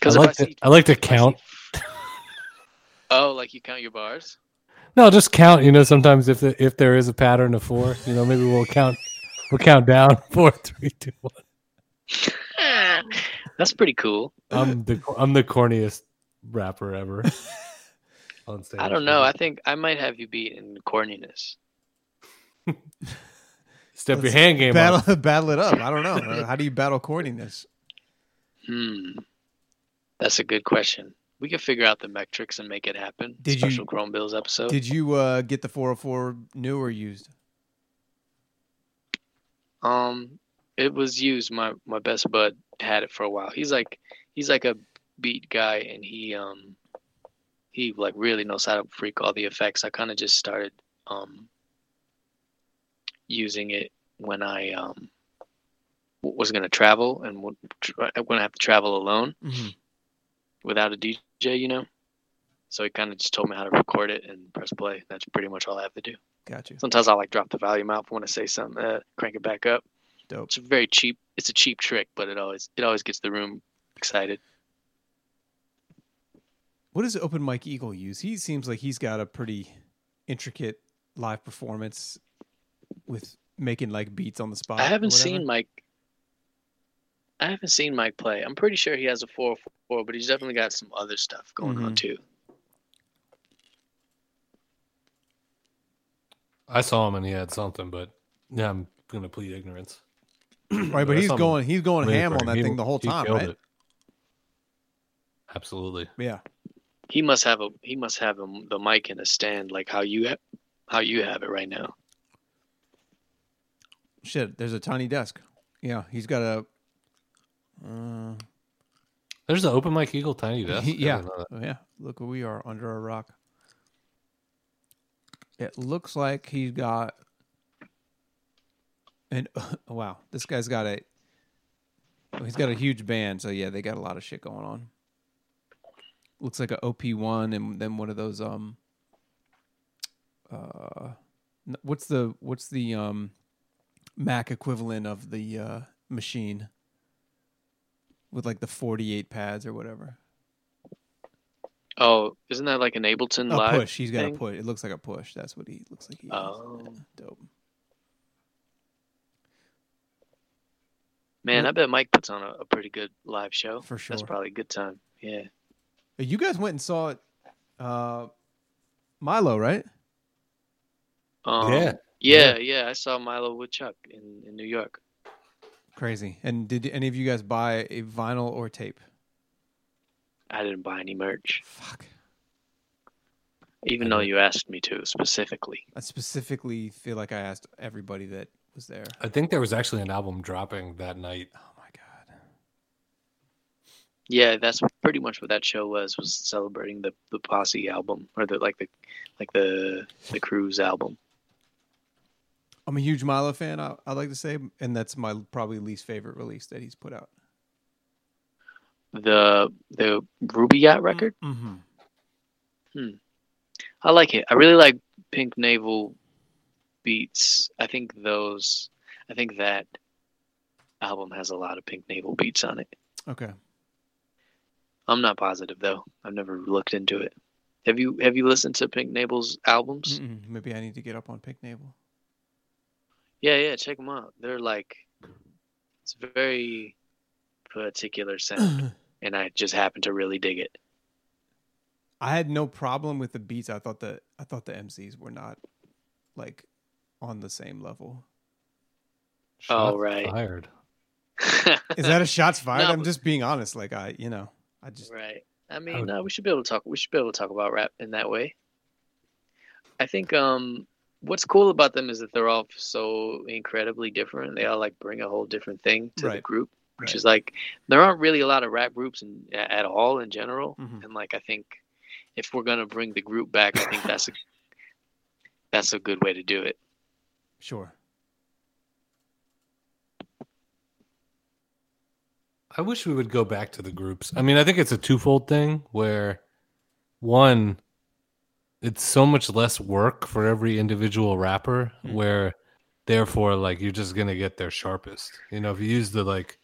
Speaker 5: I
Speaker 7: 'Cause if I
Speaker 5: like to,
Speaker 7: see-
Speaker 5: I like to count.
Speaker 7: Oh, like you count your bars?
Speaker 5: No, just count. You know, sometimes if the, if there is a pattern of four, you know, maybe we'll count. We'll count down four, three, two, one.
Speaker 7: That's pretty cool.
Speaker 5: I'm the I'm the corniest rapper ever. On stage.
Speaker 7: I don't know.
Speaker 5: Mm-hmm.
Speaker 7: I think I might have you beat in corniness.
Speaker 5: Step your hand game
Speaker 6: battle,
Speaker 5: up.
Speaker 6: battle it up. I don't know. How do you battle courtiness?
Speaker 7: Hmm. That's a good question. We could figure out the metrics and make it happen.
Speaker 6: Did you-
Speaker 7: Special Chrome Bills episode.
Speaker 6: Did you uh, get the 404 new or used?
Speaker 7: Um, it was used. My my best bud had it for a while. He's like he's like a beat guy, and he um he like really knows how to freak all the effects. I kind of just started um using it when I um w- was gonna travel and would tr- when I have to travel alone without a DJ, you know. So he kind of just told me how to record it and press play. That's pretty much all I have to do.
Speaker 6: Got you.
Speaker 7: Sometimes I like drop the volume out when I say something, uh, crank it back up.
Speaker 6: Dope.
Speaker 7: It's very cheap. It's a cheap trick, but it always it always gets the room excited.
Speaker 6: What does Open Mike Eagle use? He seems like he's got a pretty intricate live performance with making like beats on the spot.
Speaker 7: I
Speaker 6: or
Speaker 7: haven't
Speaker 6: whatever.
Speaker 7: seen Mike. I haven't seen Mike play. I'm pretty sure he has a 404, but he's definitely got some other stuff going on
Speaker 6: Mhm.
Speaker 7: too.
Speaker 5: I saw him and he had something, but yeah, I'm gonna plead ignorance.
Speaker 6: Right, but
Speaker 5: I
Speaker 6: he's
Speaker 5: saw him
Speaker 6: going- he's going
Speaker 5: play
Speaker 6: ham
Speaker 5: for
Speaker 6: on
Speaker 5: him.
Speaker 6: that thing the whole time,
Speaker 5: killed
Speaker 6: right?
Speaker 5: Absolutely.
Speaker 6: Yeah.
Speaker 7: He must have a he must have a, the mic in a stand like how you ha- how you have it right now.
Speaker 6: Shit, there's a tiny desk. Yeah, he's got a. Uh,
Speaker 5: There's the open mic eagle tiny desk. I
Speaker 6: yeah,
Speaker 5: didn't know that.
Speaker 6: Oh, yeah. Look, we are under a rock. It looks like he's got And wow, this guy's got a he's got a huge band. So yeah, they got a lot of shit going on. Looks like a OP one, and then one of those um. Uh, n- what's the what's the um, Mac equivalent of the uh, machine with like the forty eight pads or whatever?
Speaker 7: Oh, isn't that like an Ableton
Speaker 6: A
Speaker 7: live?
Speaker 6: push. He's got
Speaker 7: thing?
Speaker 6: a push. It looks like a push. That's what he looks like. He
Speaker 7: Oh.
Speaker 6: is. Yeah, dope.
Speaker 7: Man, I bet Mike puts on a, a pretty good live show.
Speaker 6: For
Speaker 7: That's
Speaker 6: sure.
Speaker 7: probably a good time. Yeah.
Speaker 6: Uh, You guys went and saw it, uh, Milo, right?
Speaker 7: Um,
Speaker 6: Yeah.
Speaker 7: yeah. Yeah, I saw Milo Woodchuck in, in New York.
Speaker 6: Crazy. And did any of you guys buy a vinyl or tape?
Speaker 7: I didn't buy any merch. Fuck. Even though you asked me to specifically.
Speaker 6: I specifically feel like I asked everybody that was there.
Speaker 5: I think there was actually an album dropping that night.
Speaker 7: Yeah, that's pretty much what that show was was celebrating the, the Posse album or the like the like the the Cruise album.
Speaker 6: I'm a huge Milo fan. I, I like to say, and that's my probably least favorite release that he's put out.
Speaker 7: The the Ruby Yacht record.
Speaker 6: Mm-hmm.
Speaker 7: Hmm. I like it. I really like Pink Navel beats. I think those. I think that album has a lot of Pink Navel beats on it.
Speaker 6: Okay.
Speaker 7: I'm not positive though. I've never looked into it. Have you Have you listened to Pink Navel's albums?
Speaker 6: Mm-mm. Maybe I need to get up on Pink Navel.
Speaker 7: Yeah, yeah. Check them out. They're like, it's a very particular sound, and I just happen to really dig it.
Speaker 6: I had no problem with the beats. I thought the I thought the MCs were not like on the same level.
Speaker 7: All right.
Speaker 5: Fired.
Speaker 6: Is that a shots fired?
Speaker 7: No.
Speaker 6: I'm just being honest. Like I, you know, I just
Speaker 7: Right.
Speaker 6: Oh.
Speaker 7: I mean, uh, we should be able to talk. We should be able to talk about rap in that way. I think um, what's cool about them is that they're all so incredibly different. They all like bring a whole different thing to the
Speaker 6: Right.
Speaker 7: group, which
Speaker 6: Right.
Speaker 7: is like there aren't really a lot of rap groups in, a- at all in general.
Speaker 6: Mhm.
Speaker 7: And like I think if we're gonna bring the group back, I think that's a that's a good way to do it.
Speaker 6: sure.
Speaker 5: I wish we would go back to the groups. I mean, I think it's a twofold thing where one, it's so much less work for every individual rapper,
Speaker 6: Mm-hmm.
Speaker 5: where therefore, like, you're just going to get their sharpest. You know, if you use the like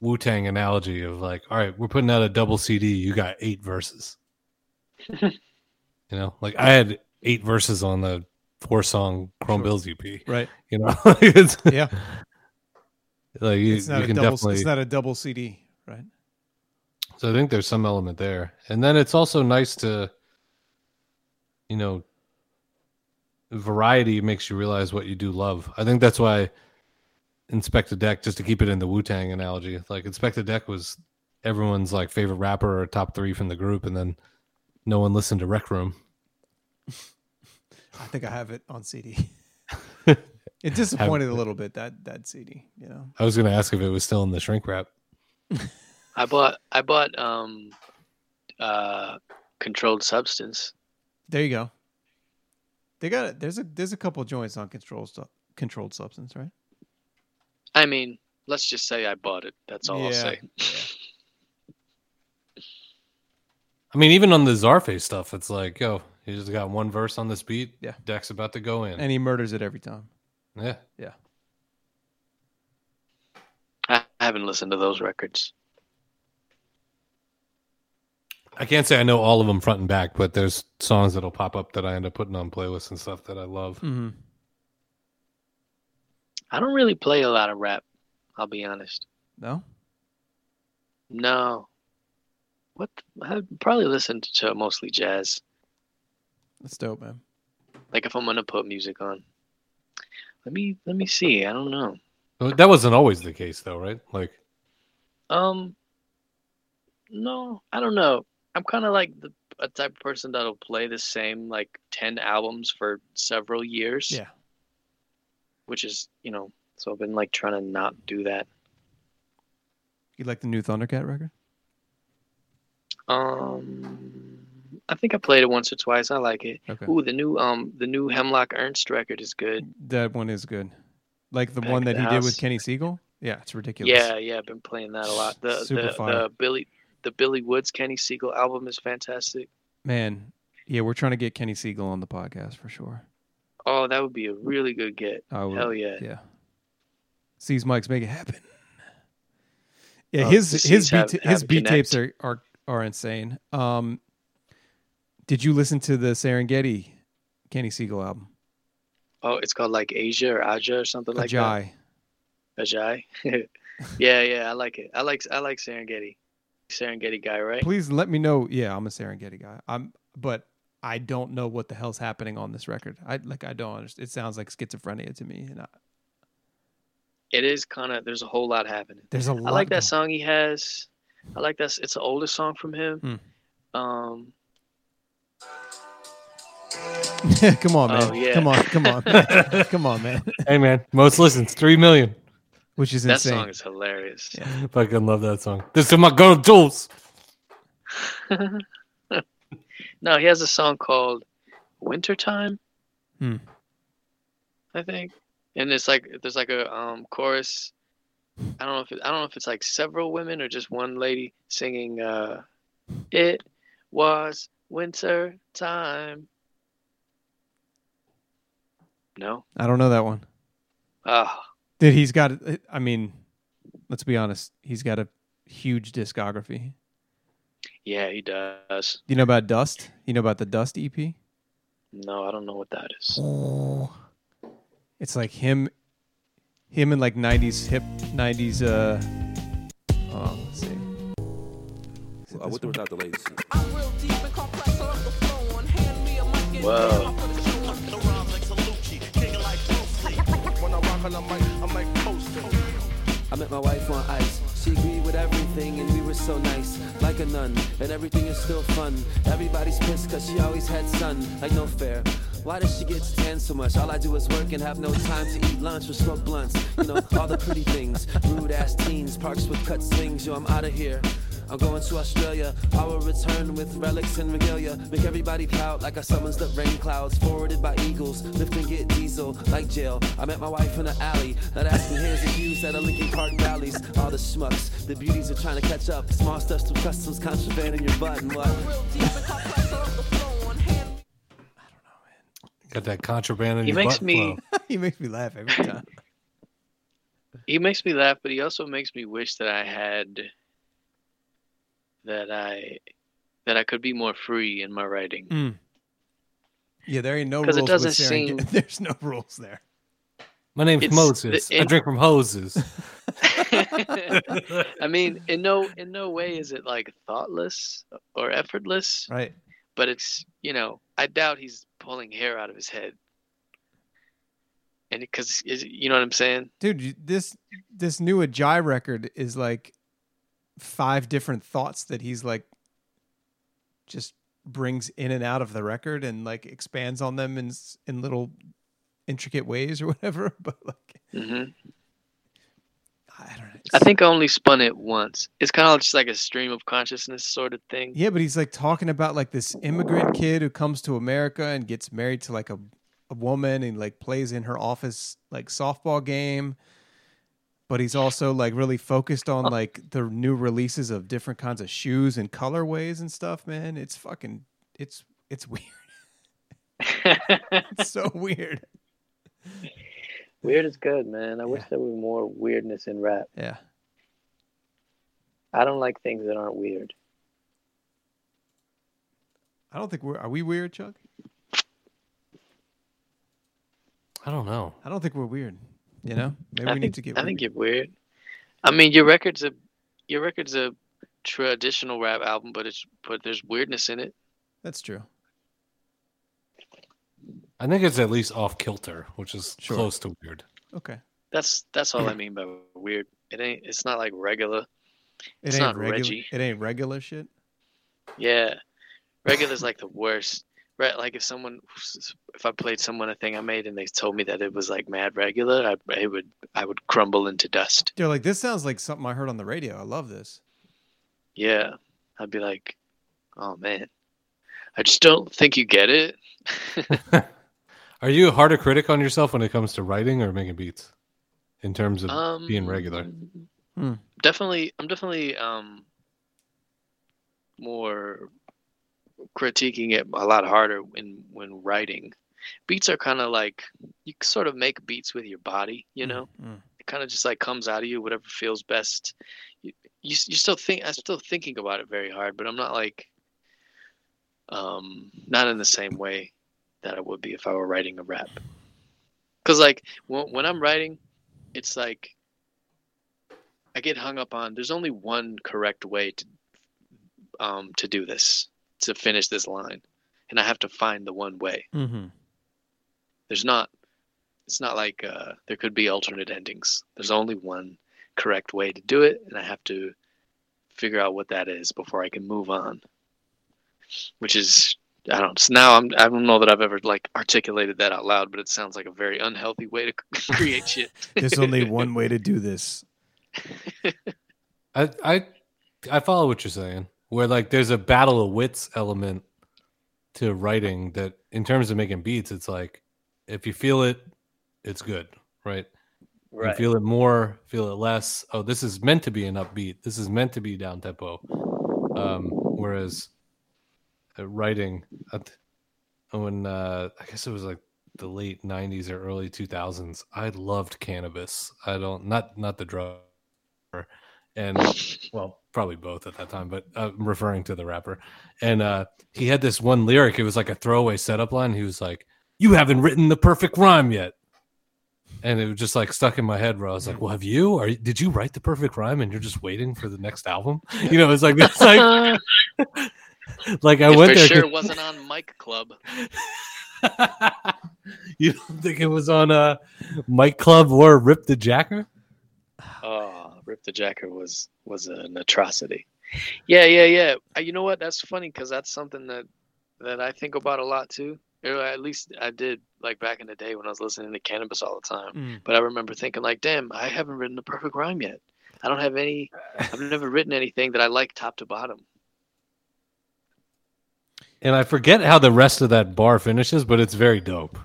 Speaker 5: Wu Tang analogy of like, all right, we're putting out a double CD, you got eight verses. You know, like I had eight verses on the four song Chrome Bills EP.
Speaker 6: Right.
Speaker 5: You know, it's,
Speaker 6: Yeah.
Speaker 5: Like you,
Speaker 6: It's not
Speaker 5: you
Speaker 6: a
Speaker 5: can
Speaker 6: double.
Speaker 5: definitely
Speaker 6: It's not a double CD, right?
Speaker 5: so I think there's some element there. And then it's also nice to, you know, variety makes you realize what you do love. I think that's why Inspect the Deck, just to keep it in the Wu Tang analogy, like Inspect the Deck was everyone's like favorite rapper or top three from the group. And then no one listened to Rec Room.
Speaker 6: I think I have it on CD. it disappointed a little bit that that CD. You know,
Speaker 5: I was going to ask if it was still in the shrink wrap.
Speaker 7: I bought I bought um uh controlled substance.
Speaker 6: there you go. They got it. There's a there's a couple joints on controlled Su- controlled substance, right?
Speaker 7: I mean, let's just say I bought it. That's all I'll say.
Speaker 5: I mean, even on the Zarface stuff, it's like, yo, you just got one verse on this beat.
Speaker 6: Yeah.
Speaker 5: Deck's about to go in.
Speaker 6: And he murders it every time.
Speaker 5: yeah.
Speaker 6: Yeah.
Speaker 7: I I haven't listened to those records.
Speaker 5: I can't say I know all of them front and back, but there's songs that'll pop up that I end up putting on playlists and stuff that I love.
Speaker 6: Mm-hmm.
Speaker 7: I don't really play a lot of rap. I'll be honest.
Speaker 6: No.
Speaker 7: No. What? the- I've probably listened to mostly jazz.
Speaker 6: That's dope, man.
Speaker 7: Like if I'm gonna put music on, let me let me see. I don't know.
Speaker 5: But That wasn't always the case, though, right? Like,
Speaker 7: Um. No, I don't know. I'm kind of like the a type of person that'll play the same like ten albums for several years.
Speaker 6: Yeah.
Speaker 7: Which is you know so I've been like trying to not do that.
Speaker 6: You like the new Thundercat record?
Speaker 7: Um, I think I played it once or twice. I like it.
Speaker 6: Okay.
Speaker 7: Ooh, the new um the new Hemlock Ernst record is good.
Speaker 6: That one is good. Like the
Speaker 7: Back
Speaker 6: one
Speaker 7: of
Speaker 6: that
Speaker 7: the
Speaker 6: he did with
Speaker 7: house.
Speaker 6: Kenny Siegel? Yeah, it's ridiculous.
Speaker 7: Yeah, yeah, I've been playing that a lot. The
Speaker 6: Super
Speaker 7: the,
Speaker 6: fire.
Speaker 7: the Billy the Billy Woods Kenny Siegel album is fantastic.
Speaker 6: Man, yeah, we're trying to get Kenny Siegel on the podcast for sure.
Speaker 7: Oh, that would be a really good get.
Speaker 6: I would-
Speaker 7: Hell yeah.
Speaker 6: Yeah. Sees Mike's make it happen. Yeah,
Speaker 7: Oh,
Speaker 6: his
Speaker 7: the
Speaker 6: his
Speaker 7: Seas
Speaker 6: beat,
Speaker 7: have-
Speaker 6: ta-
Speaker 7: have
Speaker 6: his beat
Speaker 7: connect.
Speaker 6: tapes are, are are insane. Um Did you listen to the Serengeti Kenny Siegel album?
Speaker 7: Oh, it's called like Asia or Aja or something like that.
Speaker 6: Ajay.
Speaker 7: Ajay. yeah, yeah, I like it. I like I like Serengeti. Serengeti guy, right?
Speaker 6: Please let me know. Yeah, I'm a Serengeti guy. I'm but I don't know what the hell's happening on this record. I like I don't understand. It sounds like schizophrenia to me and I,
Speaker 7: It is kind of there's a whole lot happening.
Speaker 6: there's a
Speaker 7: I
Speaker 6: lot
Speaker 7: like
Speaker 6: going-
Speaker 7: that song he has. I like that. It's an older song from him.
Speaker 6: Hmm.
Speaker 7: Um,
Speaker 6: come on, man.
Speaker 7: Oh, yeah.
Speaker 6: Come on, come on, come on, man.
Speaker 5: Hey man, most listens three million.
Speaker 6: Which is
Speaker 7: that
Speaker 6: insane.
Speaker 7: song is hilarious.
Speaker 5: Fucking love that song. This is my girl Jules.
Speaker 7: No, he has a song called "Wintertime."
Speaker 6: Hmm.
Speaker 7: I think, and it's like there's like a um chorus. I don't know if it, I don't know if it's like several women or just one lady singing. uh It was winter time. No.
Speaker 6: I don't know that one.
Speaker 7: Ah,
Speaker 6: Dude, he's got. I mean, let's be honest. He's got a huge discography.
Speaker 7: yeah, he does.
Speaker 6: You know about Dust? You know about the Dust E EP?
Speaker 7: No, I don't know what that is.
Speaker 6: It's like him, him in like '90s hip, '90s. Uh, oh, let's see. Is it
Speaker 13: Uh,
Speaker 6: this
Speaker 13: with or
Speaker 6: one?
Speaker 13: without the ladies.
Speaker 7: Whoa.
Speaker 13: I met my wife on ice. She agreed with everything, and we were so nice, like a nun. And everything is still fun. Everybody's pissed because she always had sun, like no fair. Why does she get to tan so much? All I do is work and have no time to eat lunch or smoke blunts. You know, all the pretty things. Rude ass teens, parks with cut swings. Yo, I'm out of here. I'm going to Australia. I will return with relics and regalia. Make everybody proud like I summons the rain clouds. Forwarded by eagles, lift and get diesel like jail. I met my wife in the alley. Not asking here's the views at a Lincoln Park rallies. All the schmucks, the beauties are trying to catch up. Small stuff from customs, contraband in your butt and what?
Speaker 5: Got that contraband in
Speaker 7: He
Speaker 5: your
Speaker 7: makes
Speaker 5: butt
Speaker 7: me-
Speaker 5: flow.
Speaker 6: he makes me laugh every time.
Speaker 7: he makes me laugh, but he also makes me wish that I had that I that I could be more free in my writing.
Speaker 6: Yeah, there ain't no
Speaker 7: 'Cause
Speaker 6: rules.
Speaker 7: it doesn't
Speaker 6: with Serengeti.
Speaker 7: seem-
Speaker 6: There's no rules there.
Speaker 5: My name's
Speaker 7: It's
Speaker 5: Moses.
Speaker 7: the-
Speaker 5: I
Speaker 7: it-
Speaker 5: drink from hoses.
Speaker 7: I mean, in no in no way is it like thoughtless or effortless,
Speaker 6: Right.
Speaker 7: but it's you know I doubt he's pulling hair out of his head, and because you know what I'm saying.
Speaker 6: dude you- this this new ajay record is like five different thoughts that he's like just brings in and out of the record and like expands on them in s- in little intricate ways or whatever but like
Speaker 7: hmm
Speaker 6: i don't know
Speaker 7: I think I only spun it once. It's kind of just like a stream of consciousness sort of thing.
Speaker 6: yeah but he's like talking about like this immigrant kid who comes to america and gets married to like a, a woman and like plays in her office like softball game but he's also like really focused
Speaker 7: Oh.
Speaker 6: on like the new releases of different kinds of shoes and colorways and stuff man it's fucking it's it's weird it's so weird
Speaker 7: Weird is good, man. I wish there were more weirdness in rap.
Speaker 6: yeah
Speaker 7: I don't like things that aren't weird.
Speaker 6: i don't think we're are we weird chuck
Speaker 5: I don't know.
Speaker 6: i don't think we're weird you know maybe
Speaker 7: I
Speaker 6: we
Speaker 7: think,
Speaker 6: need to get
Speaker 7: I
Speaker 6: weird.
Speaker 7: think you're weird. I mean, your record's a your record's a traditional rap album, but it's but there's weirdness in it.
Speaker 6: that's true
Speaker 5: I think it's at least off kilter, which is
Speaker 6: Sure.
Speaker 5: close to weird.
Speaker 6: okay
Speaker 7: That's that's all I mean by weird. It ain't. It's not like regular.
Speaker 6: it
Speaker 7: It's
Speaker 6: ain't
Speaker 7: not
Speaker 6: regular
Speaker 7: Reggie.
Speaker 6: it ain't regular shit
Speaker 7: Yeah, regular's like the worst. Right, like if someone, if I played someone a thing I made and they told me that it was like mad regular, I it would I would crumble into dust.
Speaker 6: they're like this sounds like something i heard on the radio i love this
Speaker 7: Yeah, I'd be like, oh man, I just don't think you get it.
Speaker 5: Are you a harder critic on yourself when it comes to writing or making beats? in terms of being
Speaker 7: Um,
Speaker 5: regular?
Speaker 7: definitely i'm definitely um more critiquing it a lot harder when when writing beats are kind of like you c- sort of make beats with your body you know it kind of just like comes out of you whatever feels best you, you s- you still think i'm still thinking about it very hard but i'm not like um not in the same way that i would be if i were writing a rap because like when, when i'm writing it's like I get hung up on. There's only one correct way to um, to do this, to finish this line, and I have to find the one way.
Speaker 6: Mm-hmm.
Speaker 7: There's not. It's not like uh, there could be alternate endings. There's only one correct way to do it, and I have to figure out what that is before I can move on. Which is I don't. So now I'm. I don't know that I've ever like articulated that out loud, but it sounds like a very unhealthy way to create shit.
Speaker 6: There's only one way to do this.
Speaker 5: I I I follow what you're saying. Where like there's a battle of wits element to writing that in terms of making beats, it's like if you feel it, it's good, right? You
Speaker 7: Right.
Speaker 5: feel it more, feel it less. Oh, this is meant to be an upbeat. This is meant to be down tempo. Um, whereas uh, writing, I th- when uh, I guess it was like the late '90s or early 2000s, I loved cannabis. I don't not not the drug rapper, and well, probably both at that time, but I'm referring to the rapper. And uh, he had this one lyric. It was like a throwaway setup line. He was like, "You haven't written the perfect rhyme yet," and it was just like stuck in my head. Where I was like, "Well, have you? Are you- did you write the perfect rhyme and you're just waiting for the next album?" You know, it's like it's like like I
Speaker 7: It
Speaker 5: went
Speaker 7: for
Speaker 5: there.
Speaker 7: sure
Speaker 5: 'cause-
Speaker 7: wasn't on Mike Club.
Speaker 5: you don't think it was on uh, Mike Club or Rip the Jacker?
Speaker 7: Oh, Rip the Jacker was was an atrocity. Yeah, yeah, yeah. Uh, You know what? That's funny because that's something that that I think about a lot too. Or at least I did like back in the day when I was listening to cannabis all the time.
Speaker 6: Mm.
Speaker 7: But I remember thinking like, damn, I haven't written the perfect rhyme yet. I don't have any. I've never written anything that I like top to bottom.
Speaker 5: And I forget how the rest of that bar finishes, but it's very dope.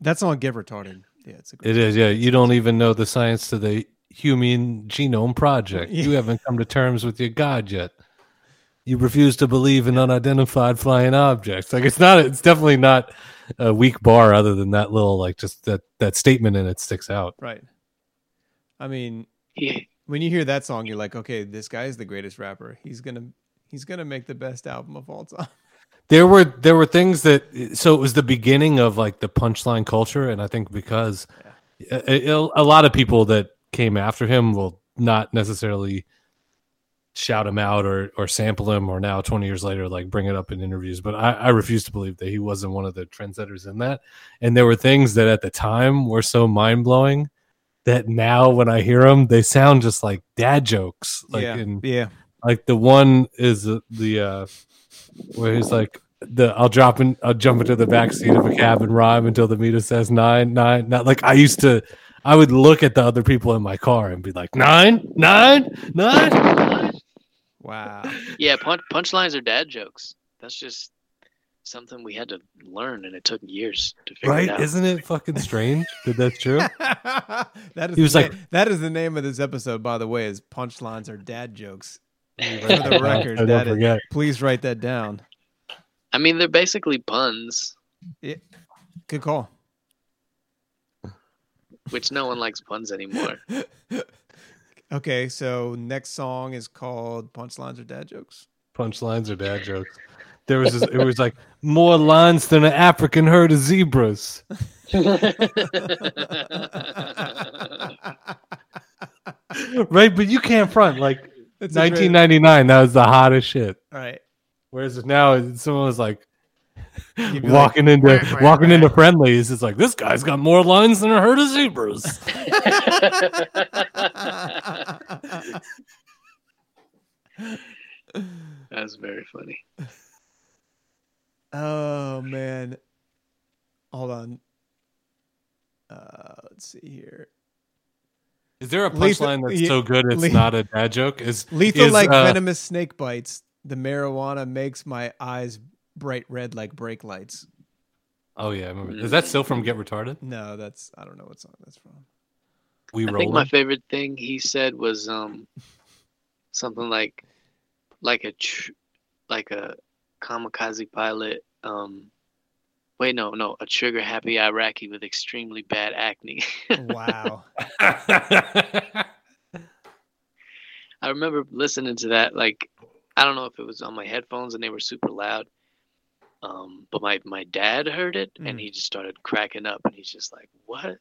Speaker 6: That's on Get Retarded. Yeah, it's a
Speaker 5: It is, yeah. You don't even know the science to the Human Genome Project. You haven't come to terms with your God yet. You refuse to believe in unidentified flying objects. Like it's not. It's definitely not a weak bar. Other than that little, like just that that statement in it sticks out.
Speaker 6: Right. I mean, when you hear that song, you're like, okay, this guy is the greatest rapper. He's gonna he's gonna make the best album of all time.
Speaker 5: There were there were things that so it was the beginning of like the punchline culture, and I think because a, a- a lot of people that came after him will not necessarily shout him out or or sample him or now 20 years later like bring it up in interviews but I, I refuse to believe that he wasn't one of the trendsetters in that and there were things that at the time were so mind-blowing that now when i hear them they sound just like dad jokes like
Speaker 6: Yeah,
Speaker 5: in
Speaker 6: yeah.
Speaker 5: like the one is the- the uh where he's like the I'll drop in I'll jump into the back seat of a cab and rhyme until the meter says nine nine not like I used to I would look at the other people in my car and be like nine nine nine
Speaker 6: Wow.
Speaker 7: Yeah, punch punchlines are dad jokes. That's just something we had to learn, and it took years to figure
Speaker 5: right
Speaker 7: it out.
Speaker 5: isn't it fucking strange that that's true
Speaker 6: That is
Speaker 5: He was
Speaker 6: the
Speaker 5: like-
Speaker 6: na- that is the name of this episode, by the way, is punchlines are dad jokes. For the record,
Speaker 5: I don't
Speaker 6: that is-
Speaker 5: forget.
Speaker 6: please write that down.
Speaker 7: I mean, they're basically puns,
Speaker 6: Yeah. Good call.
Speaker 7: which no one likes puns anymore.
Speaker 6: Okay, so next song is called Punchlines or Dad Jokes.
Speaker 5: punchlines are dad jokes there was this, it was like more lines than an African herd of zebras right but you can't front like
Speaker 6: It's a great-
Speaker 5: 1999 that was the hottest shit
Speaker 6: All right.
Speaker 5: Whereas if now it's- someone was like
Speaker 6: You'd be
Speaker 5: walking
Speaker 6: like,
Speaker 5: into
Speaker 6: "Wah, wah,
Speaker 5: walking
Speaker 6: wah."
Speaker 5: into friendlies, it's like this guy's got more lines than a herd of zebras.
Speaker 7: That's very funny.
Speaker 6: Oh man. Hold on. Uh let's see here.
Speaker 5: Is there a
Speaker 6: Lethal-
Speaker 5: punchline that's
Speaker 6: yeah,
Speaker 5: so good it's
Speaker 6: le-
Speaker 5: not a dad joke? Is
Speaker 6: Lethal
Speaker 5: is,
Speaker 6: like
Speaker 5: uh,
Speaker 6: venomous snake bites. The marijuana makes my eyes bright red like brake lights.
Speaker 5: Oh yeah, I remember. Is that still from Get Retarded?
Speaker 6: No, that's I don't know what song that's from.
Speaker 5: We
Speaker 7: I
Speaker 5: roll.
Speaker 7: think my favorite thing he said was um something like like a tr- like a kamikaze pilot um wait no no a trigger happy Iraqi with extremely bad acne.
Speaker 6: wow.
Speaker 7: I remember listening to that like I don't know if it was on my headphones and they were super loud. Um, but my, my dad heard it and he just started cracking up and he's just like, What?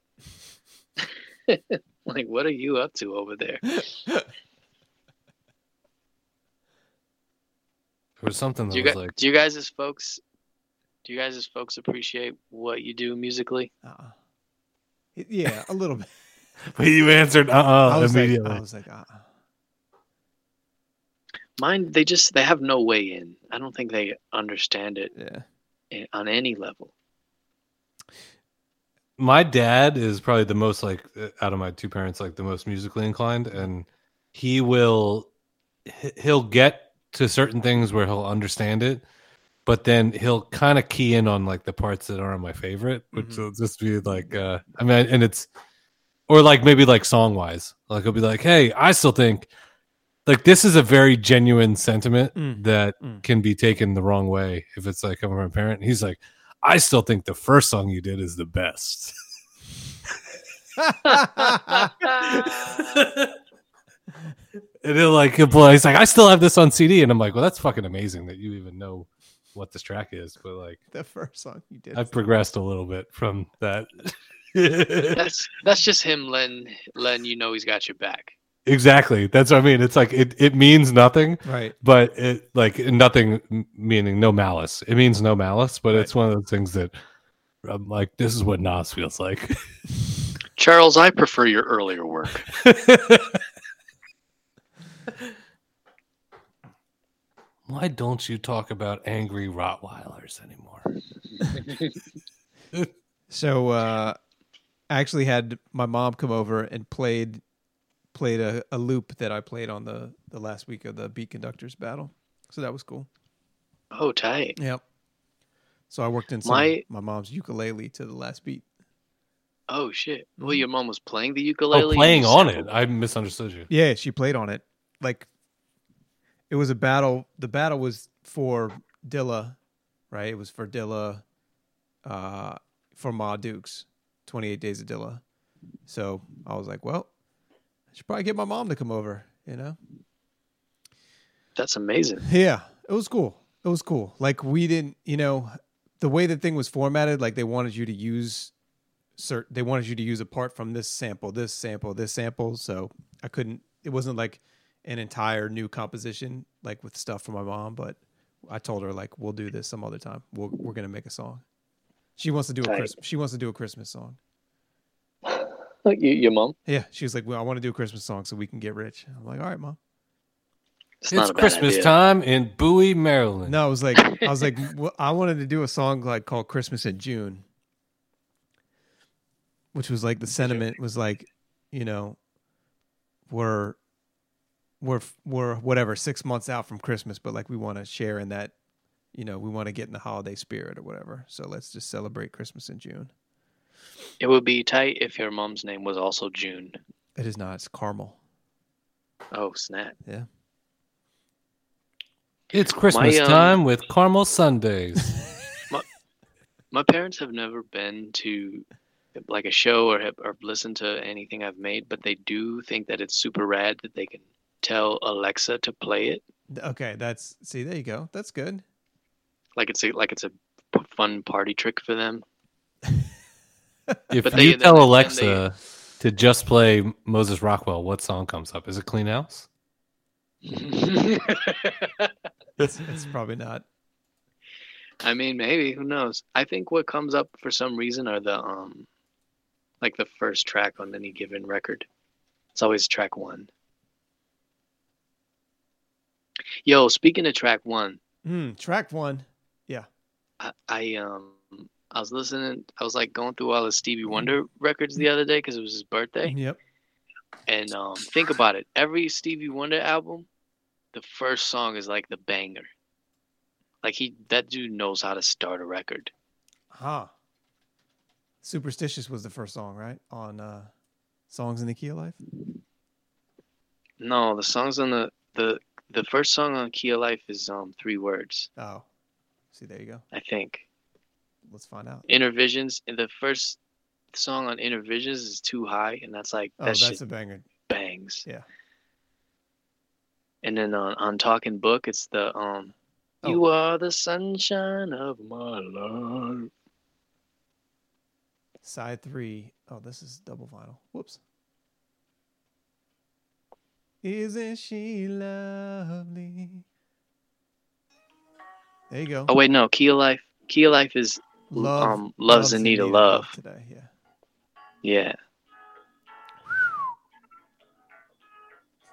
Speaker 7: like, what are you up to over there?
Speaker 5: There was something that
Speaker 7: Do you,
Speaker 5: was
Speaker 7: guys,
Speaker 5: like,
Speaker 7: do you guys as folks do you guys as folks appreciate what you do musically?
Speaker 6: Yeah, a little bit.
Speaker 5: but you answered uh
Speaker 6: I
Speaker 5: uh
Speaker 6: was like-
Speaker 5: immediately.
Speaker 6: I was like, uh,
Speaker 7: Mine they just they have no way in. I don't think they understand it in- on any level.
Speaker 5: my dad is probably the most like uh, out of my two parents like the most musically inclined and he will he- he'll get to certain things where he'll understand it but then he'll kind of key in on like the parts that aren't my favorite which
Speaker 6: Mm-hmm.
Speaker 5: will just be like uh i mean and it's or like maybe like song wise like he'll be like hey i still think like this is a very genuine sentiment
Speaker 6: Mm.
Speaker 5: that
Speaker 6: Mm.
Speaker 5: can be taken the wrong way if it's like coming from a parent And he's like i still think the first song you did is the best And then like he'll play- he's like, I still have this on CD, and I'm like, well, that's fucking amazing that you even know what this track is. But like,
Speaker 6: the first song you did.
Speaker 5: I've progressed a little bit from that.
Speaker 7: that's that's just him letting letting you know he's got your back.
Speaker 5: exactly. That's what I mean. It's like it it means nothing,
Speaker 6: Right.
Speaker 5: But it like nothing m- meaning no malice. It means no malice, but it's one of those things that I'm like, this is what Nas feels like.
Speaker 7: Charles, I prefer your earlier work.
Speaker 5: Why don't you talk about angry Rottweilers anymore?
Speaker 6: So uh, I actually had my mom come over and played played a, a loop that I played on the, the last week of the beat conductors battle. So that was cool.
Speaker 7: Oh tight.
Speaker 6: Yep. So I worked in some, my
Speaker 7: My-
Speaker 6: mom's ukulele to the last beat.
Speaker 7: Oh shit. Well your mom was playing the ukulele.
Speaker 5: Mm. Oh,
Speaker 7: and
Speaker 5: playing
Speaker 7: you
Speaker 5: on
Speaker 7: sampled
Speaker 5: it. I misunderstood you.
Speaker 6: Yeah, she played on it. Like it was a battle. The battle was for Dilla, right? It was for Dilla, uh, for Ma Dukes, Twenty Eight Days of Dilla. So I was like, well, I should probably get my mom to come over. You know?
Speaker 7: That's amazing.
Speaker 6: Yeah, it was cool. It was cool. Like we didn't, you know, the way the thing was formatted, like they wanted you to use cert they wanted you to use a part from this sample, this sample, this sample. So I couldn't it wasn't like an entire new composition, like with stuff from my mom, but I told her like we'll do this some other time. We'll, we're gonna make a song. She wants to do a
Speaker 7: Tight.
Speaker 6: Christmas. She wants to do a Christmas song.
Speaker 7: Like you, your mom.
Speaker 6: Yeah, she was like, "Well, I want to do a Christmas song so we can get rich." I'm like, "All right, mom."
Speaker 7: It's,
Speaker 5: It's Christmas time in Bowie, Maryland.
Speaker 6: No, I was like, I was like, well, I wanted to do a song like called "Christmas in June," which was like the sentiment was like, you know, we're we're we're whatever six months out from Christmas, but like we want to share in that, you know, we want to get in the holiday spirit or whatever. So let's just celebrate Christmas in June.
Speaker 7: It would be tight if your mom's name was also June.
Speaker 6: It is not; it's caramel.
Speaker 7: Oh snap.
Speaker 6: Yeah.
Speaker 5: It's Christmas
Speaker 7: um,
Speaker 5: time with caramel sundaes.
Speaker 7: My parents have never been to like a show or have or listened to anything I've made, but they do think that it's super rad that they can tell Alexa to play it.
Speaker 6: Okay, that's see, there you go. That's good.
Speaker 7: Like it's a like it's a fun party trick for them. But
Speaker 5: if you
Speaker 7: they-
Speaker 5: tell
Speaker 7: then they-
Speaker 5: Alexa to just play Moses Rockwell, what song comes up? Is it Clean House?
Speaker 6: It's, it's probably not.
Speaker 7: I mean, maybe who knows? I think what comes up for some reason are the um, like the first track on any given record. It's always track one. Yo, speaking of track one,
Speaker 6: Hmm, track one. Yeah.
Speaker 7: I, I um I was listening. I was like going through all the
Speaker 6: Mm-hmm.
Speaker 7: Stevie Wonder records the other day because it was his birthday.
Speaker 6: Yep.
Speaker 7: And um, think about it. Every Stevie Wonder album, the first song is like the banger. Like he, that dude knows how to start a record.
Speaker 6: Huh. Superstitious was the first song, right? On uh Songs in the Key of Life?
Speaker 7: No, the songs on the the the first song on Key of Life is um three words.
Speaker 6: Oh, see, there you go.
Speaker 7: I think.
Speaker 6: Let's find out.
Speaker 7: Inner Visions. And the first song on Inner Visions is too high, and that's like
Speaker 6: Oh,
Speaker 7: that
Speaker 6: that's
Speaker 7: shit
Speaker 6: a banger.
Speaker 7: bangs.
Speaker 6: Yeah.
Speaker 7: And then on on Talking Book, it's the um, you are the sunshine of my life.
Speaker 6: Side three. Oh, this is double vinyl. Whoops. Isn't she lovely? There you go.
Speaker 7: Oh wait, no, Key of Life. Key of Life is
Speaker 6: Love-
Speaker 7: um, loves,
Speaker 6: Love's
Speaker 7: in
Speaker 6: in
Speaker 7: need of
Speaker 6: Need of Love
Speaker 7: love.
Speaker 6: today, yeah.
Speaker 7: Yeah.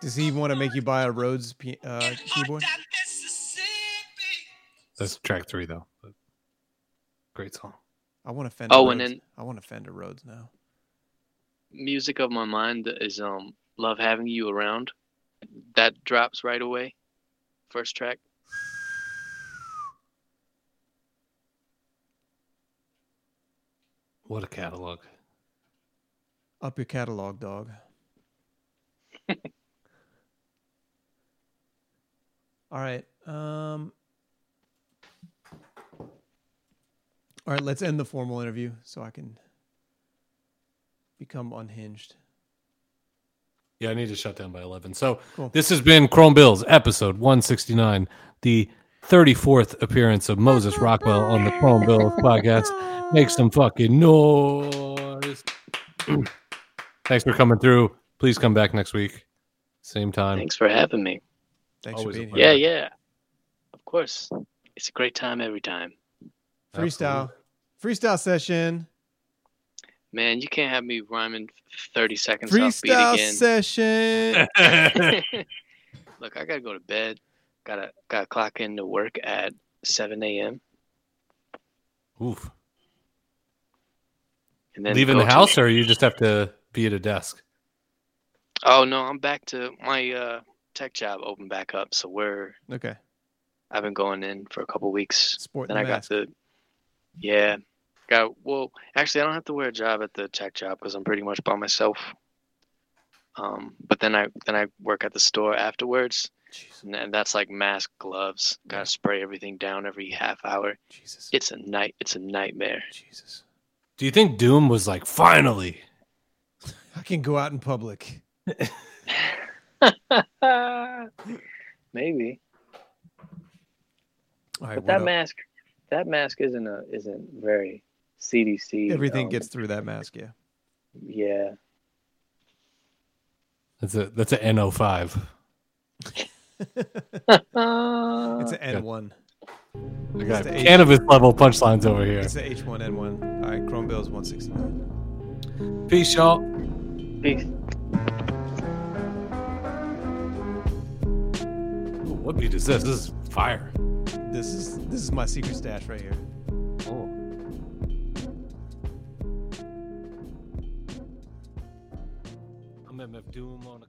Speaker 6: Does he even want to make you buy a Rhodes pi- uh, keyboard?
Speaker 5: That's track three though. Great song.
Speaker 6: I want a Fender.
Speaker 7: Oh, and
Speaker 6: Rhodes.
Speaker 7: then-
Speaker 6: I want a Fender Rhodes now.
Speaker 7: Music of my mind is um, love having you around. That drops right away. First track.
Speaker 5: What a catalog.
Speaker 6: Up your catalog, dog. All right. Um. All right. Let's end the formal interview so I can become unhinged.
Speaker 5: Yeah, I need to shut down by 11. So this has been Chrome Bills, episode 169, the 34th appearance of Moses Rockwell on the Chrome Bills podcast. Make some fucking noise. Thanks for coming through. Please come back next week, same time.
Speaker 7: Thanks for having me.
Speaker 6: Thanks
Speaker 5: Always
Speaker 6: for
Speaker 5: a
Speaker 6: being
Speaker 7: Yeah,
Speaker 6: here.
Speaker 7: yeah. Of course. It's a great time every time.
Speaker 6: Freestyle. Freestyle session.
Speaker 7: Man, you can't have me rhyming 30 seconds
Speaker 6: Freestyle
Speaker 7: off beat again.
Speaker 6: session.
Speaker 7: Look, I gotta go to bed. Gotta gotta clock in to work at 7 a.m.
Speaker 5: Oof.
Speaker 7: And then
Speaker 5: Leaving
Speaker 7: go
Speaker 5: the
Speaker 7: to-
Speaker 5: house, or you just have to be at a desk?
Speaker 7: Oh no, I'm back to my uh, tech job opened back up. So we're
Speaker 6: Okay.
Speaker 7: I've been going in for a couple weeks.
Speaker 6: Sport
Speaker 7: then
Speaker 6: the
Speaker 7: I got
Speaker 6: mask.
Speaker 7: to yeah. Got well. Actually, I don't have to wear a job at the tech job because I'm pretty much by myself. Um, but then I then I work at the store afterwards, and then that's like mask, gloves. Got to spray everything down every half hour.
Speaker 6: Jesus,
Speaker 7: it's a night. It's a nightmare.
Speaker 6: Jesus,
Speaker 5: Do you think Doom was like, finally?
Speaker 6: I can go out in public.
Speaker 7: maybe.
Speaker 6: All right.
Speaker 7: But
Speaker 6: what
Speaker 7: that
Speaker 6: up?
Speaker 7: mask, that mask isn't a isn't very CDC.
Speaker 6: Everything
Speaker 7: um,
Speaker 6: gets through that mask. Yeah.
Speaker 7: Yeah.
Speaker 5: That's a that's a NO5.
Speaker 6: It's an
Speaker 5: Good.
Speaker 6: N1.
Speaker 5: I
Speaker 6: It's
Speaker 5: got
Speaker 6: the H-
Speaker 5: cannabis level punchlines over here.
Speaker 6: It's the H1N1. All right, Chrome Bills 169.
Speaker 5: Peace, y'all.
Speaker 7: Peace.
Speaker 5: What beat is this? This is fire.
Speaker 6: This is this is my secret stash right here.
Speaker 5: Oh. I'm MF Doom on